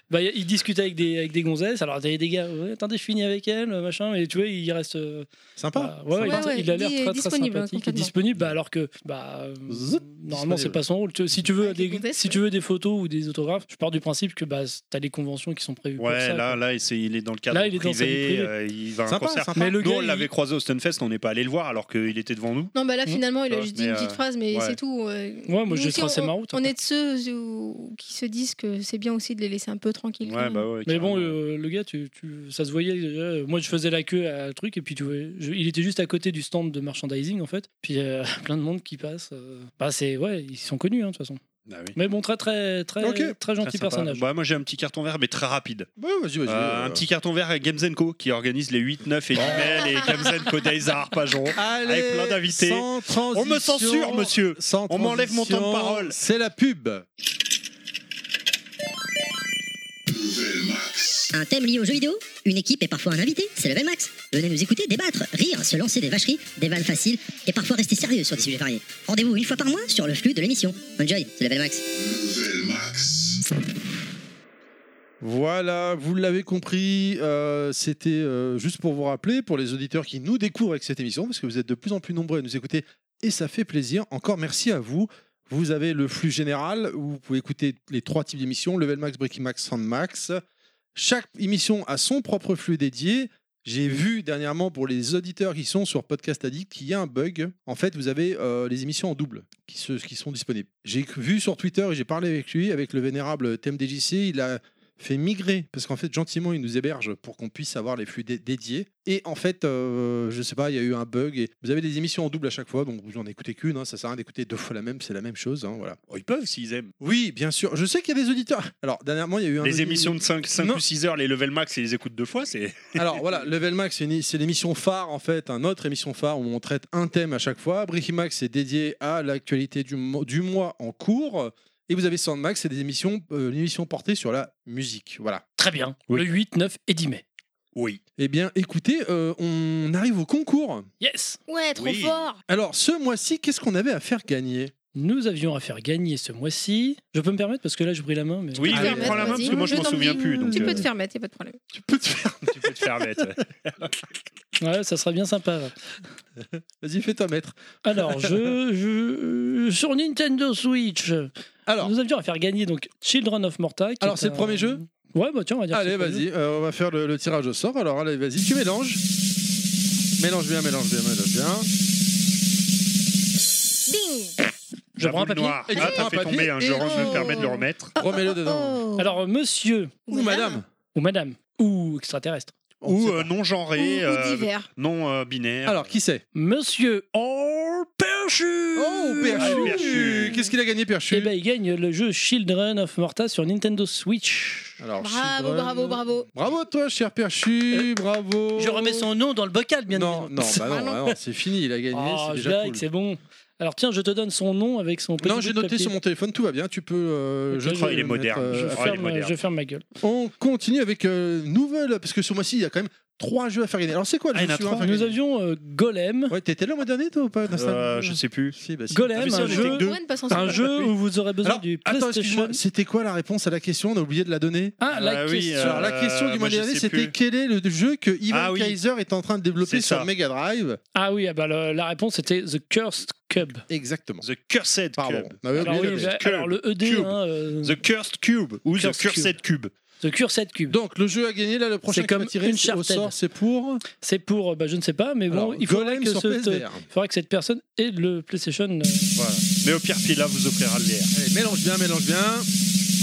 Speaker 6: bah, y a- il discutait avec des, avec des gonzesses. Alors t'avais des gars, ouais, attendez, je finis avec elle, euh, machin. Et tu vois, il reste. euh,
Speaker 3: ah, Sympa.
Speaker 6: bah, ouais,
Speaker 5: Ouais,
Speaker 6: il-
Speaker 5: ouais,
Speaker 6: il a l'air
Speaker 5: il est
Speaker 6: très, très
Speaker 5: disponible, hein,
Speaker 6: sympathique. Il est
Speaker 5: complètement.
Speaker 6: disponible, bah, alors que bah, euh,
Speaker 3: Zut,
Speaker 6: normalement, c'est
Speaker 3: disponible.
Speaker 6: pas son rôle. Tu- Si tu veux,
Speaker 5: Avec les
Speaker 6: des,
Speaker 5: contestes,
Speaker 6: si tu veux des photos ou des autographes, je pars du principe que bah, t'as les conventions qui sont prévues pour
Speaker 4: Ouais,
Speaker 6: ça.
Speaker 4: là,
Speaker 6: quoi.
Speaker 4: là, il s'est- il est dans le cadre
Speaker 6: Là, il est dans sa vie
Speaker 4: privé,
Speaker 6: privée.
Speaker 4: euh, il va à un
Speaker 3: Sympa,
Speaker 4: concert.
Speaker 3: sympa.
Speaker 6: Mais le
Speaker 4: Nous,
Speaker 6: gars,
Speaker 4: on
Speaker 6: il-
Speaker 4: l'avait croisé au Stunfest, on n'est pas allé le voir alors qu'il était devant nous.
Speaker 5: Non, bah là,
Speaker 6: Hmm.
Speaker 5: finalement, il a
Speaker 4: Ouais,
Speaker 5: juste dit
Speaker 4: mais,
Speaker 5: une
Speaker 4: euh,
Speaker 5: petite phrase, mais
Speaker 4: ouais.
Speaker 5: c'est tout. euh,
Speaker 6: Ouais, moi,
Speaker 5: nous
Speaker 6: j'ai
Speaker 5: aussi,
Speaker 6: tracé
Speaker 5: on-
Speaker 6: ma route,
Speaker 5: On
Speaker 6: après.
Speaker 5: est de ceux où- qui se disent que c'est bien aussi de les laisser un peu tranquilles.
Speaker 4: Ouais, bah ouais,
Speaker 6: Mais
Speaker 4: carrément.
Speaker 6: bon, euh, le gars, tu, tu- ça se voyait. euh, moi, je faisais la queue à un truc, et puis tu vois, je- il était juste à côté du stand de merchandising, en fait. Puis euh, *laughs* plein de monde qui passe. euh. bah, c'est ouais, ils sont connus hein, de toute façon.
Speaker 8: Bah
Speaker 4: Ah oui.
Speaker 6: Mais bon, très très très
Speaker 3: Ok.
Speaker 6: très gentil
Speaker 4: Très sympa.
Speaker 6: personnage.
Speaker 4: Bah, moi j'ai un petit carton vert mais très rapide.
Speaker 3: Ouais, vas-y, vas-y.
Speaker 4: Euh,
Speaker 3: euh,
Speaker 4: un petit carton vert à Games Co qui organise les 8, 9 et 10 mai les Games Co Days à Arpajon.
Speaker 3: Allez,
Speaker 4: avec plein d'invités.
Speaker 3: sans transition.
Speaker 4: On me censure monsieur.
Speaker 3: Sans
Speaker 4: On m'enlève mon temps de
Speaker 3: transition,
Speaker 4: parole.
Speaker 3: C'est la pub.
Speaker 1: Un thème lié aux jeux vidéo, une équipe et parfois un invité, c'est Level Max. Venez nous écouter, débattre, rire, se lancer des vacheries, des vannes faciles et parfois rester sérieux sur des sujets variés. Rendez-vous une fois par mois sur le flux de l'émission. Enjoy, c'est Level Max.
Speaker 3: Voilà, vous l'avez compris, euh, c'était euh, juste pour vous rappeler, pour les auditeurs qui nous découvrent avec cette émission, parce que vous êtes de plus en plus nombreux à nous écouter, et ça fait plaisir. Encore merci à vous. Vous avez le flux général, où vous pouvez écouter les trois types d'émissions, Level Max, Breaking Max, Sound Max. Chaque émission a son propre flux dédié.
Speaker 4: Mmh.
Speaker 3: J'ai vu dernièrement pour les auditeurs qui sont sur Podcast Addict qu'il y a un bug. En fait, vous avez euh, les émissions en double qui, se- qui sont disponibles. J'ai vu sur Twitter et j'ai parlé avec lui, avec le vénérable TMDJC, il a fait migrer parce qu'en fait gentiment il nous héberge pour qu'on puisse avoir les flux dé- dédiés et en fait euh, je sais pas il y a eu un bug et vous avez des émissions en double à chaque fois donc vous en écoutez qu'une hein, ça sert à rien d'écouter deux fois la même c'est la même chose hein, voilà
Speaker 4: Oh, ils peuvent s'ils aiment.
Speaker 3: oui bien sûr je sais qu'il y a des auditeurs alors dernièrement il y a eu un
Speaker 4: Les
Speaker 3: audi-
Speaker 4: émissions de 5,
Speaker 3: Non.
Speaker 4: ou 6 heures, les level max, ils les écoutent deux fois, c'est
Speaker 3: *laughs* alors voilà Level Max c'est une- c'est l'émission phare en fait un autre émission phare où on traite un thème à chaque fois Bricky Max c'est dédié à l'actualité du, mo- du mois en cours et vous avez Soundmax c'est des émissions euh, une émission portée sur la musique voilà
Speaker 6: Très bien.
Speaker 4: Oui.
Speaker 6: Le 8, 9 et 10 mai.
Speaker 4: oui.
Speaker 3: Eh bien, écoutez, euh, on arrive au concours.
Speaker 6: Yes.
Speaker 5: Ouais, trop
Speaker 4: Oui.
Speaker 5: fort.
Speaker 3: Alors, ce mois-ci, qu'est-ce qu'on avait à faire gagner
Speaker 6: Nous avions à faire gagner ce mois-ci. Je peux me permettre parce que là, je brille la main. Mais...
Speaker 4: Oui,
Speaker 5: peux
Speaker 4: mais
Speaker 5: te
Speaker 4: prends la
Speaker 5: permettre,
Speaker 4: main parce
Speaker 5: vas-y.
Speaker 4: que moi je m'en
Speaker 5: Je t'en
Speaker 4: souviens
Speaker 5: prie.
Speaker 4: plus. Donc,
Speaker 5: Tu
Speaker 4: euh,
Speaker 5: peux te faire mettre, y a pas de problème.
Speaker 3: Tu peux te faire.
Speaker 4: tu peux te faire mettre.
Speaker 6: Ouais, ça sera bien sympa. là.
Speaker 3: Vas-y, fais-toi maître.
Speaker 6: Alors, je, je- sur Nintendo Switch,
Speaker 3: Alors,
Speaker 6: nous avions à faire gagner donc Children of Morta. qui
Speaker 3: Alors,
Speaker 6: est
Speaker 3: c'est le
Speaker 6: un-
Speaker 3: premier jeu
Speaker 6: Ouais, bah tiens, on va dire. que
Speaker 3: allez,
Speaker 6: c'est le premier jeu.
Speaker 3: vas-y, euh, on va faire le, le tirage au sort. Alors, allez, vas-y, tu mélanges. Mélange bien, mélange bien, mélange bien.
Speaker 5: Ding.
Speaker 6: Je prends un
Speaker 4: J'avoue, le
Speaker 6: papier.
Speaker 4: noir.
Speaker 3: Et tu
Speaker 4: Ah,
Speaker 3: prends
Speaker 4: t'as
Speaker 3: un
Speaker 4: fait
Speaker 3: papier
Speaker 4: tomber, hein, je
Speaker 3: et-
Speaker 4: me
Speaker 5: Oh.
Speaker 4: permets de le remettre.
Speaker 3: Remets-le dedans.
Speaker 5: Oh.
Speaker 6: Alors, monsieur
Speaker 3: Ou madame.
Speaker 6: ou madame ou extraterrestre.
Speaker 3: on
Speaker 8: ou
Speaker 3: sait
Speaker 8: euh, non
Speaker 5: Ou,
Speaker 8: genré,
Speaker 5: ou
Speaker 8: euh,
Speaker 5: divers.
Speaker 8: non euh,
Speaker 3: pas.
Speaker 8: binaire.
Speaker 3: Alors, qui c'est
Speaker 6: Monsieur All Perchu
Speaker 3: Oh, Perchu
Speaker 8: Perchu.
Speaker 3: Qu'est-ce qu'il a gagné, Perchu
Speaker 6: Eh ben, il gagne le jeu Children of Morta sur Nintendo Switch.
Speaker 3: Alors,
Speaker 5: Bravo,
Speaker 3: Children.
Speaker 5: bravo, bravo.
Speaker 3: Bravo à toi, cher Perchu, bravo.
Speaker 6: Euh, Je remets son nom dans le bocal, bien
Speaker 3: non,
Speaker 6: *laughs*
Speaker 3: non, bah non, bah non, c'est fini, il a gagné,
Speaker 6: Ah,
Speaker 3: c'est
Speaker 6: je
Speaker 3: déjà
Speaker 6: like,
Speaker 3: cool.
Speaker 6: c'est bon. Alors tiens, je te donne son nom avec son petit
Speaker 3: Non,
Speaker 6: bout
Speaker 3: j'ai
Speaker 6: de
Speaker 3: noté
Speaker 6: papier.
Speaker 3: sur mon téléphone, tout va bien, tu peux... euh,
Speaker 6: Ok,
Speaker 3: je
Speaker 6: je-
Speaker 3: peux
Speaker 6: il
Speaker 8: est
Speaker 3: mettre,
Speaker 8: moderne.
Speaker 6: Je,
Speaker 3: euh,
Speaker 8: Ah, il est
Speaker 6: ferme,
Speaker 8: moderne.
Speaker 6: je ferme ma gueule.
Speaker 3: on continue avec euh, nouvelle, parce que ce mois-ci, il y a quand même trois jeux à faire gagner. Alors, c'est quoi le
Speaker 8: Ah, il y
Speaker 3: jeu
Speaker 8: en a
Speaker 3: suivant à
Speaker 8: trois.
Speaker 3: faire
Speaker 6: Nous
Speaker 3: gagner
Speaker 6: avions euh, Golem.
Speaker 3: Ouais, t'étais là le mois dernier, toi, ou pas
Speaker 6: Ah,
Speaker 3: Nastan
Speaker 8: Euh, je sais plus.
Speaker 3: Si, bah si.
Speaker 6: Golem,
Speaker 8: Ah,
Speaker 6: un
Speaker 8: mais si, on était
Speaker 6: jeu,
Speaker 8: que deux.
Speaker 5: One passe en
Speaker 6: un
Speaker 5: seconde.
Speaker 6: jeu où vous aurez besoin
Speaker 3: Alors,
Speaker 6: du
Speaker 3: attends,
Speaker 6: PlayStation.
Speaker 3: excuse-moi, c'était quoi la réponse à la question On a oublié de la donner.
Speaker 6: Ah, la
Speaker 8: Ah oui,
Speaker 6: question.
Speaker 8: euh,
Speaker 3: Alors, la question du mois
Speaker 8: moi, je
Speaker 3: dernier,
Speaker 8: sais
Speaker 3: c'était
Speaker 8: plus.
Speaker 3: quel est le jeu que Ivan
Speaker 8: Ah oui.
Speaker 3: Kaiser est en train de développer
Speaker 8: C'est
Speaker 3: sur
Speaker 8: ça.
Speaker 3: Mega Drive
Speaker 6: Ah oui, ah bah, le- la réponse était The Cursed Cube.
Speaker 3: Exactement.
Speaker 8: The Cursed
Speaker 3: Pardon,
Speaker 8: Cube.
Speaker 3: on avait
Speaker 6: Alors,
Speaker 3: oublié
Speaker 6: oui,
Speaker 3: Ah, le
Speaker 6: bah,
Speaker 3: nom.
Speaker 8: Cube.
Speaker 6: alors, le ED,
Speaker 8: Cube.
Speaker 6: hein, euh,
Speaker 8: The Cursed Cube ou The
Speaker 6: Cursed
Speaker 8: Cursed Cube.
Speaker 6: The Cursed Cube.
Speaker 3: Donc, le jeu à gagner, là, le prochain
Speaker 6: C'est
Speaker 3: qui va
Speaker 6: comme
Speaker 3: tirer au
Speaker 6: Uncharted.
Speaker 3: sort, c'est pour
Speaker 6: C'est pour, euh, bah, je ne sais pas, mais bon,
Speaker 3: Alors,
Speaker 6: il faudrait
Speaker 3: Golem
Speaker 6: que,
Speaker 3: sur
Speaker 6: cette-
Speaker 3: PSVR.
Speaker 6: faudrait que cette personne ait le PlayStation. euh,
Speaker 8: Voilà. Mais au pire, Pila vous offrira le VR.
Speaker 3: Allez, mélange bien, mélange bien.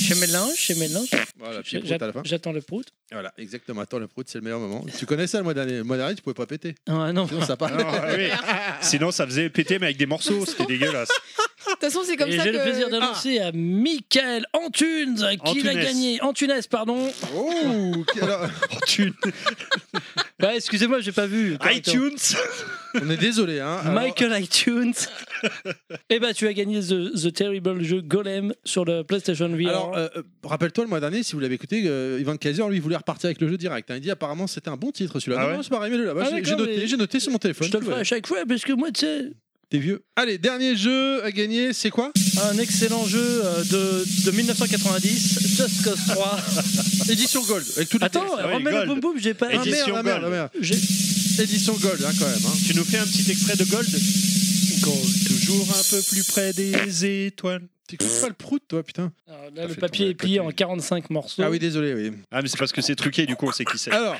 Speaker 6: Chez Mélange, chez Mélange.
Speaker 3: Voilà, puis prout à la fin.
Speaker 6: J'att- J'attends le prout.
Speaker 3: Voilà, exactement. Attends, le prout, c'est le meilleur moment. Tu connais ça le mois dernier Le mois dernier, tu pouvais pas péter.
Speaker 6: Ah non.
Speaker 3: Sinon, ça part.
Speaker 8: Non, ah oui. *laughs* Sinon, ça faisait péter, mais avec des morceaux.
Speaker 6: *laughs*
Speaker 8: C'était dégueulasse.
Speaker 5: De toute façon, c'est comme
Speaker 6: Et
Speaker 5: ça
Speaker 6: j'ai
Speaker 5: que. Ah.
Speaker 6: le plaisir d'annoncer à Michael Antunes qu'il a
Speaker 8: Antunes.
Speaker 6: gagné. Antunes, pardon.
Speaker 3: Oh alors,
Speaker 8: Oh, tu-
Speaker 6: Bah, excusez-moi, j'ai pas vu.
Speaker 8: iTunes.
Speaker 3: *laughs* On est désolé, hein. Alors,
Speaker 6: Michael iTunes. Eh bah, tu as gagné The, the Terrible Jeu Golem sur le PlayStation VR.
Speaker 3: Alors, euh, euh, rappelle-toi le mois dernier, si vous l'avez écouté, euh, Ivan Kaiser, lui, voulait repartir avec le jeu direct. hein. Il dit apparemment c'était un bon titre celui-là.
Speaker 8: Ah
Speaker 3: non,
Speaker 8: ouais
Speaker 3: non, c'est pareil, mais le là
Speaker 6: Ah,
Speaker 3: j'ai j'ai
Speaker 6: d'accord,
Speaker 3: noté,
Speaker 6: mais-
Speaker 3: j'ai noté sur mon téléphone.
Speaker 6: je te le
Speaker 3: tout
Speaker 6: ferai
Speaker 3: va
Speaker 6: à
Speaker 3: bien.
Speaker 6: chaque fois parce que moi, tu sais,
Speaker 3: T'es vieux. Allez, dernier jeu à gagner, c'est quoi
Speaker 6: un excellent jeu euh, de, de 1990, Just Cause 3.
Speaker 3: Édition Gold. Avec toutes les
Speaker 6: Attends, euh,
Speaker 8: Ah oui,
Speaker 6: remets le
Speaker 8: Gold.
Speaker 6: boum boum, j'ai pas.
Speaker 3: Ah, merde,
Speaker 8: Édition
Speaker 3: ah, merde,
Speaker 8: Gold.
Speaker 3: ah, merde.
Speaker 6: J'ai-
Speaker 3: Édition Gold, hein, quand même. hein.
Speaker 8: Tu nous fais un petit extrait de Gold Toujours un peu plus près des étoiles.
Speaker 3: T'écoutes pas le prout, toi, putain.
Speaker 6: Alors Ah, là, le
Speaker 3: fait
Speaker 6: papier
Speaker 3: tomber
Speaker 6: est
Speaker 3: le
Speaker 6: plié
Speaker 3: papier.
Speaker 6: en 45 morceaux.
Speaker 3: Ah oui, désolé, oui.
Speaker 8: Ah, mais c'est parce que c'est truqué, du coup, on sait qui c'est.
Speaker 3: Alors,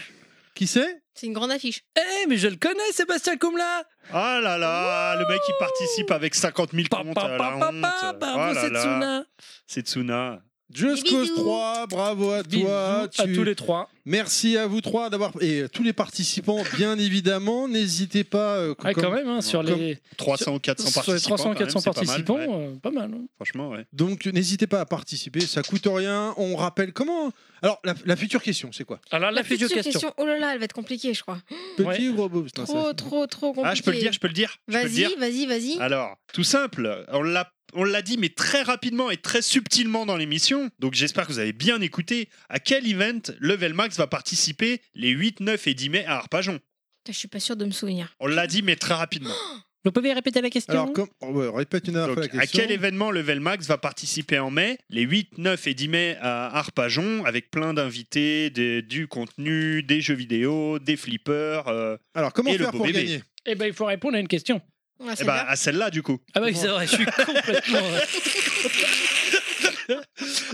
Speaker 3: qui c'est
Speaker 5: C'est une grande affiche.
Speaker 6: Eh, mais je le connais, Sébastien Kumla
Speaker 8: Ah là là, le mec qui participe avec 50 000
Speaker 6: Pa,
Speaker 8: comptes.
Speaker 6: pa,
Speaker 8: à
Speaker 6: pa,
Speaker 8: la
Speaker 6: pa,
Speaker 8: honte.
Speaker 6: pa,
Speaker 8: Ah
Speaker 6: Bravo,
Speaker 8: là là,
Speaker 6: Setsuna
Speaker 8: C'est Tsuna.
Speaker 3: Just
Speaker 5: Des
Speaker 3: Cause
Speaker 5: bisous.
Speaker 3: 3, bravo à
Speaker 6: Bisous
Speaker 3: toi.
Speaker 6: à
Speaker 3: tu-
Speaker 6: tous les trois.
Speaker 3: Merci à vous trois d'avoir. Et euh, tous les participants, bien évidemment. N'hésitez pas. euh,
Speaker 6: Ouais,
Speaker 3: comme-
Speaker 6: quand même, hein, sur,
Speaker 3: comme-
Speaker 6: les,
Speaker 8: 300 ou 400
Speaker 6: sur les
Speaker 8: participants.
Speaker 6: 300
Speaker 8: quand même,
Speaker 6: 400
Speaker 8: c'est pas mal,
Speaker 6: participants,
Speaker 8: ouais.
Speaker 6: euh, pas mal. hein.
Speaker 8: Franchement, ouais.
Speaker 3: Donc n'hésitez pas à participer, ça coûte rien. On rappelle comment. Alors la, la future question, c'est quoi
Speaker 6: Alors, la,
Speaker 5: La
Speaker 6: future question.
Speaker 5: Oh là là, elle va être compliquée, je crois.
Speaker 3: Petit
Speaker 6: Ouais.
Speaker 3: ou gros boobs Non, ça-
Speaker 5: Trop, trop, trop compliqué.
Speaker 8: Ah, je peux le dire, je peux le dire. je peux le dire.
Speaker 5: Vas-y, vas-y, vas-y.
Speaker 8: Alors, tout simple, on l'a on l'a dit, mais très rapidement et très subtilement dans l'émission. Donc, j'espère que vous avez bien écouté. À quel event Level Max va participer les 8, 9 et 10 mai à Arpajon
Speaker 5: Putain, Je suis pas sûre de me souvenir.
Speaker 8: On l'a dit, mais très rapidement.
Speaker 6: Vous pouvez répéter la question
Speaker 3: Alors comme... oh, ouais, répète une dernière
Speaker 8: Donc,
Speaker 3: fois la
Speaker 8: à
Speaker 3: question.
Speaker 8: quel événement Level Max va participer en mai Les 8, 9 et 10 mai à Arpajon, avec plein d'invités, des- du contenu, des jeux vidéo, des flippers. euh,
Speaker 3: Alors comment
Speaker 8: Et le
Speaker 3: faire
Speaker 8: beau
Speaker 3: pour
Speaker 8: bébé.
Speaker 3: gagner
Speaker 6: Eh ben, il faut répondre à une question.
Speaker 5: Ah,
Speaker 8: eh
Speaker 5: c'est
Speaker 8: ben,
Speaker 5: bien.
Speaker 8: à celle-là, du coup.
Speaker 6: Ah oui, c'est vrai, *laughs* je suis complètement... euh,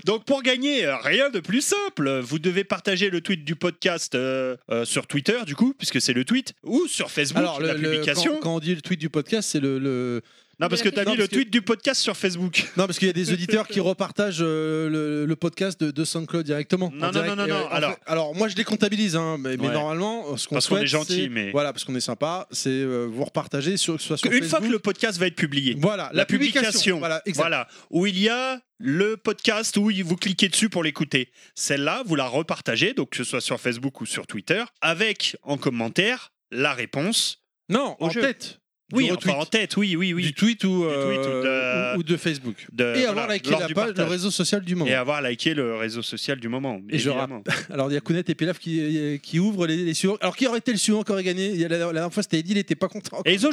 Speaker 8: Donc pour gagner, euh, rien de plus simple. Vous devez partager le tweet du podcast euh, euh, sur Twitter, du coup, puisque c'est le tweet, ou sur Facebook,
Speaker 3: Alors
Speaker 8: la
Speaker 3: le, le-
Speaker 8: publication.
Speaker 3: quand, quand on dit le tweet du podcast, c'est le, le-
Speaker 4: Ah,
Speaker 8: Non, parce que t'as
Speaker 3: Non,
Speaker 8: mis
Speaker 3: parce
Speaker 8: le
Speaker 3: que-
Speaker 8: tweet du podcast sur Facebook.
Speaker 3: non parce qu'il y a des auditeurs qui repartagent euh, le, le podcast de, de SoundCloud directement. En
Speaker 8: Non, non,
Speaker 3: direct.
Speaker 8: non, non,
Speaker 3: Et,
Speaker 8: non,
Speaker 3: en fait-
Speaker 8: alors-
Speaker 3: alors moi je les comptabilise, hein, mais, mais
Speaker 8: Ouais.
Speaker 3: normalement ce qu'on
Speaker 8: Parce qu'on est
Speaker 3: souhaite,
Speaker 8: gentil,
Speaker 3: c'est-
Speaker 8: mais-
Speaker 3: voilà parce qu'on est sympa, c'est euh, vous repartagez sur que ce soit sur
Speaker 8: Une fois que
Speaker 3: Facebook.
Speaker 8: le podcast va être publié.
Speaker 3: voilà la,
Speaker 8: La publication.
Speaker 3: voilà exact.
Speaker 8: Voilà, où il y a le podcast où il- vous cliquez dessus pour l'écouter. Celle-là, vous la repartagez, donc que ce soit sur Facebook ou sur Twitter, avec en commentaire la réponse.
Speaker 3: Non en
Speaker 8: jeu.
Speaker 3: tête. du
Speaker 8: Oui,
Speaker 3: retweet.
Speaker 8: enfin, en tête, oui, oui, oui.
Speaker 3: du tweet ou,
Speaker 8: tweet ou de-
Speaker 3: euh, ou- ou de Facebook.
Speaker 8: De-
Speaker 3: Et
Speaker 8: voilà,
Speaker 3: avoir liké
Speaker 8: lors
Speaker 3: la
Speaker 8: du
Speaker 3: page, le
Speaker 8: partage.
Speaker 3: réseau social du moment.
Speaker 8: Et avoir liké le réseau social du moment.
Speaker 3: Et je
Speaker 8: évidemment.
Speaker 3: Alors il y a Kounet et Pilaf qui, qui ouvrent les, les suivants. Alors qui aurait été le suivant qui aurait gagné Il y a la, la dernière fois c'était Eddie, il était pas content.
Speaker 8: Et ils ont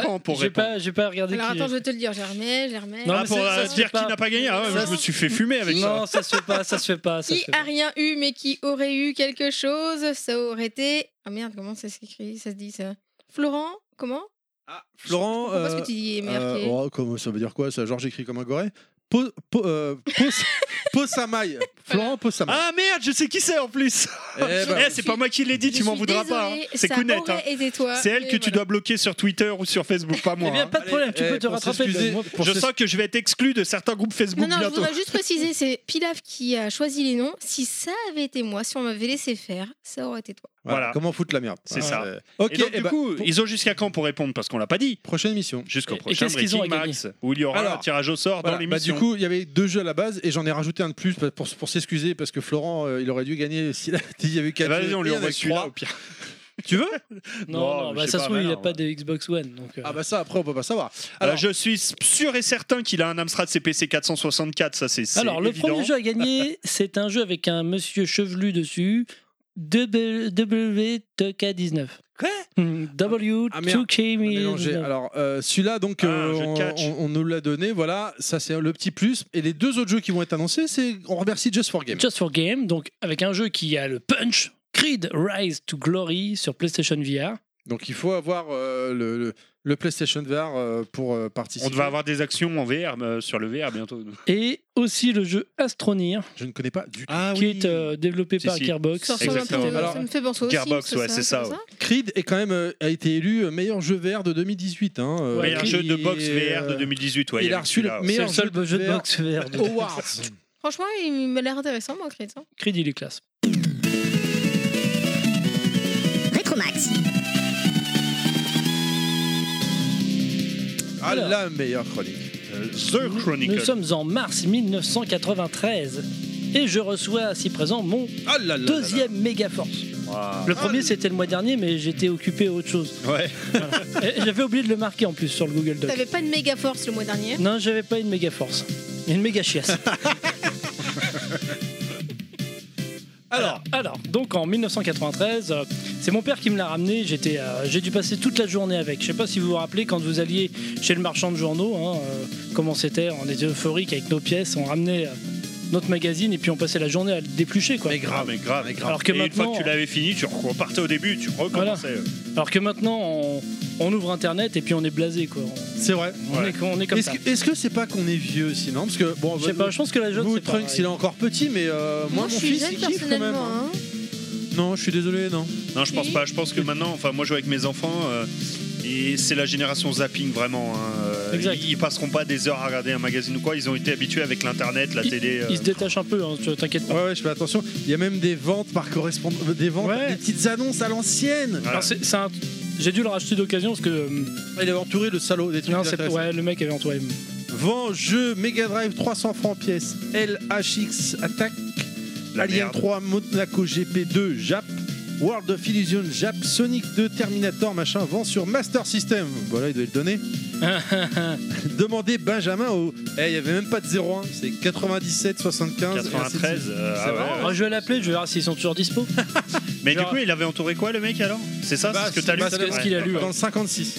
Speaker 6: Ah,
Speaker 8: quand pour
Speaker 6: j'ai
Speaker 8: répondre
Speaker 6: pas, j'ai pas regardé
Speaker 5: Alors
Speaker 6: qui...
Speaker 5: attends, je vais te le dire, je les remets, je les remets.
Speaker 6: Non,
Speaker 8: Ah,
Speaker 6: mais
Speaker 8: pour
Speaker 6: c'est- ça
Speaker 8: euh,
Speaker 6: se
Speaker 8: dire
Speaker 6: fait pas.
Speaker 8: qui n'a pas gagné Ah ouais,
Speaker 5: Ça
Speaker 8: Je me
Speaker 5: se-
Speaker 8: suis fait fumer avec ça.
Speaker 6: Non, ça se fait pas, ça se fait pas. Ça se
Speaker 5: Qui
Speaker 6: fait
Speaker 5: a
Speaker 6: pas.
Speaker 5: rien eu mais qui aurait eu quelque chose, ça aurait été. Ah merde, comment ça s'écrit Ça se dit ça Florent Comment
Speaker 3: *laughs* Florent,
Speaker 5: Pourquoi ce
Speaker 3: euh,
Speaker 5: que tu dis est
Speaker 3: euh,
Speaker 5: marqué *laughs*
Speaker 3: oh, comment- ça veut dire quoi ça Genre j'écris comme un goré Po- po- euh, pos- Possamaille. Florent Possamaille.
Speaker 4: Ah merde, je sais qui c'est en plus.
Speaker 3: Eh ben,
Speaker 4: Eh, c'est pas moi qui l'ai dit, tu m'en voudras pas. hein. C'est Kounette. hein. C'est elle que tu dois bloquer sur Twitter ou sur Facebook, pas moi.
Speaker 6: Eh bien,
Speaker 4: hein.
Speaker 6: pas de problème, tu
Speaker 3: Allez,
Speaker 6: peux te
Speaker 3: pour
Speaker 6: rattraper.
Speaker 3: s'excuser,
Speaker 6: Ben, moi-
Speaker 3: pour
Speaker 4: Je
Speaker 3: s'ex-
Speaker 4: sens que je vais être exclu de certains groupes Facebook
Speaker 5: Non, non, je
Speaker 4: bientôt.
Speaker 5: voudrais juste préciser, c'est Pilaf qui a choisi les noms. Si ça avait été moi, si on m'avait laissé faire, ça aurait été toi.
Speaker 4: Voilà.
Speaker 3: Comment foutre la merde.
Speaker 4: C'est
Speaker 3: Voilà,
Speaker 4: ça.
Speaker 3: euh, Ok,
Speaker 4: et donc,
Speaker 3: eh
Speaker 4: du
Speaker 3: ben,
Speaker 4: coup,
Speaker 3: pour-
Speaker 4: ils ont jusqu'à quand pour répondre Parce qu'on l'a pas dit.
Speaker 3: prochaine émission.
Speaker 4: Jusqu'au
Speaker 6: Et- et
Speaker 4: prochain
Speaker 6: qu'est-ce qu'ils ont
Speaker 4: Breaking
Speaker 6: à gagner
Speaker 4: Max, où il y aura
Speaker 3: Alors,
Speaker 4: un tirage au sort
Speaker 3: Voilà,
Speaker 4: dans
Speaker 3: bah, du
Speaker 4: l'émission.
Speaker 3: coup, il y avait deux jeux à la base et j'en ai rajouté un de plus pour, pour, pour s'excuser parce que Florent, euh, il aurait dû gagner *laughs* s'il avait- il y avait
Speaker 4: Eh
Speaker 3: quatre
Speaker 4: ben,
Speaker 3: jeux.
Speaker 4: Vas-y, on
Speaker 3: et
Speaker 4: lui
Speaker 3: il y en a
Speaker 4: envoie
Speaker 3: que
Speaker 4: celui-là
Speaker 3: trois.
Speaker 4: au pire.
Speaker 3: Tu veux
Speaker 6: Non,
Speaker 4: Non,
Speaker 6: non,
Speaker 4: je
Speaker 6: bah,
Speaker 4: sais
Speaker 6: ça
Speaker 4: pas,
Speaker 6: se trouve, il
Speaker 4: mais
Speaker 6: n'a
Speaker 4: non,
Speaker 6: pas de Xbox One. Donc, euh,
Speaker 3: Ah bah ça, après, on peut pas savoir. Alors,
Speaker 4: Alors, Euh, je suis sûr et certain qu'il a un Amstrad CPC 464, ça c'est c'est
Speaker 6: Alors, le
Speaker 4: évident.
Speaker 6: premier jeu
Speaker 3: *laughs*
Speaker 6: à gagner, c'est un jeu avec un monsieur chevelu dessus. W2K19.
Speaker 3: Quoi Ah, merde. on a mélangé.
Speaker 6: W2K19.
Speaker 3: Alors, euh, celui-là, donc,
Speaker 4: Ah,
Speaker 3: euh,
Speaker 4: un jeu de
Speaker 3: on,
Speaker 4: catch.
Speaker 3: on- on nous l'a donné. Voilà, ça, c'est le petit plus. Et les deux autres jeux qui vont être annoncés, c'est. On remercie Just for Game.
Speaker 6: Just for Game, donc avec un jeu qui a le punch, Creed Rise to Glory sur PlayStation VR.
Speaker 3: Donc, il faut avoir euh, le, le- le PlayStation VR euh, pour euh, participer.
Speaker 4: On devrait avoir des actions en VR euh, sur le VR bientôt.
Speaker 6: Et aussi le jeu Astroneer,
Speaker 3: Je ne connais pas du tout.
Speaker 4: Ah
Speaker 6: qui est euh, développé
Speaker 4: Si,
Speaker 6: par
Speaker 4: si.
Speaker 6: Gearbox.
Speaker 5: Ça, ressemble un peu-
Speaker 4: Exactement.
Speaker 5: ça me fait penser au
Speaker 4: Gearbox,
Speaker 5: Sims,
Speaker 4: ouais, c'est ça, ouais.
Speaker 3: Creed est quand même, euh, a été élu meilleur jeu VR de 2018. Hein, euh,
Speaker 6: Ouais,
Speaker 4: Mais un
Speaker 3: Creed
Speaker 4: jeu de
Speaker 3: est,
Speaker 4: boxe VR de
Speaker 3: euh,
Speaker 4: 2018, ouais.
Speaker 3: il a
Speaker 4: avait
Speaker 3: reçu le
Speaker 4: celui-là, ouais.
Speaker 6: C'est
Speaker 3: meilleur
Speaker 6: le seul jeu, de
Speaker 3: VR
Speaker 6: boxe
Speaker 3: *laughs*
Speaker 6: VR. de-
Speaker 3: Awards.
Speaker 5: Franchement, il m'a l'air intéressant, moi, Chris. hein.
Speaker 6: Creed, il est classe.
Speaker 1: Rétromax.
Speaker 3: Ah,
Speaker 6: Alors.
Speaker 3: la meilleure chronique.
Speaker 4: Euh, The
Speaker 6: Nous
Speaker 4: Chronicle.
Speaker 6: sommes en mars 1993 et je reçois ici présent mon
Speaker 3: Ah là là là
Speaker 6: deuxième méga force.
Speaker 4: Waouh.
Speaker 6: Le premier c'était le mois dernier mais j'étais occupé à autre chose.
Speaker 4: Ouais.
Speaker 6: Et J'avais oublié de le marquer en plus sur le Google Doc.
Speaker 5: T'avais pas de méga force le mois dernier.
Speaker 6: Non, j'avais pas une méga force. Une méga
Speaker 4: *laughs*
Speaker 6: chiasse. alors, Euh, alors, donc en 1993, euh, c'est mon père qui me l'a ramené. J'étais, euh, j'ai dû passer toute la journée avec. Je sais pas si vous vous rappelez quand vous alliez chez le marchand de journaux, hein, euh, comment c'était. On était euphorique avec nos pièces, on ramenait euh, notre magazine et puis on passait la journée à le déplucher quoi.
Speaker 3: Mais grave.
Speaker 4: mais grave, mais grave.
Speaker 6: Alors que
Speaker 4: Et une fois
Speaker 6: maintenant-
Speaker 4: que tu l'avais fini, tu repartais au début, tu recommençais.
Speaker 6: Alors que maintenant, on, on ouvre Internet et puis on est blasé quoi.
Speaker 3: C'est vrai.
Speaker 6: On,
Speaker 4: Ouais.
Speaker 6: est, on est comme
Speaker 3: Est-ce
Speaker 6: ça.
Speaker 3: que- est-ce que c'est pas qu'on est vieux sinon Parce que bon,
Speaker 6: Je sais pas, je pense que la jeune.
Speaker 3: vous,
Speaker 6: c'est pas
Speaker 3: Trunks,
Speaker 6: pareil.
Speaker 3: il est encore petit, mais euh, moi,
Speaker 5: Moi, je
Speaker 3: mon
Speaker 5: suis
Speaker 3: fils,
Speaker 5: jeune
Speaker 3: il kiffe quand même.
Speaker 5: personnellement. hein.
Speaker 3: Non, je suis désolé, non.
Speaker 4: Non, je pense pas. Je pense que maintenant, enfin, moi, je joue avec mes enfants. euh, et c'est la génération zapping vraiment. hein. Euh,
Speaker 6: Exact.
Speaker 4: Ils, ils passeront pas des heures à regarder un magazine ou quoi. Ils ont été habitués avec l'internet, la
Speaker 6: Il-
Speaker 4: télé. euh.
Speaker 6: Il se détache un peu, hein, tu- t'inquiète pas.
Speaker 3: Ouais, ouais, je fais attention. Il y a même des ventes par correspondance, des ventes,
Speaker 6: Ouais.
Speaker 3: des petites annonces à l'ancienne.
Speaker 4: Voilà.
Speaker 6: Alors, c'est- c'est un- J'ai dû le racheter d'occasion parce que euh,
Speaker 3: Il avait entouré le salaud des trucs.
Speaker 6: non, c'est-
Speaker 3: intéressants.
Speaker 6: ouais, le mec avait entouré.
Speaker 4: Ah
Speaker 3: Vend jeu Mega Drive 300 francs pièce, LHX Attack,
Speaker 4: La
Speaker 3: Alien
Speaker 4: merde.
Speaker 3: 3 Monaco GP2 Jap, World of Illusion Jap, Sonic 2 Terminator machin vend sur Master System. Voilà, il devait le
Speaker 6: *laughs*
Speaker 3: donner. Demandez Benjamin au. Eh, il y avait même pas de 01, c'est 97 75 et ainsi de suite.
Speaker 4: 93. euh, ah
Speaker 3: C'est
Speaker 4: ouais,
Speaker 3: marrant,
Speaker 4: ouais.
Speaker 6: Alors, Oh, je vais l'appeler, je vais voir s'ils sont toujours dispo.
Speaker 4: Mais
Speaker 6: Genre-
Speaker 4: du coup, il avait entouré quoi, le mec alors C'est ça,
Speaker 3: Bah,
Speaker 4: c'est ce que t'as lu.
Speaker 3: bah,
Speaker 6: c'est
Speaker 4: Ouais.
Speaker 6: ce qu'il a lu. ouais.
Speaker 3: Dans le 56.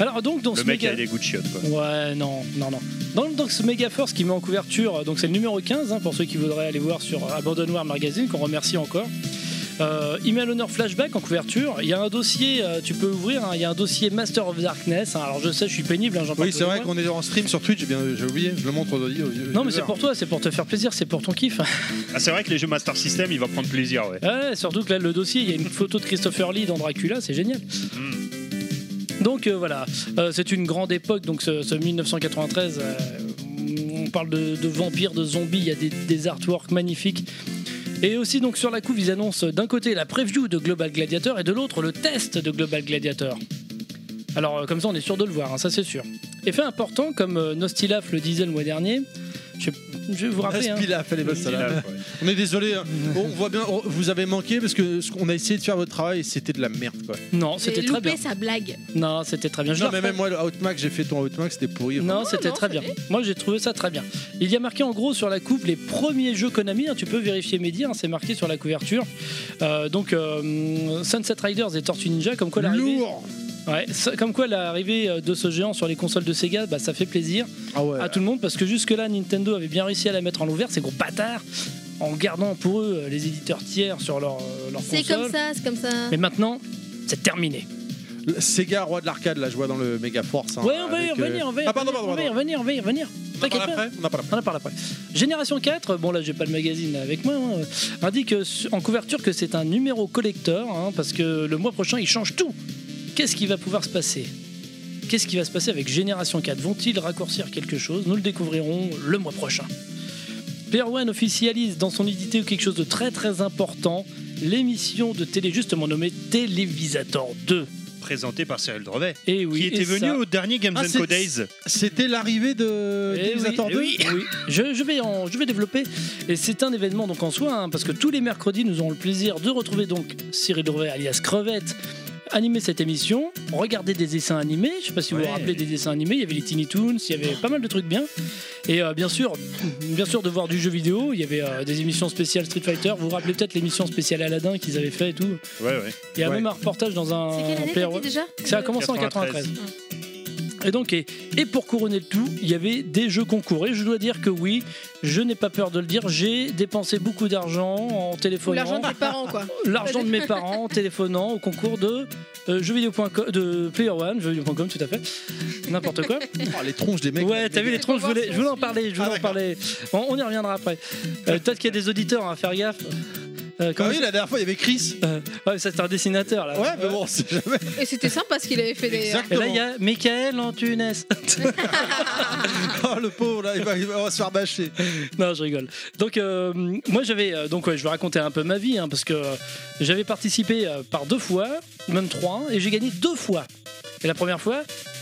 Speaker 6: Alors donc dans
Speaker 4: Le
Speaker 6: ce
Speaker 4: mec il
Speaker 6: méga...
Speaker 4: a des goûts de chiottes quoi.
Speaker 6: Ouais, non, non, non. Dans, dans ce Mega Force qui met en couverture, euh, donc c'est le numéro 15, hein, pour ceux qui voudraient aller voir sur Abandonware Magazine, qu'on remercie encore. Euh, il met à l'honneur Flashback en couverture. Il y a un dossier, euh, tu peux ouvrir, hein, il y a un dossier Master of Darkness. hein. alors je sais, je suis pénible, hein, j'en parle
Speaker 3: Oui,
Speaker 6: tous
Speaker 3: c'est
Speaker 6: les
Speaker 3: vrai
Speaker 6: mois.
Speaker 3: qu'on est en stream sur Twitch, j'ai bien- j'ai oublié, je le montre aux aux- aux
Speaker 6: Non, mais c'est
Speaker 3: viewers.
Speaker 6: pour toi, c'est pour te faire plaisir, c'est pour ton kiff. hein.
Speaker 4: Ah, c'est vrai que les jeux Master System, il va prendre plaisir, ouais.
Speaker 6: Ah Ouais, surtout que là, le dossier, il y a une photo de Christopher Lee dans Dracula, c'est génial.
Speaker 4: Mm.
Speaker 6: Donc euh, voilà, Euh, c'est une grande époque, donc ce, ce 1993, euh, on parle de, de vampires, de zombies, il y a des, des artworks magnifiques. Et aussi donc sur la couve, ils annoncent euh, d'un côté la preview de Global Gladiator et de l'autre le test de Global Gladiator. Alors euh, comme ça on est sûr de le voir, hein, ça c'est sûr. Et fait important, comme euh, Nostilaf le disait le mois dernier, je, je vais vous
Speaker 3: Ah,
Speaker 6: rappeler... hein.
Speaker 3: Spilaf, elle est bonne,
Speaker 4: Il
Speaker 3: celle-là.
Speaker 4: a- ouais.
Speaker 3: On est désolé, hein. on voit bien, on- vous avez manqué parce que ce qu'on a essayé de faire votre travail, c'était de la merde quoi.
Speaker 6: Non,
Speaker 5: J'ai
Speaker 6: c'était très bien.
Speaker 5: loupé sa blague.
Speaker 6: Non, c'était très bien. Je
Speaker 3: Non,
Speaker 6: le
Speaker 3: mais même moi, le Outmax, j'ai fait ton Outmax, c'était pourri.
Speaker 6: Non, c'était
Speaker 5: non,
Speaker 6: très
Speaker 5: ça
Speaker 6: bien.
Speaker 5: allait.
Speaker 6: Moi, j'ai trouvé ça très bien. Il y a marqué en gros sur la coupe les premiers jeux Konami. hein, tu peux vérifier mes dires, hein, c'est marqué sur la couverture. Euh, donc, euh, Sunset Riders et Tortue Ninja, comme quoi l'arrivée,
Speaker 3: Lourd
Speaker 6: ouais, ça- comme quoi l'arrivée euh, de ce géant sur les consoles de Sega, bah, ça fait plaisir
Speaker 3: Ah ouais.
Speaker 6: à tout le monde parce que jusque-là, Nintendo avait bien réussi à la mettre en l'ouvert, ces gros bâtards, en gardant pour eux euh, les éditeurs tiers sur leur, euh, leur
Speaker 5: C'est
Speaker 6: console.
Speaker 5: comme ça, c'est comme ça.
Speaker 6: Mais maintenant, c'est terminé.
Speaker 3: Le Sega, roi de l'arcade, là, je vois dans le Mega Force. hein,
Speaker 6: ouais, on va y
Speaker 3: avec, euh,
Speaker 6: revenir, on va y
Speaker 3: Ah, pardon,
Speaker 6: revenir,
Speaker 3: pardon,
Speaker 6: on va y
Speaker 3: pardon.
Speaker 6: revenir, on va y revenir.
Speaker 3: On en
Speaker 6: T'inquiète
Speaker 3: parle
Speaker 6: pas.
Speaker 3: après On en parle après.
Speaker 6: On en parle après. Génération 4, bon là j'ai pas le magazine avec moi, hein, euh, indique euh, su- en couverture que c'est un numéro collector, hein, parce que le mois prochain il change tout. Qu'est-ce qui va pouvoir se passer Qu'est-ce qui va se passer avec Génération 4 Vont-ils raccourcir quelque chose Nous le découvrirons le mois prochain. Player One officialise dans son édité quelque chose de très très important, l'émission de télé justement nommée Télévisator 2.
Speaker 8: présenté par Cyril Drevet,
Speaker 6: Et Eh oui,
Speaker 8: qui était
Speaker 6: et
Speaker 8: venu
Speaker 6: ça-
Speaker 8: au dernier Games
Speaker 3: Ah,
Speaker 8: and
Speaker 3: c'est-
Speaker 8: Co Days.
Speaker 3: C'était l'arrivée de
Speaker 6: Eh oui,
Speaker 3: Utilisator
Speaker 6: eh
Speaker 3: 2
Speaker 6: oui,
Speaker 3: *laughs*
Speaker 6: oui. Je, je vais en- je vais développer. Et c'est un événement donc en soi, hein, parce que tous les mercredis, nous aurons le plaisir de retrouver donc Cyril Drevet alias Crevette animer cette émission, regarder des dessins animés, je sais pas si vous vous
Speaker 8: Ouais.
Speaker 6: rappelez des dessins animés, il y avait les Tiny Toons, il y avait pas mal de trucs bien, et euh, bien sûr, bien sûr de voir du jeu vidéo, il y avait euh, des émissions spéciales Street Fighter, vous vous rappelez peut-être l'émission spéciale Aladdin qu'ils avaient fait et tout,
Speaker 8: Ouais, ouais.
Speaker 6: il y a
Speaker 3: Ouais.
Speaker 6: même un reportage dans un...
Speaker 5: C'est quelle année
Speaker 6: Player
Speaker 5: t'as dit
Speaker 6: One.
Speaker 5: déjà
Speaker 6: Ça a commencé en 93.
Speaker 8: 93.
Speaker 6: Et donc, et, et pour couronner le tout, il y avait des jeux concours. Et je dois dire que oui, je n'ai pas peur de le dire, j'ai dépensé beaucoup d'argent en
Speaker 5: Ou l'argent
Speaker 6: téléphonant.
Speaker 5: des parents, quoi.
Speaker 6: L'argent de mes parents en téléphonant au concours de euh, jeuxvideo.com, de Player One, jeuxvideo.com, tout à fait. N'importe
Speaker 3: *laughs*
Speaker 6: quoi.
Speaker 3: Oh, Les tronches des mecs.
Speaker 6: Ouais, t'as vu les
Speaker 5: Faut
Speaker 6: tronches, je
Speaker 5: voir
Speaker 6: voulais, je
Speaker 5: si on
Speaker 6: voulais en
Speaker 5: suit.
Speaker 6: parler, je voulais
Speaker 3: Ah,
Speaker 6: en parler. Bon, on y reviendra après. Euh, Peut-être qu'il y a des auditeurs à faire gaffe. Euh,
Speaker 3: Ah
Speaker 6: comment-
Speaker 3: oui, la dernière fois, il y avait Chris.
Speaker 6: euh, ouais, ça c'est un dessinateur là.
Speaker 3: Ouais, mais bon,
Speaker 6: *laughs*
Speaker 3: c'est jamais.
Speaker 5: Et c'était sympa ce qu'il avait fait des.
Speaker 3: Exact.
Speaker 6: Et là il y a Michael Antunes.
Speaker 3: Oh, le pauvre, là, il va, il va- on va se faire bâcher.
Speaker 6: Non, je rigole. Donc, euh, moi, j'avais. euh, donc, ouais, je vais raconter un peu ma vie, hein, parce que euh, j'avais participé euh, par deux fois, même trois, et j'ai gagné deux fois. Et la première fois.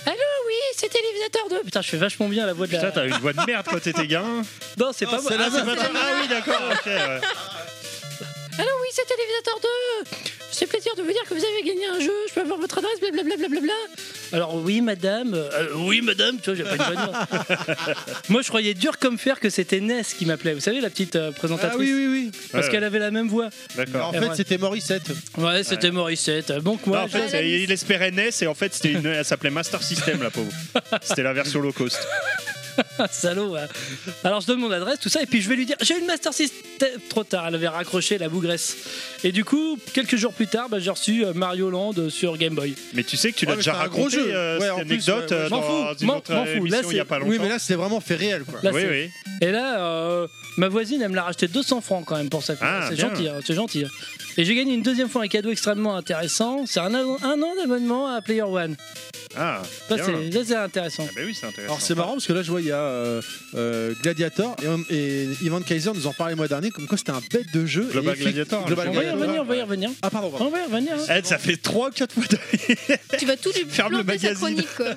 Speaker 6: Allô, oui, c'est Télévisateur 2. Putain, je fais vachement bien la voix de la.
Speaker 8: Putain, t'as une voix de merde quand t'étais gamin.
Speaker 6: non, c'est
Speaker 3: Non,
Speaker 6: pas moi.
Speaker 3: c'est la
Speaker 6: Ah,
Speaker 3: même.
Speaker 6: pas toi.
Speaker 8: Ah oui, d'accord, ok. ouais.
Speaker 6: Allô,
Speaker 5: Ah
Speaker 6: oui, c'est Télévisateur 2. C'est plaisir de vous dire que vous avez gagné un jeu. Je peux avoir votre adresse, blablabla. Alors, oui, madame. euh, oui, madame, tu vois, j'ai pas une bonne voix. Moi, je croyais dur comme fer que c'était Ness qui m'appelait. Vous savez, la petite euh, présentatrice.
Speaker 3: Ah oui, oui,
Speaker 6: Parce
Speaker 8: Ouais,
Speaker 6: qu'elle avait la même voix.
Speaker 3: oui.
Speaker 8: D'accord.
Speaker 3: En
Speaker 6: Et
Speaker 3: fait,
Speaker 6: ouais.
Speaker 3: c'était Morissette.
Speaker 6: Ouais, c'était Morissette. Donc moi,
Speaker 8: Non, en fait,
Speaker 5: j'avais la
Speaker 8: c'est-
Speaker 5: liste.
Speaker 8: il espérait NES et en fait, c'était une, elle s'appelait Master System, la pauvre. C'était la version low cost.
Speaker 6: un salaud. ouais. Alors je donne mon adresse, tout ça, et puis je vais lui dire j'ai une Master System. Trop tard, elle avait raccroché la bougresse. Et du coup, quelques jours plus tard, bah, j'ai reçu euh, Mario Land euh, sur Game Boy.
Speaker 8: Mais tu sais que tu
Speaker 3: Ouais,
Speaker 8: l'as
Speaker 3: mais
Speaker 8: déjà
Speaker 3: c'est un gros
Speaker 8: raconté,
Speaker 3: jeu.
Speaker 8: euh,
Speaker 3: Ouais,
Speaker 8: cette
Speaker 3: en plus, ouais,
Speaker 8: anecdote,
Speaker 3: ouais,
Speaker 8: euh,
Speaker 6: m'en
Speaker 8: dans
Speaker 6: fous,
Speaker 8: une
Speaker 6: m'en-
Speaker 8: autre
Speaker 6: m'en fous. Là,
Speaker 8: émission il y a
Speaker 6: c'est-
Speaker 8: pas longtemps.
Speaker 3: Oui, mais là, c'est vraiment fait réel, quoi.
Speaker 6: Là,
Speaker 8: oui,
Speaker 6: c'est-
Speaker 8: oui.
Speaker 6: Et là, euh, ma voisine, elle me l'a racheté 200 francs quand même pour ça.
Speaker 8: Ah,
Speaker 6: c'est
Speaker 8: bien.
Speaker 6: gentil, hein, c'est gentil. hein. Et j'ai gagné une deuxième fois un cadeau extrêmement intéressant. C'est un, an- un an d'abonnement à Player One.
Speaker 8: Ah,
Speaker 6: Ça,
Speaker 8: bien.
Speaker 6: c'est ça, c'est intéressant.
Speaker 8: Ah bah oui, c'est intéressant.
Speaker 3: Alors c'est marrant parce que là je vois il y a euh, euh, Gladiator et, euh, et Ivan Kaiser nous en parlait le mois dernier comme quoi c'était un bête de jeu.
Speaker 8: Global
Speaker 3: et effectivement-
Speaker 8: Gladiator, hein,
Speaker 3: Global
Speaker 6: On va y
Speaker 3: Gladiator.
Speaker 6: revenir, on va y revenir.
Speaker 3: Ah pardon. pardon.
Speaker 6: On va y revenir. hein.
Speaker 8: Eh, ça fait 3 ou 4 fois de...
Speaker 5: Tu vas tout lui
Speaker 8: Ferme le
Speaker 5: planter sa
Speaker 8: magazine.
Speaker 5: chronique, quoi.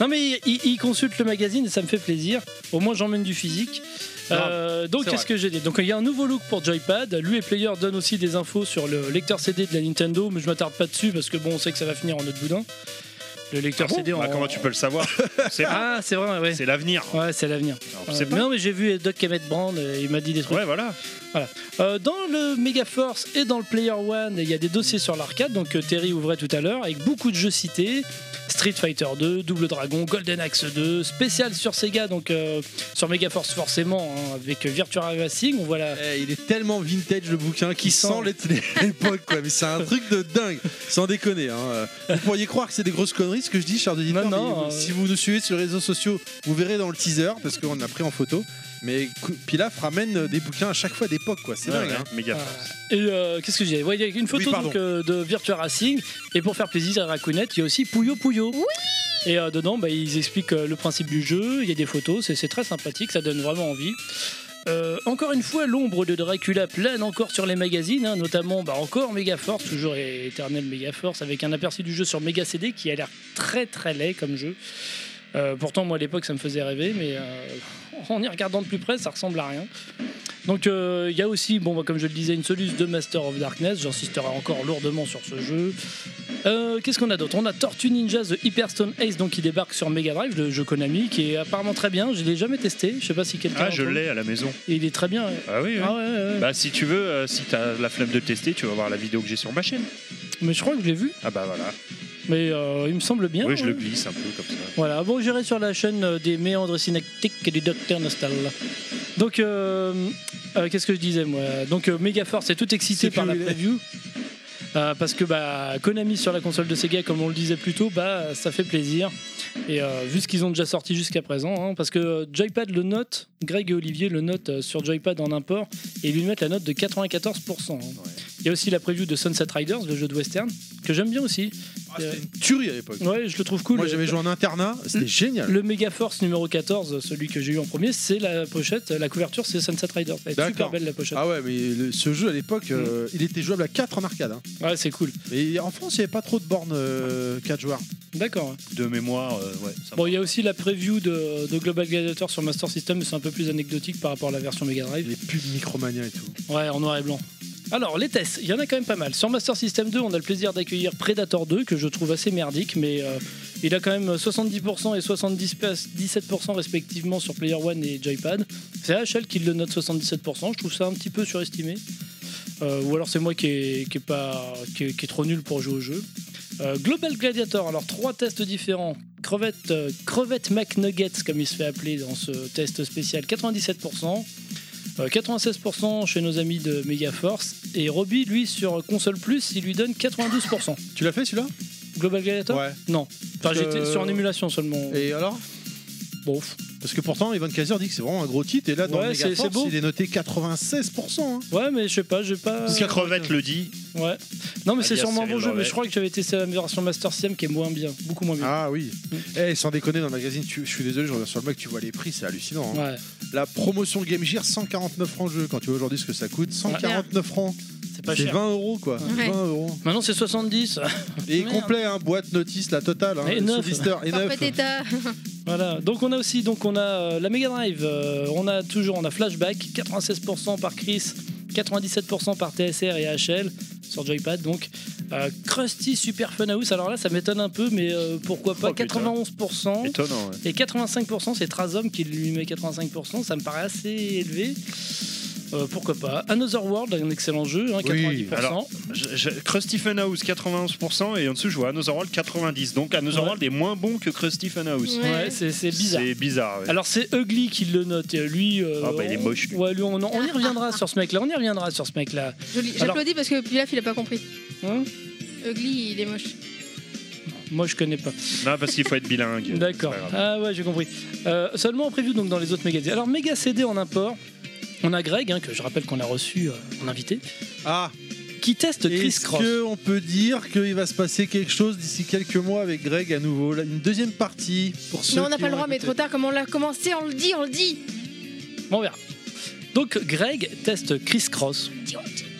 Speaker 6: Non mais il, il- il consulte le magazine et ça me fait plaisir. Au moins j'emmène du physique. Euh, donc
Speaker 3: c'est
Speaker 6: qu'est-ce
Speaker 3: vrai.
Speaker 6: que j'ai dit Donc il y a un nouveau look pour Joypad. Lui et Player donne aussi des infos sur le lecteur CD de la Nintendo, mais je m'attarde pas dessus parce que bon, on sait que ça va finir en autre boudin. Le
Speaker 3: Ah
Speaker 6: lecteur CD. en-
Speaker 8: Bah, Comment tu peux le savoir C'est
Speaker 6: Ah c'est vrai, ouais.
Speaker 8: c'est l'avenir.
Speaker 6: Ouais, c'est l'avenir.
Speaker 3: Ah,
Speaker 8: On sait
Speaker 6: Ouais.
Speaker 8: pas.
Speaker 6: Non mais j'ai vu Doc Emmett Brand, euh, il m'a dit des trucs.
Speaker 8: Ouais, voilà.
Speaker 6: Euh, dans le Mega Force et dans le Player One, il y a des dossiers sur l'arcade, donc que Terry ouvrait tout à l'heure, avec beaucoup de jeux cités Street Fighter 2, Double Dragon, Golden Axe 2, spécial sur Sega, donc euh, sur Mega Force forcément, hein, avec Virtua Racing, on voit la.
Speaker 3: Eh, il est tellement vintage le bouquin qui
Speaker 6: Il
Speaker 3: sent
Speaker 6: sent.
Speaker 3: les- *laughs* l'époque quoi. Mais c'est un truc de dingue. Sans déconner. Hein. Euh, Vous pourriez croire que c'est des grosses conneries ce que je dis, chers auditeurs.
Speaker 6: Non, non,
Speaker 3: mais
Speaker 6: euh,
Speaker 3: Si vous nous suivez sur les réseaux sociaux, vous verrez dans le teaser parce qu'on a pris en photo. Mais cou- Pilaf ramène euh, des bouquins à chaque fois d'époque quoi. C'est
Speaker 8: Ouais,
Speaker 3: dingue.
Speaker 8: ouais,
Speaker 3: hein.
Speaker 8: méga.
Speaker 6: Ah, Et euh, qu'est-ce que j'ai Ouais, Il y a une
Speaker 3: Oui,
Speaker 6: photo
Speaker 3: pardon.
Speaker 6: donc, euh, de Virtua Racing, et pour faire plaisir à Racoonette, il y a aussi Puyo Puyo.
Speaker 5: Oui
Speaker 6: et euh, dedans, bah, ils expliquent euh, le principe du jeu, il y a des photos, c'est- c'est très sympathique, ça donne vraiment envie. Euh, encore une fois, l'ombre de Dracula plane encore sur les magazines, hein, notamment bah, encore Megaforce, toujours é- éternel Megaforce, avec un aperçu du jeu sur Mega CD qui a l'air très très laid comme jeu. Euh, pourtant, moi à l'époque, ça me faisait rêver, mais euh, *laughs* en y regardant de plus près, ça ressemble à rien. Donc euh, il y a aussi, bon, bah, comme je le disais, une soluce de Master of Darkness. J'insisterai encore lourdement sur ce jeu. Euh, Qu'est-ce qu'on a d'autre On a Tortue Ninja The Hyperstone Ace, donc qui débarque sur Mega Drive, le jeu Konami, qui est apparemment très bien. Je l'ai jamais testé. Je sais pas si quelqu'un.
Speaker 8: Ah, je
Speaker 6: entend.
Speaker 8: l'ai à la maison.
Speaker 6: Et il est très bien. ouais.
Speaker 8: Ah oui, oui.
Speaker 6: Ah ouais, ouais, ouais.
Speaker 8: Bah si tu veux, euh, si t'as la flemme de le tester, tu vas voir la vidéo que j'ai sur ma chaîne.
Speaker 6: Mais je crois que je l'ai vu.
Speaker 8: Ah bah voilà.
Speaker 6: Mais euh, il me semble bien.
Speaker 8: oui, je
Speaker 6: ouais.
Speaker 8: le glisse un peu comme ça.
Speaker 6: Voilà, bon, j'irai sur la chaîne euh, des méandres synaptiques et du docteur Nostal. Donc, euh, euh, qu'est-ce que je disais, moi Donc, euh, Megaforce est tout excité
Speaker 3: C'est
Speaker 6: par la
Speaker 3: plus où il est.
Speaker 6: preview. Euh, parce que bah, Konami sur la console de Sega, comme on le disait plus tôt, bah, ça fait plaisir. Et euh, vu ce qu'ils ont déjà sorti jusqu'à présent, hein, parce que euh, Joypad le note, Greg et Olivier le notent euh, sur Joypad en import, et ils lui mettent la note de 94%. hein. Il y a aussi la preview de Sunset Riders, le jeu de western, que j'aime bien aussi. Euh,
Speaker 3: Ah, c'était une tuerie à l'époque.
Speaker 6: Ouais, je le trouve cool.
Speaker 3: Moi j'avais joué en internat, c'était génial.
Speaker 6: Le Mega Force numéro 14, celui que j'ai eu en premier, c'est la pochette, la couverture, c'est Sunset Riders. Elle est
Speaker 3: D'accord.
Speaker 6: super belle la pochette.
Speaker 3: Ah ouais, mais le- ce jeu à l'époque, euh, il était jouable à 4 en arcade. hein.
Speaker 6: Ouais, c'est cool.
Speaker 3: Et en France, il n'y avait pas trop de bornes 4 joueurs.
Speaker 6: D'accord.
Speaker 8: De mémoire, euh, ouais. ça
Speaker 6: Bon,
Speaker 8: va.
Speaker 6: il y a aussi la preview de, de Global Gladiator sur Master System, mais c'est un peu plus anecdotique par rapport à la version Mega Drive.
Speaker 3: Les pubs Micromania et tout.
Speaker 6: Ouais, en noir et blanc. Alors, les tests, il y en a quand même pas mal. Sur Master System 2, on a le plaisir d'accueillir Predator 2, que je trouve assez merdique, mais euh, il a quand même 70% et 77% respectivement sur Player One et Joypad. C'est HL qui le note 77%, je trouve ça un petit peu surestimé. Euh, ou alors c'est moi qui est, qui est pas, qui est- qui est trop nul pour jouer au jeu. Euh, Global Gladiator, alors trois tests différents. Crevette, euh, crevette McNuggets, comme il se fait appeler dans ce test spécial, 97%. Euh, 96% chez nos amis de Megaforce et Roby lui sur console plus il lui donne 92%
Speaker 3: Tu l'as fait celui-là
Speaker 6: Global Gladiator
Speaker 3: Ouais.
Speaker 6: non enfin
Speaker 3: Parce que-
Speaker 6: j'étais sur en émulation seulement
Speaker 3: Et alors
Speaker 6: bon pff.
Speaker 3: Parce que pourtant, Ivan Kaiser dit que c'est vraiment un gros titre. Et là, dans
Speaker 6: Ouais,
Speaker 3: le
Speaker 6: c'est- c'est
Speaker 3: Megaforce,
Speaker 6: beau.
Speaker 3: il est noté 96%. hein.
Speaker 6: ouais mais je sais pas j'ai pas
Speaker 8: Parce que Crevette le dit.
Speaker 6: ouais non mais c'est
Speaker 8: Alias
Speaker 6: sûrement un
Speaker 8: Cyril
Speaker 6: bon jeu mais
Speaker 8: Brevet.
Speaker 6: je crois que j'avais testé la version Master System qui est moins bien beaucoup moins bien
Speaker 3: Ah oui. Eh, sans déconner, dans le magazine, tu- je suis désolé, je reviens sur le mec, tu vois les prix, c'est hallucinant. hein.
Speaker 6: ouais
Speaker 3: La promotion Game Gear, 149 francs le jeu. Quand tu vois aujourd'hui ce que ça coûte, 149 francs.
Speaker 6: c'est pas
Speaker 3: C'est
Speaker 6: cher
Speaker 3: 20 euros quoi.
Speaker 5: Ouais.
Speaker 3: 20 euros.
Speaker 6: maintenant c'est 70
Speaker 3: Et
Speaker 6: Merde.
Speaker 3: complet, hein, boîte, notice, la totale. Hein,
Speaker 6: Et
Speaker 3: et
Speaker 6: neuf.
Speaker 3: et neuf.
Speaker 5: Parfait état.
Speaker 6: Voilà, donc on a aussi donc on a euh, la Mega Drive, euh, on a toujours on a Flashback 96% par Chris, 97% par TSR et HL sur Joypad donc Euh, Krusty Super Fun House. Alors là ça m'étonne un peu mais euh, pourquoi pas
Speaker 8: Oh, putain.
Speaker 6: 91%
Speaker 8: Étonnant, ouais.
Speaker 6: et 85% c'est Trazom qui lui met 85%, ça me paraît assez élevé. Euh, pourquoi pas Another World, un excellent jeu, hein, 90%.
Speaker 3: Oui,
Speaker 8: alors, Je- je- Krusty Funhouse 91% et en dessous je vois Another World 90. Donc Another
Speaker 6: Ouais.
Speaker 8: World est moins bon que Krusty Funhouse.
Speaker 6: ouais, c'est c'est bizarre.
Speaker 8: C'est bizarre. ouais.
Speaker 6: Alors c'est Ugly qui le note et lui euh,
Speaker 8: Ah bah, il est
Speaker 6: on-
Speaker 8: moche, lui.
Speaker 6: ouais, lui, on, on y reviendra sur ce mec là, on y reviendra sur ce mec là.
Speaker 5: Joli. J'applaudis parce que Pilaf il a pas compris.
Speaker 6: Hein
Speaker 5: Ugly il est moche.
Speaker 6: Moi, je connais pas.
Speaker 8: Non, parce qu'il faut
Speaker 6: *laughs*
Speaker 8: être bilingue.
Speaker 6: D'accord.
Speaker 8: C'est pas grave.
Speaker 6: Ah ouais, j'ai compris. Euh, seulement en preview, donc dans les autres méga Alors, méga CD en import. On a Greg, hein, que je rappelle qu'on a reçu euh, en invité,
Speaker 3: Ah,
Speaker 6: qui teste Chris
Speaker 3: est-ce
Speaker 6: Cross.
Speaker 3: qu'on peut dire qu'il va se passer quelque chose d'ici quelques mois avec Greg à nouveau Là, Une deuxième partie pour ceux
Speaker 5: Non on n'a
Speaker 3: qui
Speaker 5: pas le
Speaker 3: ont
Speaker 5: droit mais
Speaker 3: écouté.
Speaker 5: trop tard comme on l'a commencé on le dit on le dit.
Speaker 6: Bon, on verra. Donc, Greg teste Chris Cross.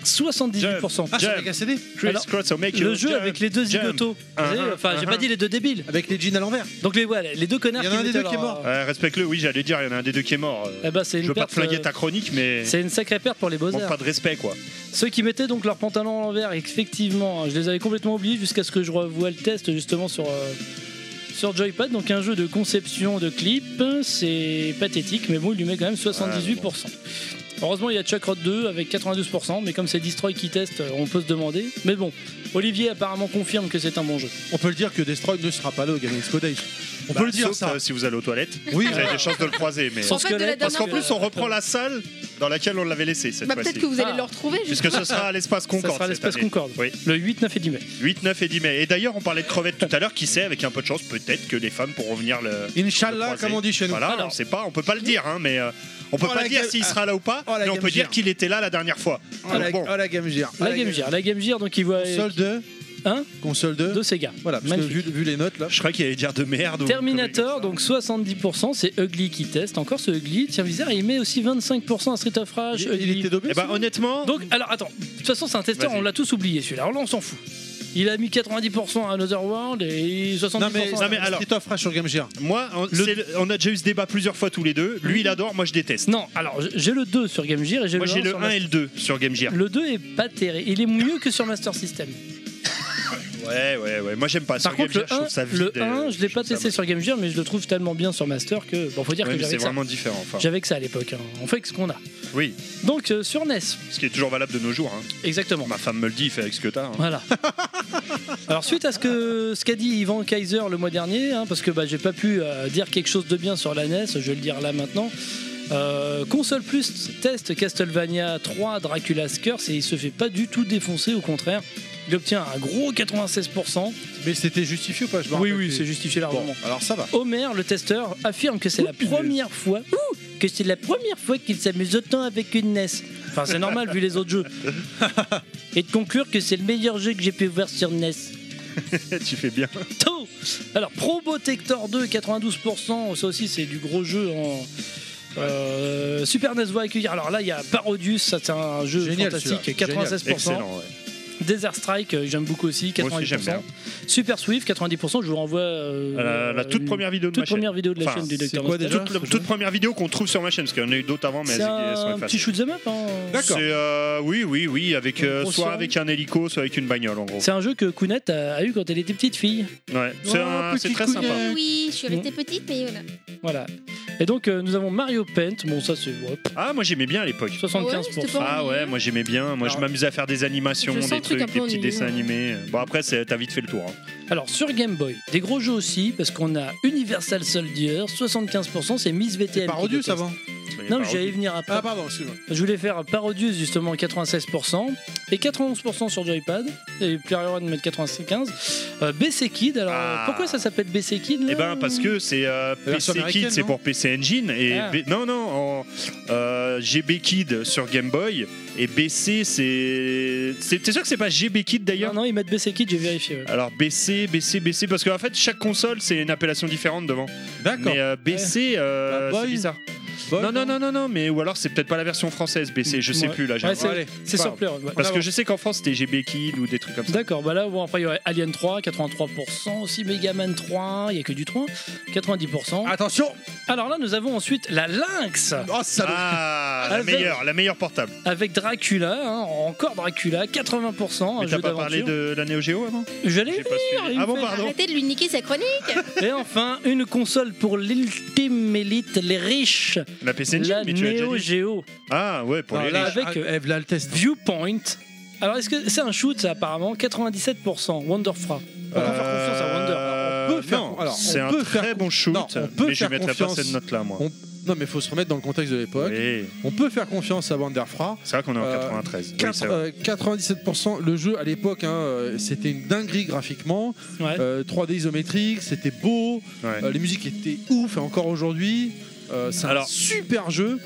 Speaker 6: 78%.
Speaker 3: Ah, sur
Speaker 8: Jam.
Speaker 3: Mega CD
Speaker 8: Chris
Speaker 6: Alors,
Speaker 8: Cross au make
Speaker 6: Le
Speaker 8: you
Speaker 6: jeu
Speaker 8: jump.
Speaker 6: avec les deux
Speaker 8: Jump.
Speaker 6: zigotos. Vous
Speaker 8: Uh-huh,
Speaker 6: savez, Enfin, j'ai
Speaker 8: uh-huh.
Speaker 6: pas dit les deux débiles.
Speaker 3: Avec les jeans à l'envers.
Speaker 6: Donc, les, voilà, les deux connards
Speaker 3: Il y en a un
Speaker 6: qui
Speaker 3: des
Speaker 6: mettaient
Speaker 3: deux qui est
Speaker 6: leur-
Speaker 3: mort.
Speaker 8: Ouais, respecte-le, oui, j'allais dire, il y en a un des deux qui est mort.
Speaker 6: Eh ben, c'est
Speaker 8: Je
Speaker 6: une
Speaker 8: veux pas
Speaker 6: perte,
Speaker 8: te flinguer
Speaker 6: euh,
Speaker 8: ta chronique, mais.
Speaker 6: C'est une sacrée perte pour les
Speaker 8: Manque
Speaker 6: beaux-arts.
Speaker 8: pas de respect, quoi.
Speaker 6: Ceux qui mettaient donc leurs pantalons à l'envers, effectivement, hein, je les avais complètement oubliés jusqu'à ce que je revoie le test justement sur, euh, sur Joypad. Donc un jeu de conception de clip, c'est pathétique, mais bon, il lui met quand même 78%. Heureusement, il y a Chuck Rod 2 avec 92%, mais comme c'est Destroy qui teste, euh, on peut se demander. Mais bon, Olivier apparemment confirme que c'est un bon jeu.
Speaker 3: On peut le dire que Destroy ne sera pas là au Game Expo Days. On
Speaker 8: Bah,
Speaker 3: peut le dire
Speaker 8: sauf,
Speaker 3: ça.
Speaker 8: euh, si vous allez
Speaker 6: *laughs*
Speaker 8: aux toilettes,
Speaker 3: Oui,
Speaker 8: vous avez des chances de le croiser, mais.
Speaker 5: En fait, de la
Speaker 6: squelette,
Speaker 5: dernière
Speaker 8: Parce qu'en
Speaker 5: Non,
Speaker 8: plus, on reprend la salle dans laquelle on l'avait laissé cette
Speaker 5: Bah peut-être
Speaker 8: fois-ci.
Speaker 5: que vous allez
Speaker 6: Ah.
Speaker 5: le retrouver. je-
Speaker 8: Puisque ce sera à l'espace
Speaker 6: Ça
Speaker 8: Concorde.
Speaker 6: sera
Speaker 8: cette
Speaker 6: l'espace
Speaker 8: année.
Speaker 6: Concorde.
Speaker 8: Oui.
Speaker 6: Le 8, 9 et 10 mai.
Speaker 8: 8, 9 et 10 mai. Et d'ailleurs, on parlait de crevettes tout à l'heure. Qui sait, avec un peu de chance, peut-être que les femmes pourront venir le.
Speaker 3: Inch'Allah,
Speaker 8: croisé.
Speaker 3: comme on dit chez nous.
Speaker 8: Voilà,
Speaker 6: Alors.
Speaker 8: on sait pas, on peut pas le dire, hein, mais euh, on peut
Speaker 3: Oh,
Speaker 8: pas
Speaker 3: la
Speaker 8: dire
Speaker 3: gueule-
Speaker 8: s'il sera là ou pas,
Speaker 3: oh, la
Speaker 8: mais on
Speaker 3: Game
Speaker 8: peut dire
Speaker 3: Gear.
Speaker 8: qu'il était là la dernière fois.
Speaker 3: Oh la,
Speaker 8: Donc, bon.
Speaker 3: oh, la Game
Speaker 8: Ah,
Speaker 3: Gear.
Speaker 6: La Game Gear. La Game Gear, donc il voit
Speaker 3: Console 2.
Speaker 6: Hein
Speaker 3: Console 2.
Speaker 6: de Sega.
Speaker 3: Voilà, parce que
Speaker 6: Magnifique.
Speaker 3: vu, vu les notes là.
Speaker 8: Je crois qu'il allait dire de merde. ou-
Speaker 6: Terminator, donc 70%, c'est Ugly qui teste. Encore ce Ugly, tiens bizarre, il met aussi 25% à Street of Rage.
Speaker 3: Il,
Speaker 6: Ugly.
Speaker 3: il était dopé
Speaker 8: Eh ben, honnêtement,
Speaker 6: Donc, alors attends, de toute façon, c'est un testeur,
Speaker 8: Vas-y.
Speaker 6: on l'a tous oublié celui-là, alors là, on s'en fout. Il a mis 90% à Another World et 70%
Speaker 3: Non mais,
Speaker 6: à-
Speaker 8: non, mais alors-
Speaker 3: Street of Rage sur Game Gear.
Speaker 8: moi, on, c'est le- on a déjà eu ce débat plusieurs fois tous les deux. Lui, il adore, moi, je déteste.
Speaker 6: Non, alors j- j'ai le 2 sur Game Gear et j'ai
Speaker 8: Moi,
Speaker 6: le 1
Speaker 8: j'ai le
Speaker 6: sur
Speaker 8: 1 et
Speaker 6: Master-
Speaker 8: le 2 sur
Speaker 6: *laughs*
Speaker 8: Game Gear.
Speaker 6: Le 2 est pas terrible, il est mieux que sur Master System.
Speaker 8: Ouais, ouais, ouais. Moi, j'aime pas.
Speaker 6: Par
Speaker 8: sur
Speaker 6: contre,
Speaker 8: Game Gear, je
Speaker 6: le 1,
Speaker 8: trouve ça vide.
Speaker 6: le 1,
Speaker 8: euh,
Speaker 6: je l'ai pas
Speaker 8: trouve ça
Speaker 6: testé
Speaker 8: moche.
Speaker 6: sur Game Gear, mais je le trouve tellement bien sur Master que bon, faut dire
Speaker 8: Ouais,
Speaker 6: que
Speaker 8: mais
Speaker 6: j'avais
Speaker 8: c'est
Speaker 6: que ça.
Speaker 8: vraiment différent. Enfin,
Speaker 6: J'avais que ça à l'époque, hein. on fait que ce qu'on a.
Speaker 8: oui,
Speaker 6: Donc euh, sur NES,
Speaker 8: ce qui est toujours valable de nos jours. hein.
Speaker 6: exactement.
Speaker 8: Ma femme me le dit, fais avec ce que t'as. hein.
Speaker 3: *laughs*
Speaker 6: Voilà. Alors suite à ce que ce qu'a dit Yvan Kaiser le mois dernier, hein, parce que bah, j'ai pas pu euh, dire quelque chose de bien sur la NES, je vais le dire là maintenant. euh, Console Plus teste Castlevania 3 Dracula's Curse et il se fait pas du tout défoncer, au contraire. Il obtient un gros 96%.
Speaker 3: Mais c'était justifié ou pas je me
Speaker 6: Oui,
Speaker 3: rappelle
Speaker 6: oui,
Speaker 3: plus.
Speaker 6: c'est justifié largement.
Speaker 3: Bon, alors ça va.
Speaker 6: Homer, le testeur, affirme que c'est la première fois ouh, que c'est la première fois qu'il s'amuse autant avec une NES. Enfin, c'est normal vu les
Speaker 3: *laughs*
Speaker 6: autres jeux. Et de conclure que c'est le meilleur jeu que j'ai pu voir sur E NES.
Speaker 8: *laughs* tu fais bien.
Speaker 6: Tôt. Alors, Probotector 2, 92%, ça aussi c'est du gros jeu en. euh, Super NES va accueillir. Alors là, il y a Parodius, ça c'est un jeu
Speaker 3: Génial,
Speaker 6: fantastique,
Speaker 3: celui-là. Génial.
Speaker 6: 96%.
Speaker 8: Excellent, ouais.
Speaker 6: Desert Strike, euh, j'aime beaucoup aussi, 90%.
Speaker 8: Moi aussi, j'aime bien.
Speaker 6: Super Swift, 90%. Je vous renvoie euh,
Speaker 8: À La, la toute
Speaker 6: une-
Speaker 8: première vidéo de
Speaker 6: toute
Speaker 8: ma chaîne.
Speaker 6: première vidéo de la
Speaker 8: Enfin,
Speaker 6: chaîne du
Speaker 3: c'est
Speaker 6: Docteur
Speaker 3: quoi déjà
Speaker 8: Toute, la- Hein, toute première vidéo qu'on trouve sur ma chaîne, parce qu'il y en a eu d'autres avant, mais
Speaker 6: C'est
Speaker 8: elles, elles sont
Speaker 6: un petit
Speaker 8: effacées.
Speaker 6: shoot 'em up. hein.
Speaker 3: D'accord.
Speaker 8: C'est, euh, oui, oui, oui, avec, euh,
Speaker 6: Une grosse
Speaker 8: soit
Speaker 6: soirée.
Speaker 8: avec un hélico, soit avec une bagnole en gros.
Speaker 6: C'est un jeu que Kounet a, a eu quand elle était petite fille.
Speaker 8: Ouais. C'est un- c'est très sympa.
Speaker 5: Oui, je suis restée petite, mais voilà.
Speaker 6: Voilà. Et donc euh, nous avons Mario Paint. Bon ça c'est ouais, pff,
Speaker 8: Ah, moi j'aimais bien à l'époque.
Speaker 6: 75%.
Speaker 5: Ouais, c'était pas-
Speaker 8: Ah ouais, moi j'aimais bien. Moi je
Speaker 6: Alors-
Speaker 8: m'amusais à faire des animations,
Speaker 5: Je
Speaker 8: des
Speaker 5: sens le
Speaker 8: trucs,
Speaker 5: truc
Speaker 8: des
Speaker 5: un peu
Speaker 8: petits
Speaker 5: ennuyeux,
Speaker 8: dessins
Speaker 5: hein.
Speaker 8: animés. Bon après, c'est- t'as vite fait le tour. hein.
Speaker 6: Alors sur Game Boy, des gros jeux aussi parce qu'on a Universal Soldier, 75%. C'est Miss VTM.
Speaker 3: C'est
Speaker 6: qui
Speaker 3: Parodius
Speaker 6: le teste.
Speaker 3: avant.
Speaker 8: Mais
Speaker 6: Non,
Speaker 8: par
Speaker 6: mais j'allais venir après.
Speaker 3: Ah pardon, excuse-moi.
Speaker 6: Je voulais faire Parodius justement 96% et 91% sur Joypad et Player One mettre 95. Euh, BC Kid, alors
Speaker 8: Ah.
Speaker 6: pourquoi ça s'appelle BC Kid là
Speaker 8: Eh ben parce que c'est euh,
Speaker 3: version
Speaker 8: PC
Speaker 3: américaine,
Speaker 8: Kid, c'est
Speaker 3: non
Speaker 8: pour PC Engine et
Speaker 6: Ah.
Speaker 8: B- non non en, euh, GB Kid sur Game Boy et BC c'est c'est- t'es sûr que c'est pas GB Kid
Speaker 6: Non,
Speaker 8: d'ailleurs Ah,
Speaker 6: non, ils mettent BC Kid, j'ai vérifié. ouais.
Speaker 8: Alors BC BC BC parce qu'en fait chaque console c'est une appellation différente devant.
Speaker 3: D'accord.
Speaker 8: Mais euh, BC euh,
Speaker 3: Bah, boy.
Speaker 8: c'est bizarre.
Speaker 3: Bon,
Speaker 8: non non non non non mais ou alors c'est peut-être pas la version française BC je sais
Speaker 6: Ouais.
Speaker 8: plus là. j'ai-
Speaker 6: Ouais, c'est-
Speaker 3: allez,
Speaker 6: C'est
Speaker 8: pas
Speaker 6: sur
Speaker 8: grave.
Speaker 6: Player One, ouais.
Speaker 8: Parce que je sais qu'en France c'était GB Kid ou des trucs comme ça.
Speaker 6: D'accord, bah là, bon, après, il y aurait Alien 3, 83%, aussi Megaman 3, il n'y a que du 3,
Speaker 8: Ah.
Speaker 6: 90%.
Speaker 3: Attention
Speaker 6: Alors là, nous avons ensuite la Lynx,
Speaker 3: Oh ça
Speaker 8: Ah,
Speaker 6: Ah,
Speaker 8: la
Speaker 6: ça-
Speaker 8: meilleure, la meilleure portable.
Speaker 6: avec Dracula, hein, encore Dracula, 80%, un
Speaker 8: Mais t'as
Speaker 6: Oh, jeu
Speaker 8: pas parlé
Speaker 6: d'aventure.
Speaker 8: de la Neo Geo avant
Speaker 6: Je l'ai
Speaker 8: J'ai pas
Speaker 6: venir,
Speaker 8: suivi.
Speaker 6: il
Speaker 8: Ah bon,
Speaker 6: fait-
Speaker 8: pardon.
Speaker 5: Arrêtez de lui niquer sa chronique.
Speaker 6: Et enfin, une console pour l'ultime élite, les riches,
Speaker 8: La PC Engine
Speaker 6: la
Speaker 8: mais tu l'as déjà
Speaker 6: Neo
Speaker 8: dit.
Speaker 6: Geo
Speaker 8: Ah ouais pour les
Speaker 6: là,
Speaker 8: riches.
Speaker 6: avec, euh,
Speaker 3: Ah, Eve là le test.
Speaker 6: Viewpoint. Alors, est-ce que c'est un shoot, ça, apparemment 97%, Wonderfra. On peut faire confiance à Wonder.
Speaker 8: Euh,
Speaker 3: Alors, on peut faire-
Speaker 8: non,
Speaker 3: alors, on
Speaker 8: c'est un
Speaker 3: peut
Speaker 8: très
Speaker 3: faire-
Speaker 8: bon shoot,
Speaker 3: non, on peut
Speaker 8: mais je
Speaker 3: faire
Speaker 8: mettrai pas
Speaker 3: confiance.
Speaker 8: cette note-là, moi.
Speaker 3: On- Non mais faut se remettre dans le contexte de l'époque.
Speaker 8: Oui,
Speaker 3: On peut faire confiance à Wanderfra.
Speaker 8: c'est vrai qu'on est en
Speaker 3: Euh,
Speaker 8: 93. Oui,
Speaker 3: Quatre-
Speaker 8: c'est vrai.
Speaker 3: euh, 97% le jeu à l'époque hein, euh, c'était une dinguerie graphiquement
Speaker 6: Ouais.
Speaker 3: Euh, 3D isométrique c'était beau
Speaker 8: Ouais.
Speaker 3: euh, les musiques étaient ouf et encore aujourd'hui euh, c'est un
Speaker 8: Alors-
Speaker 3: super jeu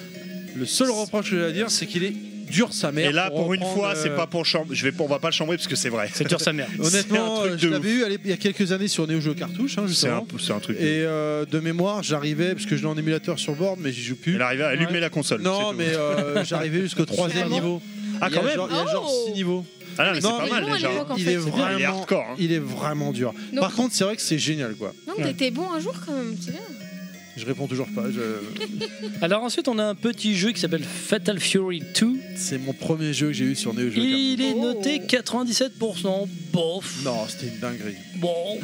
Speaker 3: le seul reproche que j'ai à dire c'est qu'il est dur sa mère
Speaker 8: Et là, pour une
Speaker 3: reprendre,
Speaker 8: fois, c'est
Speaker 3: euh,
Speaker 8: pas pour chambrer. Je vais, pas- on va pas le chambrer parce que c'est vrai.
Speaker 6: C'est dur sa mère.
Speaker 8: c'est
Speaker 3: *laughs*
Speaker 8: un
Speaker 3: honnêtement
Speaker 8: truc
Speaker 3: euh,
Speaker 8: de
Speaker 3: je
Speaker 8: ouf.
Speaker 3: l'avais eu à l'ép- il y a quelques années sur Neo Geo cartouche hein,
Speaker 8: C'est un,
Speaker 3: justement
Speaker 8: c'est un truc. de-
Speaker 3: et euh, de mémoire j'arrivais parce que je l'ai en émulateur sur board mais j'y joue plus
Speaker 8: Elle arrivait à allumer
Speaker 6: Ouais.
Speaker 8: la console.
Speaker 3: non
Speaker 8: c'est tout.
Speaker 3: mais
Speaker 8: *laughs*
Speaker 3: euh, j'arrivais jusqu'au troisième
Speaker 5: Vraiment
Speaker 3: niveau
Speaker 8: ah,
Speaker 3: Il y a
Speaker 8: quand même
Speaker 3: genre- il y a genre
Speaker 5: Oh
Speaker 3: 6 niveaux
Speaker 8: Ah non, mais c'est
Speaker 3: Non,
Speaker 8: pas
Speaker 3: mais
Speaker 8: mal
Speaker 5: bon,
Speaker 8: déjà.
Speaker 5: elle est
Speaker 8: hein.
Speaker 5: encore-
Speaker 3: il
Speaker 5: fait,
Speaker 3: est
Speaker 5: c'est dur.
Speaker 8: Il est
Speaker 3: vraiment
Speaker 8: hardcore. hein.
Speaker 3: il est vraiment dur
Speaker 5: Non.
Speaker 3: par contre c'est vrai que c'est génial quoi
Speaker 5: Non,
Speaker 6: Ouais.
Speaker 5: t'étais bon un jour quand même, c'est bien.
Speaker 3: Je réponds toujours pas. je-
Speaker 6: Alors ensuite, on a un petit jeu qui s'appelle Fatal Fury 2.
Speaker 3: C'est mon premier jeu que j'ai eu sur Neo Geo. Cartouche.
Speaker 6: Il est
Speaker 5: Oh.
Speaker 6: noté 97%. Bof.
Speaker 3: Non, c'était une dinguerie.
Speaker 6: Bon.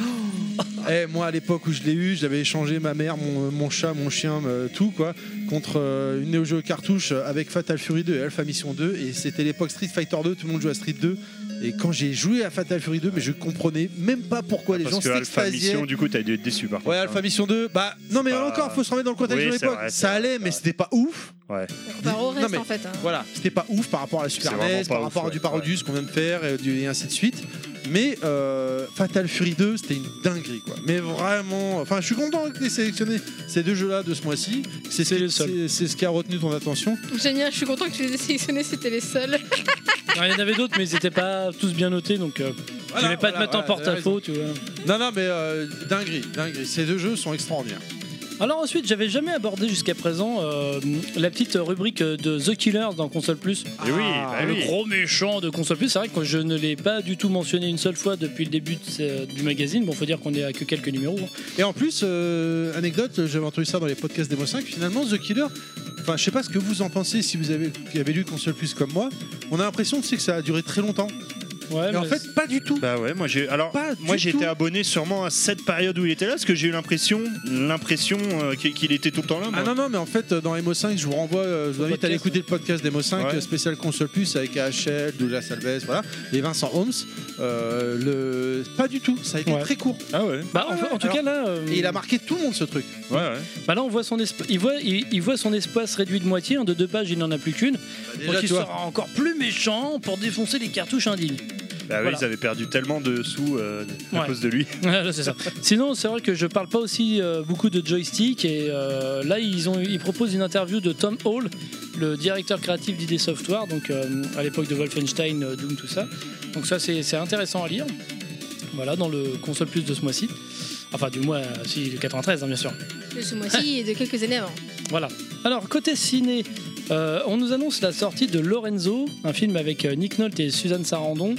Speaker 3: Eh, moi, à l'époque où je l'ai eu, j'avais échangé ma mère, mon, mon chat, mon chien, euh, tout quoi, contre euh, une Neo Geo cartouche avec Fatal Fury 2 et Alpha Mission 2. Et c'était l'époque Street Fighter 2, tout le monde jouait à Street 2. Et quand j'ai joué à Fatal Fury 2, mais je comprenais même pas pourquoi les gens
Speaker 8: Parce que Alpha
Speaker 3: s'extasiaient.
Speaker 8: Mission, du coup, t'as dû être déçu par contre.
Speaker 3: Ouais, Alpha Mission 2, bah non, mais
Speaker 8: C'est pas-
Speaker 3: encore, faut se remettre dans le contexte
Speaker 8: Oui,
Speaker 3: de
Speaker 8: c'est
Speaker 3: l'époque.
Speaker 8: vrai, c'est
Speaker 3: Ça
Speaker 8: vrai,
Speaker 3: allait,
Speaker 8: c'est
Speaker 3: mais
Speaker 8: vrai.
Speaker 3: c'était pas ouf.
Speaker 5: On compare au
Speaker 3: Non,
Speaker 5: reste
Speaker 3: mais-
Speaker 5: en fait.
Speaker 8: *laughs*
Speaker 5: hein.
Speaker 3: Voilà, c'était pas ouf par rapport à la Super
Speaker 8: C'est vraiment
Speaker 3: NES,
Speaker 8: pas
Speaker 3: par
Speaker 8: ouf,
Speaker 3: rapport à
Speaker 8: ouais,
Speaker 3: du Parodius qu'on vient de faire et, du- et ainsi de suite. Mais euh, Fatal Fury 2, c'était une dinguerie quoi. Mais vraiment, enfin, je suis content que tu sélectionné ces deux jeux-là de ce mois-ci. C'est ce,
Speaker 6: C'est
Speaker 3: qui-
Speaker 6: le seul.
Speaker 3: c'est- c'est ce qui a retenu ton attention.
Speaker 5: Génial, je suis content que tu les aies sélectionnés, c'était les seuls.
Speaker 6: Non, il y en avait d'autres, mais ils n'étaient pas tous bien notés, donc euh, je
Speaker 3: Voilà,
Speaker 6: vais pas te
Speaker 3: voilà,
Speaker 6: mettre en
Speaker 3: voilà,
Speaker 6: porte-à-faux, tu vois.
Speaker 3: Non, non, mais euh, dinguerie, dinguerie. Ces deux jeux sont extraordinaires.
Speaker 6: Alors ensuite, j'avais jamais abordé jusqu'à présent euh, la petite rubrique de The Killers dans Console Plus.
Speaker 8: Et oui,
Speaker 3: Ah,
Speaker 8: bah
Speaker 6: Le
Speaker 8: oui.
Speaker 6: gros méchant de Console Plus, c'est vrai que je ne l'ai pas du tout mentionné une seule fois depuis le début de ce- du magazine. Bon, faut dire qu'on est à que quelques numéros. hein.
Speaker 3: Et en plus, euh, anecdote, j'avais entendu ça dans les podcasts Demo 5, finalement, The Killer, enfin, je sais pas ce que vous en pensez si vous avez, qui avez lu Console Plus comme moi, on a l'impression que c'est que ça a duré très longtemps.
Speaker 6: Ouais,
Speaker 3: Et en
Speaker 6: mais
Speaker 3: fait, pas du tout.
Speaker 8: Bah ouais, moi j'ai alors
Speaker 3: Pas du
Speaker 8: moi j'étais
Speaker 3: tout.
Speaker 8: abonné sûrement à cette période où il était là parce que j'ai eu l'impression l'impression euh, qu'il qu'il était tout le temps là. moi.
Speaker 3: Ah non, non, mais en fait, euh, dans MO5, je vous renvoie, euh, je vous invite à
Speaker 6: podcast,
Speaker 3: aller écouter le podcast d'MO5,
Speaker 8: Ouais.
Speaker 3: euh, spécial console plus avec AHL, Douglas Alves, voilà, et Vincent Holmes. Euh, le... Pas du tout, ça a été
Speaker 6: Ouais.
Speaker 3: très court.
Speaker 8: Ah ouais.
Speaker 6: Bah, en, en tout
Speaker 3: Alors-
Speaker 6: cas là, euh,
Speaker 3: Et il a marqué tout le monde ce truc.
Speaker 8: Ouais ouais.
Speaker 6: bah là on voit son esp- il, voit, il, il voit son espace réduit de moitié, hein, de deux pages il n'en a plus qu'une,
Speaker 3: Bah,
Speaker 6: donc il sera encore plus méchant pour défoncer les cartouches indignes.
Speaker 8: Bah oui,
Speaker 6: Voilà.
Speaker 8: ils avaient perdu tellement de sous euh, à
Speaker 6: Ouais.
Speaker 8: cause de lui.
Speaker 6: Ouais, c'est ça. Sinon, c'est vrai que je parle pas aussi euh, beaucoup de joystick et euh, là ils ont ils proposent une interview de Tom Hall, le directeur créatif d'ID Software, donc euh, à l'époque de Wolfenstein, euh, Doom, tout ça. Donc ça c'est c'est intéressant à lire. Voilà dans le console plus de ce mois-ci. Enfin du mois euh, si le 93 hein, bien sûr.
Speaker 5: de ce mois-ci et de quelques années avant.
Speaker 6: Voilà. Alors, côté ciné, euh, on nous annonce la sortie de Lorenzo, un film avec euh, Nick Nolte et Suzanne Sarandon.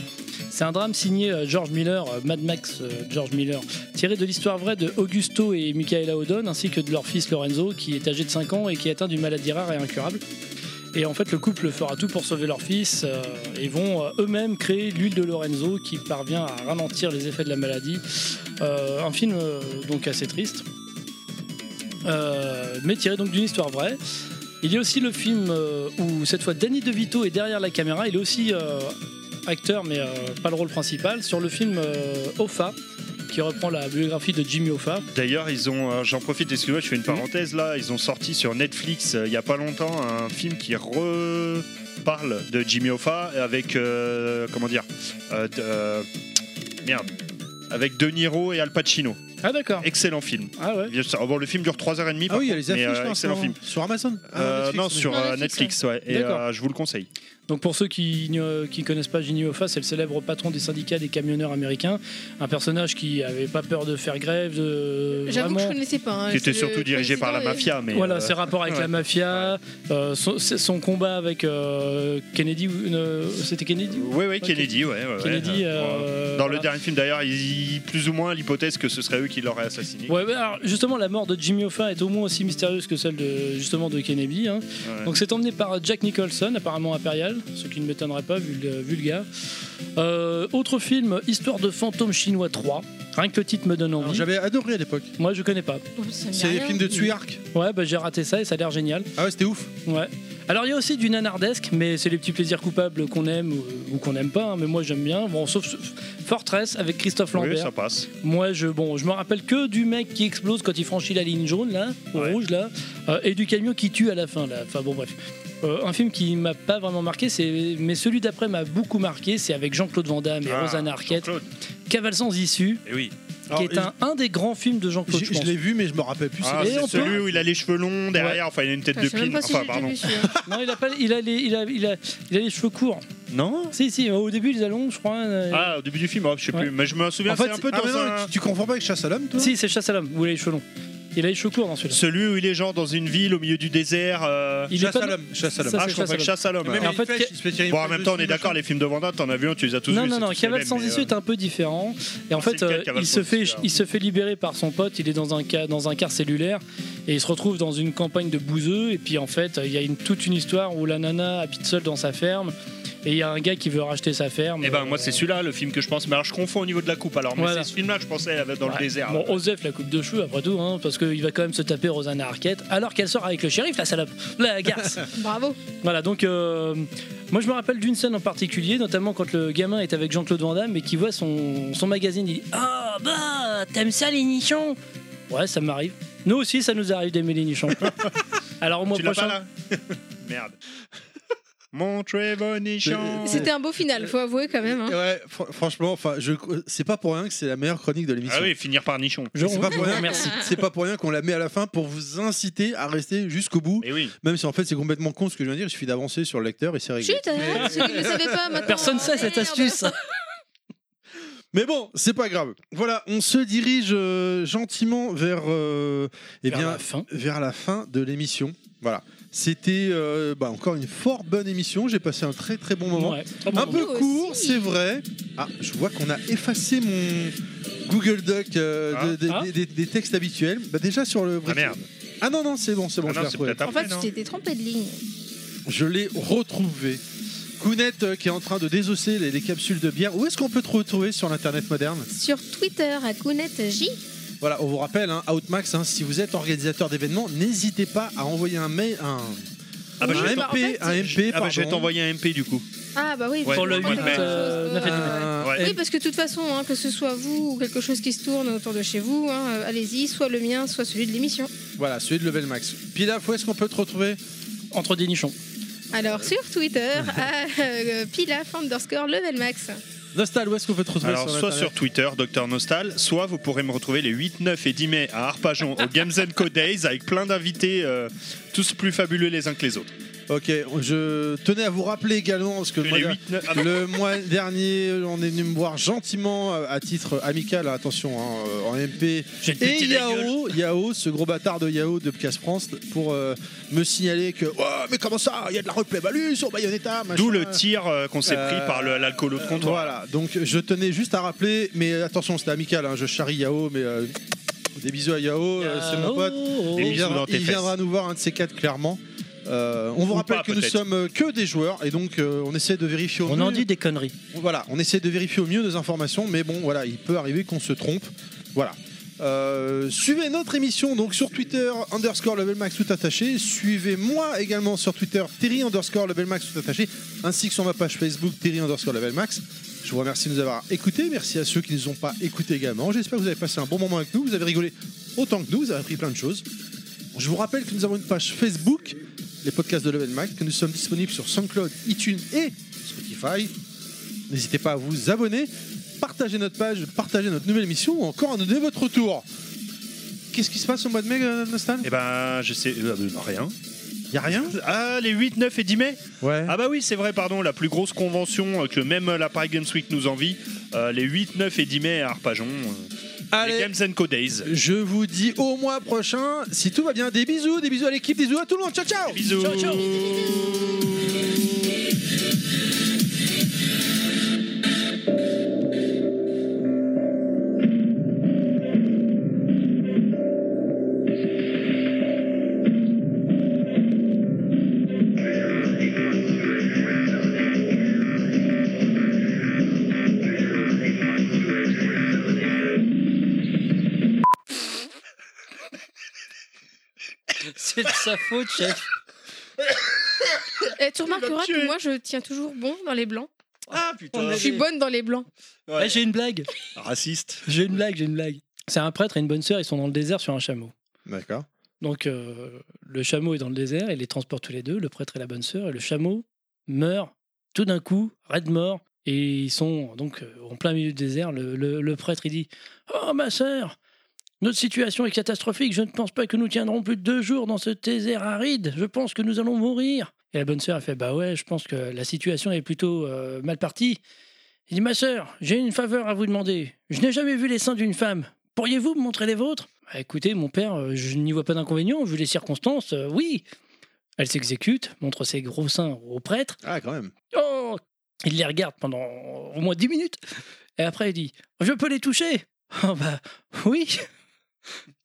Speaker 6: C'est un drame signé euh, George Miller, euh, Mad Max euh, George Miller, tiré de l'histoire vraie de Augusto et Michaela O'Donnell, ainsi que de leur fils Lorenzo, qui est âgé de 5 ans et qui est atteint d'une maladie rare et incurable. Et en fait, le couple fera tout pour sauver leur fils euh, et vont euh, eux-mêmes créer l'huile de Lorenzo qui parvient à ralentir les effets de la maladie. Euh, un film euh, donc assez triste. Euh, mais tiré donc d'une histoire vraie. Il y a aussi le film euh, où cette fois Danny DeVito est derrière la caméra. Il est aussi euh, acteur, mais euh, pas le rôle principal, sur le film euh, Hoffa, qui reprend la biographie de Jimmy Hoffa.
Speaker 8: D'ailleurs, ils ont, euh, j'en profite, excuse-moi, je fais une parenthèse là. Ils ont sorti sur Netflix euh, il y a pas longtemps un film qui reparle de Jimmy Hoffa avec euh, comment dire, euh, de- euh, merde, avec De Niro et Al Pacino.
Speaker 6: Ah d'accord.
Speaker 8: Excellent film.
Speaker 6: Ah ouais.
Speaker 8: Ah bon, le film dure 3h30
Speaker 3: Ah oui, il y a les affiches
Speaker 8: mais, euh,
Speaker 3: là, en ce
Speaker 8: excellent
Speaker 3: moment.
Speaker 8: film.
Speaker 3: sur Amazon. Ah,
Speaker 8: Euh,
Speaker 3: Netflix,
Speaker 8: non,
Speaker 3: oui.
Speaker 8: sur
Speaker 5: Non,
Speaker 8: euh,
Speaker 5: Netflix,
Speaker 8: Netflix, ouais. Et
Speaker 6: D'accord.
Speaker 8: euh, je vous le conseille.
Speaker 6: Donc pour ceux qui ne qui connaissent pas Jimmy Hoffa, c'est le célèbre patron des syndicats des camionneurs américains, un personnage qui avait pas peur de faire grève, de
Speaker 5: J'avoue que je
Speaker 6: vraiment.
Speaker 5: connaissais pas. hein,
Speaker 8: Qui était
Speaker 5: le
Speaker 8: surtout dirigé par la
Speaker 5: président et-
Speaker 8: mafia, mais
Speaker 6: Voilà,
Speaker 8: euh,
Speaker 6: ses rapports avec
Speaker 8: ouais.
Speaker 6: la mafia, euh, son, son combat avec euh, Kennedy, ou- euh, c'était Kennedy
Speaker 8: Oui, oui,
Speaker 6: Ok.
Speaker 8: Kennedy, ouais. ouais, ouais.
Speaker 6: Kennedy, euh,
Speaker 8: Dans
Speaker 6: voilà.
Speaker 8: le dernier film, d'ailleurs, ils- ils- plus ou moins l'hypothèse que ce serait eux qui l'auraient assassiné.
Speaker 6: Ouais, ouais, alors justement, la mort de Jimmy Hoffa est au moins aussi mystérieuse que celle de justement de Kennedy. hein.
Speaker 8: Ouais.
Speaker 6: Donc c'est emmené par Jack Nicholson, apparemment impérial, ce qui ne m'étonnerait pas vu le, vu le gars. Euh, autre film, Histoire de fantôme chinois 3. Rien que le titre me donne
Speaker 3: Alors,
Speaker 6: envie.
Speaker 3: Ah J'avais adoré à l'époque.
Speaker 6: Moi, je connais pas.
Speaker 5: Oh, ça me dit
Speaker 3: C'est les
Speaker 5: rien.
Speaker 3: films de Tsuyark.
Speaker 6: Ouais, bah, j'ai raté ça et ça a l'air génial.
Speaker 3: Ah ouais, c'était ouf.
Speaker 6: Ouais. Alors il y a aussi du nanardesque, mais c'est les petits plaisirs coupables qu'on aime ou, ou qu'on n'aime pas. hein, mais moi, j'aime bien. Bon, sauf sauf Fortress avec Christophe
Speaker 8: Oui,
Speaker 6: Lambert.
Speaker 8: ça passe.
Speaker 6: Moi, je bon, je me rappelle que du mec qui explose quand il franchit la ligne jaune là, au
Speaker 8: Ouais.
Speaker 6: rouge là, euh, et du camion qui tue à la fin là. Enfin bon, bref. Euh, un film qui m'a pas vraiment marqué, c'est mais celui d'après m'a beaucoup marqué, c'est avec Jean-Claude Van Damme et
Speaker 8: Ah,
Speaker 6: Rosanna Arquette,
Speaker 8: Jean-Claude.
Speaker 6: Cavale sans issue,
Speaker 8: Eh oui.
Speaker 3: Alors,
Speaker 6: qui est un, un des grands films de
Speaker 3: je-
Speaker 6: Jean-Claude.
Speaker 3: Je
Speaker 6: Je
Speaker 3: je
Speaker 6: pense.
Speaker 3: l'ai vu, mais je me rappelle plus.
Speaker 8: Ah,
Speaker 6: Et on
Speaker 8: c'est
Speaker 6: peut-
Speaker 8: celui où il a les cheveux longs derrière, enfin il a une tête
Speaker 5: Putain,
Speaker 8: de
Speaker 5: Je sais même
Speaker 8: pine.
Speaker 5: pas si
Speaker 8: Enfin,
Speaker 5: j'ai hein. déjà
Speaker 8: pardon.
Speaker 5: vu
Speaker 6: Non,
Speaker 5: celui-là.
Speaker 6: il a pas, il a les, il a, il a, il a les cheveux courts.
Speaker 8: Non
Speaker 6: Si si, euh, au début ils allongent, je crois. euh,
Speaker 8: Ah, au début du film, oh, je sais
Speaker 6: Ouais.
Speaker 8: plus. Mais je me souviens,
Speaker 6: En fait,
Speaker 8: c'est un peu
Speaker 3: Ah,
Speaker 8: dans
Speaker 3: mais non,
Speaker 8: un-
Speaker 3: tu, tu confonds pas avec Chasse à l'homme, toi
Speaker 6: Si, c'est Chasse à l'homme où il a les cheveux longs. Il a les cheveux courts dans celui-là.
Speaker 8: Celui où il est genre dans une ville au milieu du désert. euh,
Speaker 6: Il est
Speaker 3: Chasse
Speaker 6: pas
Speaker 3: à
Speaker 6: dans-
Speaker 3: l'homme. Chasse à l'homme.
Speaker 6: Ça,
Speaker 8: Ah,
Speaker 6: c'est
Speaker 8: je crois
Speaker 6: Chasse à
Speaker 8: que Chasse à l'homme.
Speaker 3: Mais
Speaker 6: en
Speaker 3: il
Speaker 6: fait,
Speaker 3: flèche,
Speaker 6: que-
Speaker 3: il se fait tirer une
Speaker 8: Bon, en
Speaker 3: flèche
Speaker 8: même temps, on
Speaker 3: dessus,
Speaker 8: est d'accord, les films de Vanda, t'en as vu, un, tu les as tous
Speaker 6: Non,
Speaker 8: vus.
Speaker 6: non,
Speaker 8: c'est
Speaker 6: non,
Speaker 8: tous les
Speaker 6: Cavale
Speaker 8: mêmes,
Speaker 6: sans
Speaker 8: mais,
Speaker 6: issue
Speaker 8: euh,
Speaker 6: est un peu différent. Et en
Speaker 8: C'est
Speaker 6: fait,
Speaker 8: lequel,
Speaker 6: euh,
Speaker 8: Cavale
Speaker 6: il,
Speaker 8: sans
Speaker 6: se fait,
Speaker 8: issue, hein. là
Speaker 6: il se fait libérer par son pote, il est dans un, ca- dans un car cellulaire et il se retrouve dans une campagne de bouseux. Et puis en fait, il y a une, toute une histoire où la nana habite seule dans sa ferme et il y a un gars qui veut racheter sa ferme.
Speaker 8: Eh ben,
Speaker 6: Euh,
Speaker 8: moi, c'est celui-là, le film que je pense. Mais alors, je confonds au niveau de la coupe. Alors, mais
Speaker 6: Voilà.
Speaker 8: c'est ce film-là que je pensais euh, dans
Speaker 6: ouais.
Speaker 8: le désert.
Speaker 6: Bon,
Speaker 8: là.
Speaker 6: Osef la coupe de cheveux après tout, hein, parce qu'il va quand même se taper Rosanna Arquette alors qu'elle sort avec le shérif, la salope, la garce.
Speaker 5: *laughs* Bravo.
Speaker 6: Voilà, donc euh, moi je me rappelle d'une scène en particulier, notamment quand le gamin est avec Jean-Claude Van Damme et qu'il voit son, son magazine, il dit Ah bah, t'aimes ça les nichons Ouais, ça m'arrive. Nous aussi, ça nous arrive d'aimer les
Speaker 3: *laughs*
Speaker 6: nichons. Alors au mois
Speaker 8: Tu l'as pas
Speaker 6: prochain.
Speaker 8: là *laughs* Merde. Euh, Montrez vos nichons.
Speaker 5: C'était un beau final, faut avouer quand même. hein.
Speaker 3: Ouais, fr- franchement, enfin, je, c'est pas pour rien que c'est la meilleure chronique de l'émission.
Speaker 8: Ah oui, finir par nichon.
Speaker 6: Je
Speaker 3: C'est pas pour rien.
Speaker 6: Merci.
Speaker 3: C'est pas pour rien qu'on la met à la fin pour vous inciter à rester jusqu'au bout.
Speaker 8: Mais oui.
Speaker 3: Même si en fait c'est complètement con ce que je viens de dire, il suffit d'avancer sur le lecteur et c'est réglé.
Speaker 5: Chut, arrête, celui qui ne
Speaker 8: euh,
Speaker 5: le savait pas maintenant. ah,
Speaker 6: Personne sait
Speaker 3: Ah,
Speaker 6: cette
Speaker 5: Merde.
Speaker 6: astuce.
Speaker 3: Mais bon, c'est pas grave. Voilà, on se dirige euh, gentiment vers, euh, eh
Speaker 6: Vers
Speaker 3: bien,
Speaker 6: la fin.
Speaker 3: vers la fin de l'émission. Voilà. C'était euh, bah, encore une fort bonne émission. J'ai passé un très très bon moment.
Speaker 6: Ouais, très bon
Speaker 3: Un
Speaker 6: moment.
Speaker 3: peu
Speaker 5: Nous aussi.
Speaker 3: court, c'est vrai. Ah, je vois qu'on a effacé mon Google Doc euh, de- des-
Speaker 6: Ah.
Speaker 3: des- des- des textes habituels. Bah, déjà sur le.
Speaker 8: Ah merde.
Speaker 3: Ah non, non, c'est bon, c'est bon,
Speaker 8: Ah
Speaker 3: je
Speaker 8: non,
Speaker 3: l'ai
Speaker 8: c'est
Speaker 3: retrouvé.
Speaker 8: peut-être
Speaker 5: En fait,
Speaker 8: après,
Speaker 5: tu
Speaker 8: non
Speaker 5: t'étais trompé de ligne.
Speaker 3: Je l'ai retrouvé. Kounette euh, qui est en train de désosser les, les capsules de bière. Où est-ce qu'on peut te retrouver sur l'internet moderne
Speaker 5: Sur Twitter, à Kounet J.
Speaker 3: Voilà, on vous rappelle, hein, Outmax, hein, si vous êtes organisateur d'événements, n'hésitez pas à envoyer un mail, un,
Speaker 8: Ah bah,
Speaker 3: un
Speaker 8: je vais
Speaker 3: MP,
Speaker 8: t'en-
Speaker 3: un MP,
Speaker 8: Ah bah, je vais
Speaker 3: pardon.
Speaker 8: t'envoyer un MP du coup.
Speaker 5: Ah bah oui,
Speaker 8: Ouais,
Speaker 6: Pour le
Speaker 5: on fait
Speaker 6: 8,
Speaker 5: quelque chose,
Speaker 6: euh,
Speaker 5: ouais.
Speaker 6: 9 et demi.
Speaker 3: Un
Speaker 8: Ouais.
Speaker 5: Oui, parce que de toute façon, hein, que ce soit vous ou quelque chose qui se tourne autour de chez vous, hein, euh, allez-y, soit le mien, soit celui de l'émission.
Speaker 3: Voilà, celui de Level Max. Pilaf, où est-ce qu'on peut te retrouver
Speaker 6: Entre des nichons.
Speaker 5: Alors sur Twitter, à euh, pilaf underscore level max.
Speaker 3: Nostal, où est-ce qu'on peut te retrouver
Speaker 8: Alors,
Speaker 3: sur
Speaker 8: soit
Speaker 3: Internet
Speaker 8: sur Twitter, Dr Nostal, soit vous pourrez me retrouver les 8, 9 et 10 mai à Arpajon au Games Co Days avec plein d'invités, euh, tous plus fabuleux les uns que les autres.
Speaker 3: Ok, je tenais à vous rappeler également, parce que
Speaker 8: Que
Speaker 3: le mois,
Speaker 8: les
Speaker 3: der-
Speaker 8: 8, 9 ah non,
Speaker 3: le mois dernier, on est venu me voir gentiment euh, à titre amical, attention, hein, euh, en MP.
Speaker 6: J'ai te
Speaker 3: Et
Speaker 6: pété la gueule.
Speaker 3: Yao, Yao, ce gros bâtard de Yao de Picasso France, pour euh, me signaler que, ouais, mais comment ça, il y a de la replay balus sur Bayonetta, machin.
Speaker 8: D'où le tir euh, qu'on s'est pris
Speaker 3: Euh,
Speaker 8: par le- l'alcoolo de comptoir.
Speaker 3: Voilà, donc je tenais juste à rappeler, mais attention, c'était amical, hein, je charrie Yao, mais euh, des bisous à Yao, euh, c'est mon pote.
Speaker 6: Oh,
Speaker 8: Des
Speaker 3: Il
Speaker 8: bisous
Speaker 3: viendra,
Speaker 8: dans tes
Speaker 3: il viendra nous voir un de ces quatre, clairement. Euh, on vous
Speaker 8: Ou
Speaker 3: rappelle
Speaker 8: pas,
Speaker 3: que nous
Speaker 8: peut-être.
Speaker 3: sommes euh, que des joueurs et donc euh, on essaie de vérifier au
Speaker 6: On
Speaker 3: mieux.
Speaker 6: en dit des conneries.
Speaker 3: Voilà, on essaie de vérifier au mieux nos informations, mais bon, voilà, il peut arriver qu'on se trompe. Voilà. Euh, suivez notre émission donc sur Twitter underscore levelmax tout attaché. Suivez moi également sur Twitter Terry underscore levelmax tout attaché, ainsi que sur ma page Facebook Terry underscore levelmax. Je vous remercie de nous avoir écoutés. Merci à ceux qui ne nous ont pas écoutés également. J'espère que vous avez passé un bon moment avec nous. Vous avez rigolé autant que nous. Vous avez appris plein de choses. Je vous rappelle que nous avons une page Facebook, les podcasts de Level Max, que nous sommes disponibles sur SoundCloud, iTunes et Spotify. N'hésitez pas à vous abonner, partager notre page, partager notre nouvelle émission ou encore à nous donner votre retour. Qu'est-ce qui se passe au mois de mai, euh, Nostal
Speaker 8: Eh ben, je sais euh, non, rien.
Speaker 3: Y a rien
Speaker 8: Ah, les 8, 9 et 10 mai
Speaker 3: Ouais.
Speaker 8: Ah bah oui, c'est vrai, pardon, la plus grosse convention euh, que même euh, la Paris Games Week nous envie, euh, les 8, 9 et 10 mai à Arpajon, euh, les
Speaker 3: Allez,
Speaker 8: Games Co Days.
Speaker 3: je vous dis au mois prochain, si tout va bien, des bisous, des bisous à l'équipe, des bisous à tout le monde, ciao ciao
Speaker 8: Bisous
Speaker 6: C'est de sa faute, chef.
Speaker 5: Eh, tu remarqueras que moi, je tiens toujours bon dans les blancs.
Speaker 8: Ah putain
Speaker 5: Je suis bonne dans les blancs.
Speaker 8: Ouais.
Speaker 6: Eh, j'ai une blague.
Speaker 8: Raciste.
Speaker 6: J'ai une blague, j'ai une blague. C'est un prêtre et une bonne sœur, ils sont dans le désert sur un chameau.
Speaker 3: D'accord.
Speaker 6: Donc euh, le chameau est dans le désert, il les transporte tous les deux, le prêtre et la bonne sœur, et le chameau meurt tout d'un coup, raide mort, et ils sont donc euh, en plein milieu du désert. Le, le- le prêtre il dit Oh ma sœur, notre situation est catastrophique, je ne pense pas que nous tiendrons plus de deux jours dans ce désert aride, je pense que nous allons mourir. Et la bonne sœur elle fait Bah ouais, je pense que la situation est plutôt euh, mal partie. Il dit Ma sœur, j'ai une faveur à vous demander, je n'ai jamais vu les seins d'une femme, pourriez-vous me montrer les vôtres bah, écoutez, mon père, euh, je n'y vois pas d'inconvénient, vu les circonstances, euh, oui. Elle s'exécute, montre ses gros seins au prêtre.
Speaker 3: Ah, quand même.
Speaker 6: Oh Il les regarde pendant au moins 10 minutes. Et après, il dit Je peux les toucher Oh, bah oui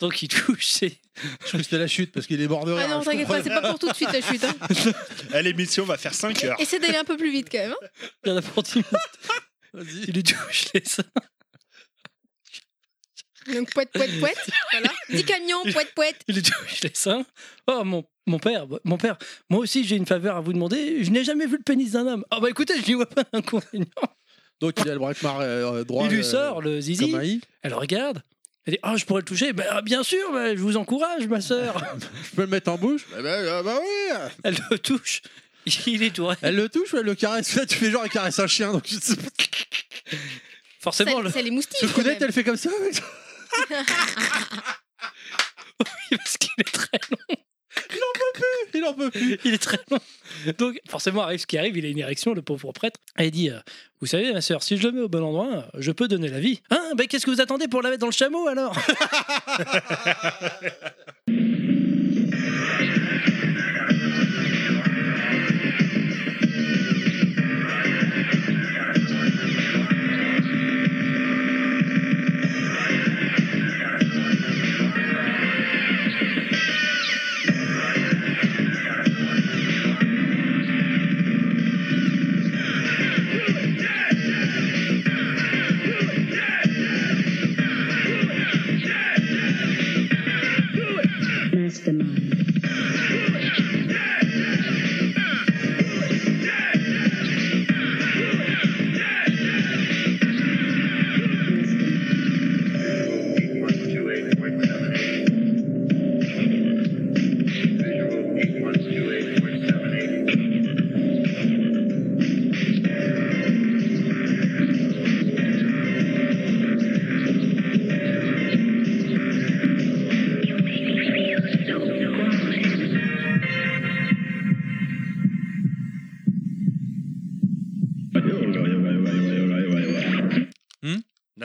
Speaker 6: Donc il touche ses- *laughs*
Speaker 3: Je crois que c'était la chute parce qu'il est bord de
Speaker 5: Ah
Speaker 3: rire,
Speaker 5: non,
Speaker 3: je
Speaker 5: t'inquiète pas, c'est pas pour tout de suite la chute. hein.
Speaker 8: Eh, L'émission va faire 5 heures.
Speaker 5: Essaie d'aller un peu plus vite quand même. hein.
Speaker 6: il en a pour 10 minutes,
Speaker 3: comprends. Vas-y.
Speaker 6: il lui touche les seins.
Speaker 5: Donc, poète, poète, poète. Voilà. 10 camions, poète, poète.
Speaker 6: Il lui touche les seins. Oh, mon, mon père, bah, mon père, moi aussi j'ai une faveur à vous demander, je n'ai jamais vu le pénis d'un homme. Oh, bah écoutez, je n'y vois pas d'inconvénient.
Speaker 3: Donc il a le bras avec marre, euh, droit.
Speaker 6: Il lui
Speaker 3: euh,
Speaker 6: sort le zizi.
Speaker 3: comme un i.
Speaker 6: Elle regarde. Elle dit Ah, je pourrais le toucher. Ben, ah, bien sûr, ben, je vous encourage, ma *laughs* sœur.
Speaker 3: Je peux le mettre en bouche Eh ben, euh, bah oui
Speaker 6: Elle le touche. Il est tout. raide.
Speaker 3: Elle le touche ou elle le caresse *laughs* Là, tu fais genre, elle caresse un chien. Donc, je *laughs* sais pas.
Speaker 5: Ça,
Speaker 6: Forcément, le...
Speaker 5: ça les moustiques.
Speaker 3: Sauf que
Speaker 5: quand même.
Speaker 3: elle fait comme ça. mec. *laughs*
Speaker 6: *laughs* parce qu'il est très long.
Speaker 3: Il en peut plus.
Speaker 6: Il est très long. Donc, forcément, arrive ce qui arrive. Il a une érection, le pauvre prêtre. Elle dit euh, Vous savez, ma sœur, si je le mets au bon endroit, euh, je peux donner la vie. Hein Ben, qu'est-ce que vous attendez pour la mettre dans le chameau alors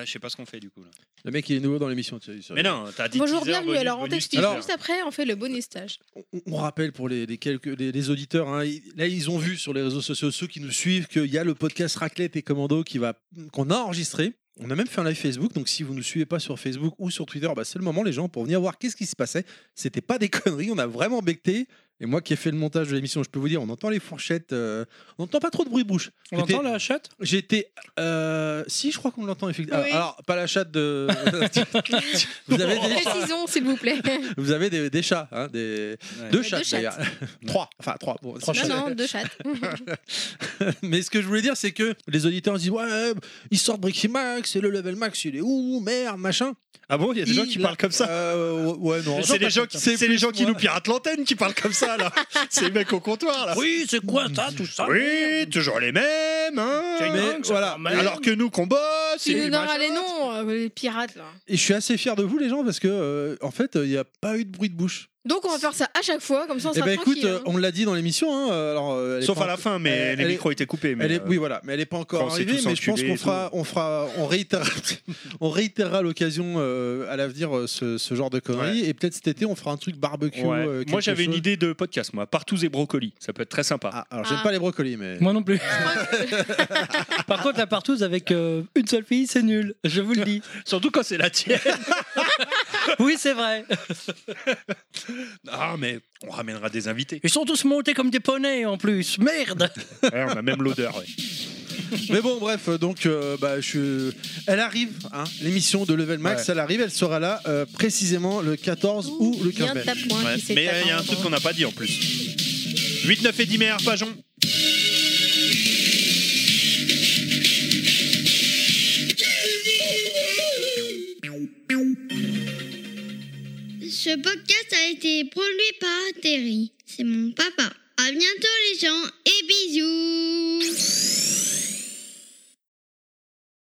Speaker 8: je sais pas ce qu'on fait du coup. là.
Speaker 3: Le mec, il est nouveau dans l'émission. tu sais, ça-
Speaker 8: Mais non, t'as dit.
Speaker 5: Bonjour,
Speaker 8: teaser,
Speaker 5: bienvenue.
Speaker 8: bonus,
Speaker 5: Alors, on
Speaker 8: bonus,
Speaker 5: t'explique.
Speaker 8: teaser.
Speaker 5: Juste après, on fait le bonus stage.
Speaker 3: on- on rappelle pour les, les quelques les, les auditeurs, hein, ils- là ils ont vu sur les réseaux sociaux ceux qui nous suivent qu'il y a le podcast Raclette et Commando qui va qu'on a enregistré. On a même fait un live Facebook, donc si vous ne nous suivez pas sur Facebook ou sur Twitter, bah, c'est le moment les gens pour venir voir qu'est-ce qui se passait. C'était pas des *laughs* conneries, on a vraiment becté. Et moi qui ai fait le montage de l'émission, je peux vous dire, on entend les fourchettes, euh, on n'entend pas trop de bruit de bouche.
Speaker 6: *laughs* On entend la chatte
Speaker 3: J'étais, euh, si je crois qu'on l'entend effectivement.
Speaker 5: Oui.
Speaker 3: Alors pas la chatte de. vous avez des,
Speaker 5: Précisons, s'il vous plaît.
Speaker 3: vous avez des, des chats, hein, des
Speaker 8: Ouais.
Speaker 3: deux
Speaker 5: Ouais,
Speaker 3: chats
Speaker 5: deux chats.
Speaker 3: d'ailleurs. trois, enfin trois. bon,
Speaker 6: Trois
Speaker 3: c'est-
Speaker 5: non, non, deux chattes.
Speaker 3: Mais ce que je voulais dire, c'est que les auditeurs se disent ouais, ils sortent Bricky Max et le level max, il est où, merde, machin.
Speaker 8: Ah bon, il y a des gens qui
Speaker 3: Il-
Speaker 8: parlent comme ça.
Speaker 3: Euh, ouais, non.
Speaker 8: C'est les gens qui, c'est les gens qui
Speaker 3: moi.
Speaker 8: nous piratent l'antenne qui parlent comme ça là. *laughs* c'est les mecs au comptoir là.
Speaker 6: Oui, c'est quoi ça, tout ça
Speaker 8: Oui, toujours les mêmes. hein.
Speaker 6: Ah, C'est une
Speaker 3: mais
Speaker 6: dingue, ça,
Speaker 3: voilà.
Speaker 6: quand même.
Speaker 8: Alors que nous qu'on bosse.
Speaker 5: Tu
Speaker 8: et
Speaker 5: nous donneras
Speaker 8: machin.
Speaker 5: les noms, euh, les pirates, là.
Speaker 3: Et je suis assez fier de vous, les gens, parce que euh, en fait, il n'y a pas eu de bruit de bouche.
Speaker 5: Donc, on va faire ça à chaque fois, comme ça, on
Speaker 3: Eh
Speaker 5: sera
Speaker 3: ben écoute,
Speaker 5: tranquille.
Speaker 3: euh,
Speaker 5: hein.
Speaker 3: on l'a dit dans l'émission. hein, euh, alors, euh, elle est
Speaker 8: Sauf
Speaker 3: pas
Speaker 8: à la
Speaker 3: encore-
Speaker 8: fin, mais
Speaker 3: Elle-
Speaker 8: les
Speaker 3: elle est-
Speaker 8: micros étaient coupés. Mais
Speaker 3: Elle est,
Speaker 8: euh,
Speaker 3: oui, voilà, mais elle n'est pas encore
Speaker 8: Quand c'est
Speaker 3: arrivée.
Speaker 8: tous
Speaker 3: Mais je pense
Speaker 8: enculés
Speaker 3: qu'on
Speaker 8: et
Speaker 3: fera, on fera, on réitérera, *laughs* on réitérera l'occasion euh, à l'avenir euh, ce, ce genre de conneries. Et peut-être cet été, on fera un truc barbecue.
Speaker 8: ouais.
Speaker 3: euh, quelque
Speaker 8: moi j'avais une
Speaker 3: chose.
Speaker 8: idée de podcast, moi. Partous et brocolis. Ça peut être très sympa.
Speaker 3: Ah, alors j'aime
Speaker 5: Ah.
Speaker 3: pas les brocolis, mais.
Speaker 6: Moi non plus. *laughs* Par contre, la partouze avec euh, une seule fille, c'est nul. Je vous le dis.
Speaker 8: Surtout quand c'est la tienne.
Speaker 6: Oui, c'est vrai.
Speaker 8: Ah, mais on ramènera des invités.
Speaker 6: Ils sont tous montés comme des poneys en plus. Merde.
Speaker 8: Ouais, on a même l'odeur. ouais.
Speaker 3: Mais bon, bref, donc, euh, bah, je... elle arrive, hein, l'émission de Level Max, elle arrive, elle sera là euh, précisément le 14 euh, ou le
Speaker 5: Bien
Speaker 3: 15 mai.
Speaker 5: tape-moi
Speaker 8: Ouais.
Speaker 5: qui s'est
Speaker 8: Mais il y a un
Speaker 5: attendre.
Speaker 8: truc qu'on n'a pas dit en plus. 8, 9 et 10 mai, Arpajon.
Speaker 2: Ce podcast a été produit par Terry. C'est mon papa. À bientôt les gens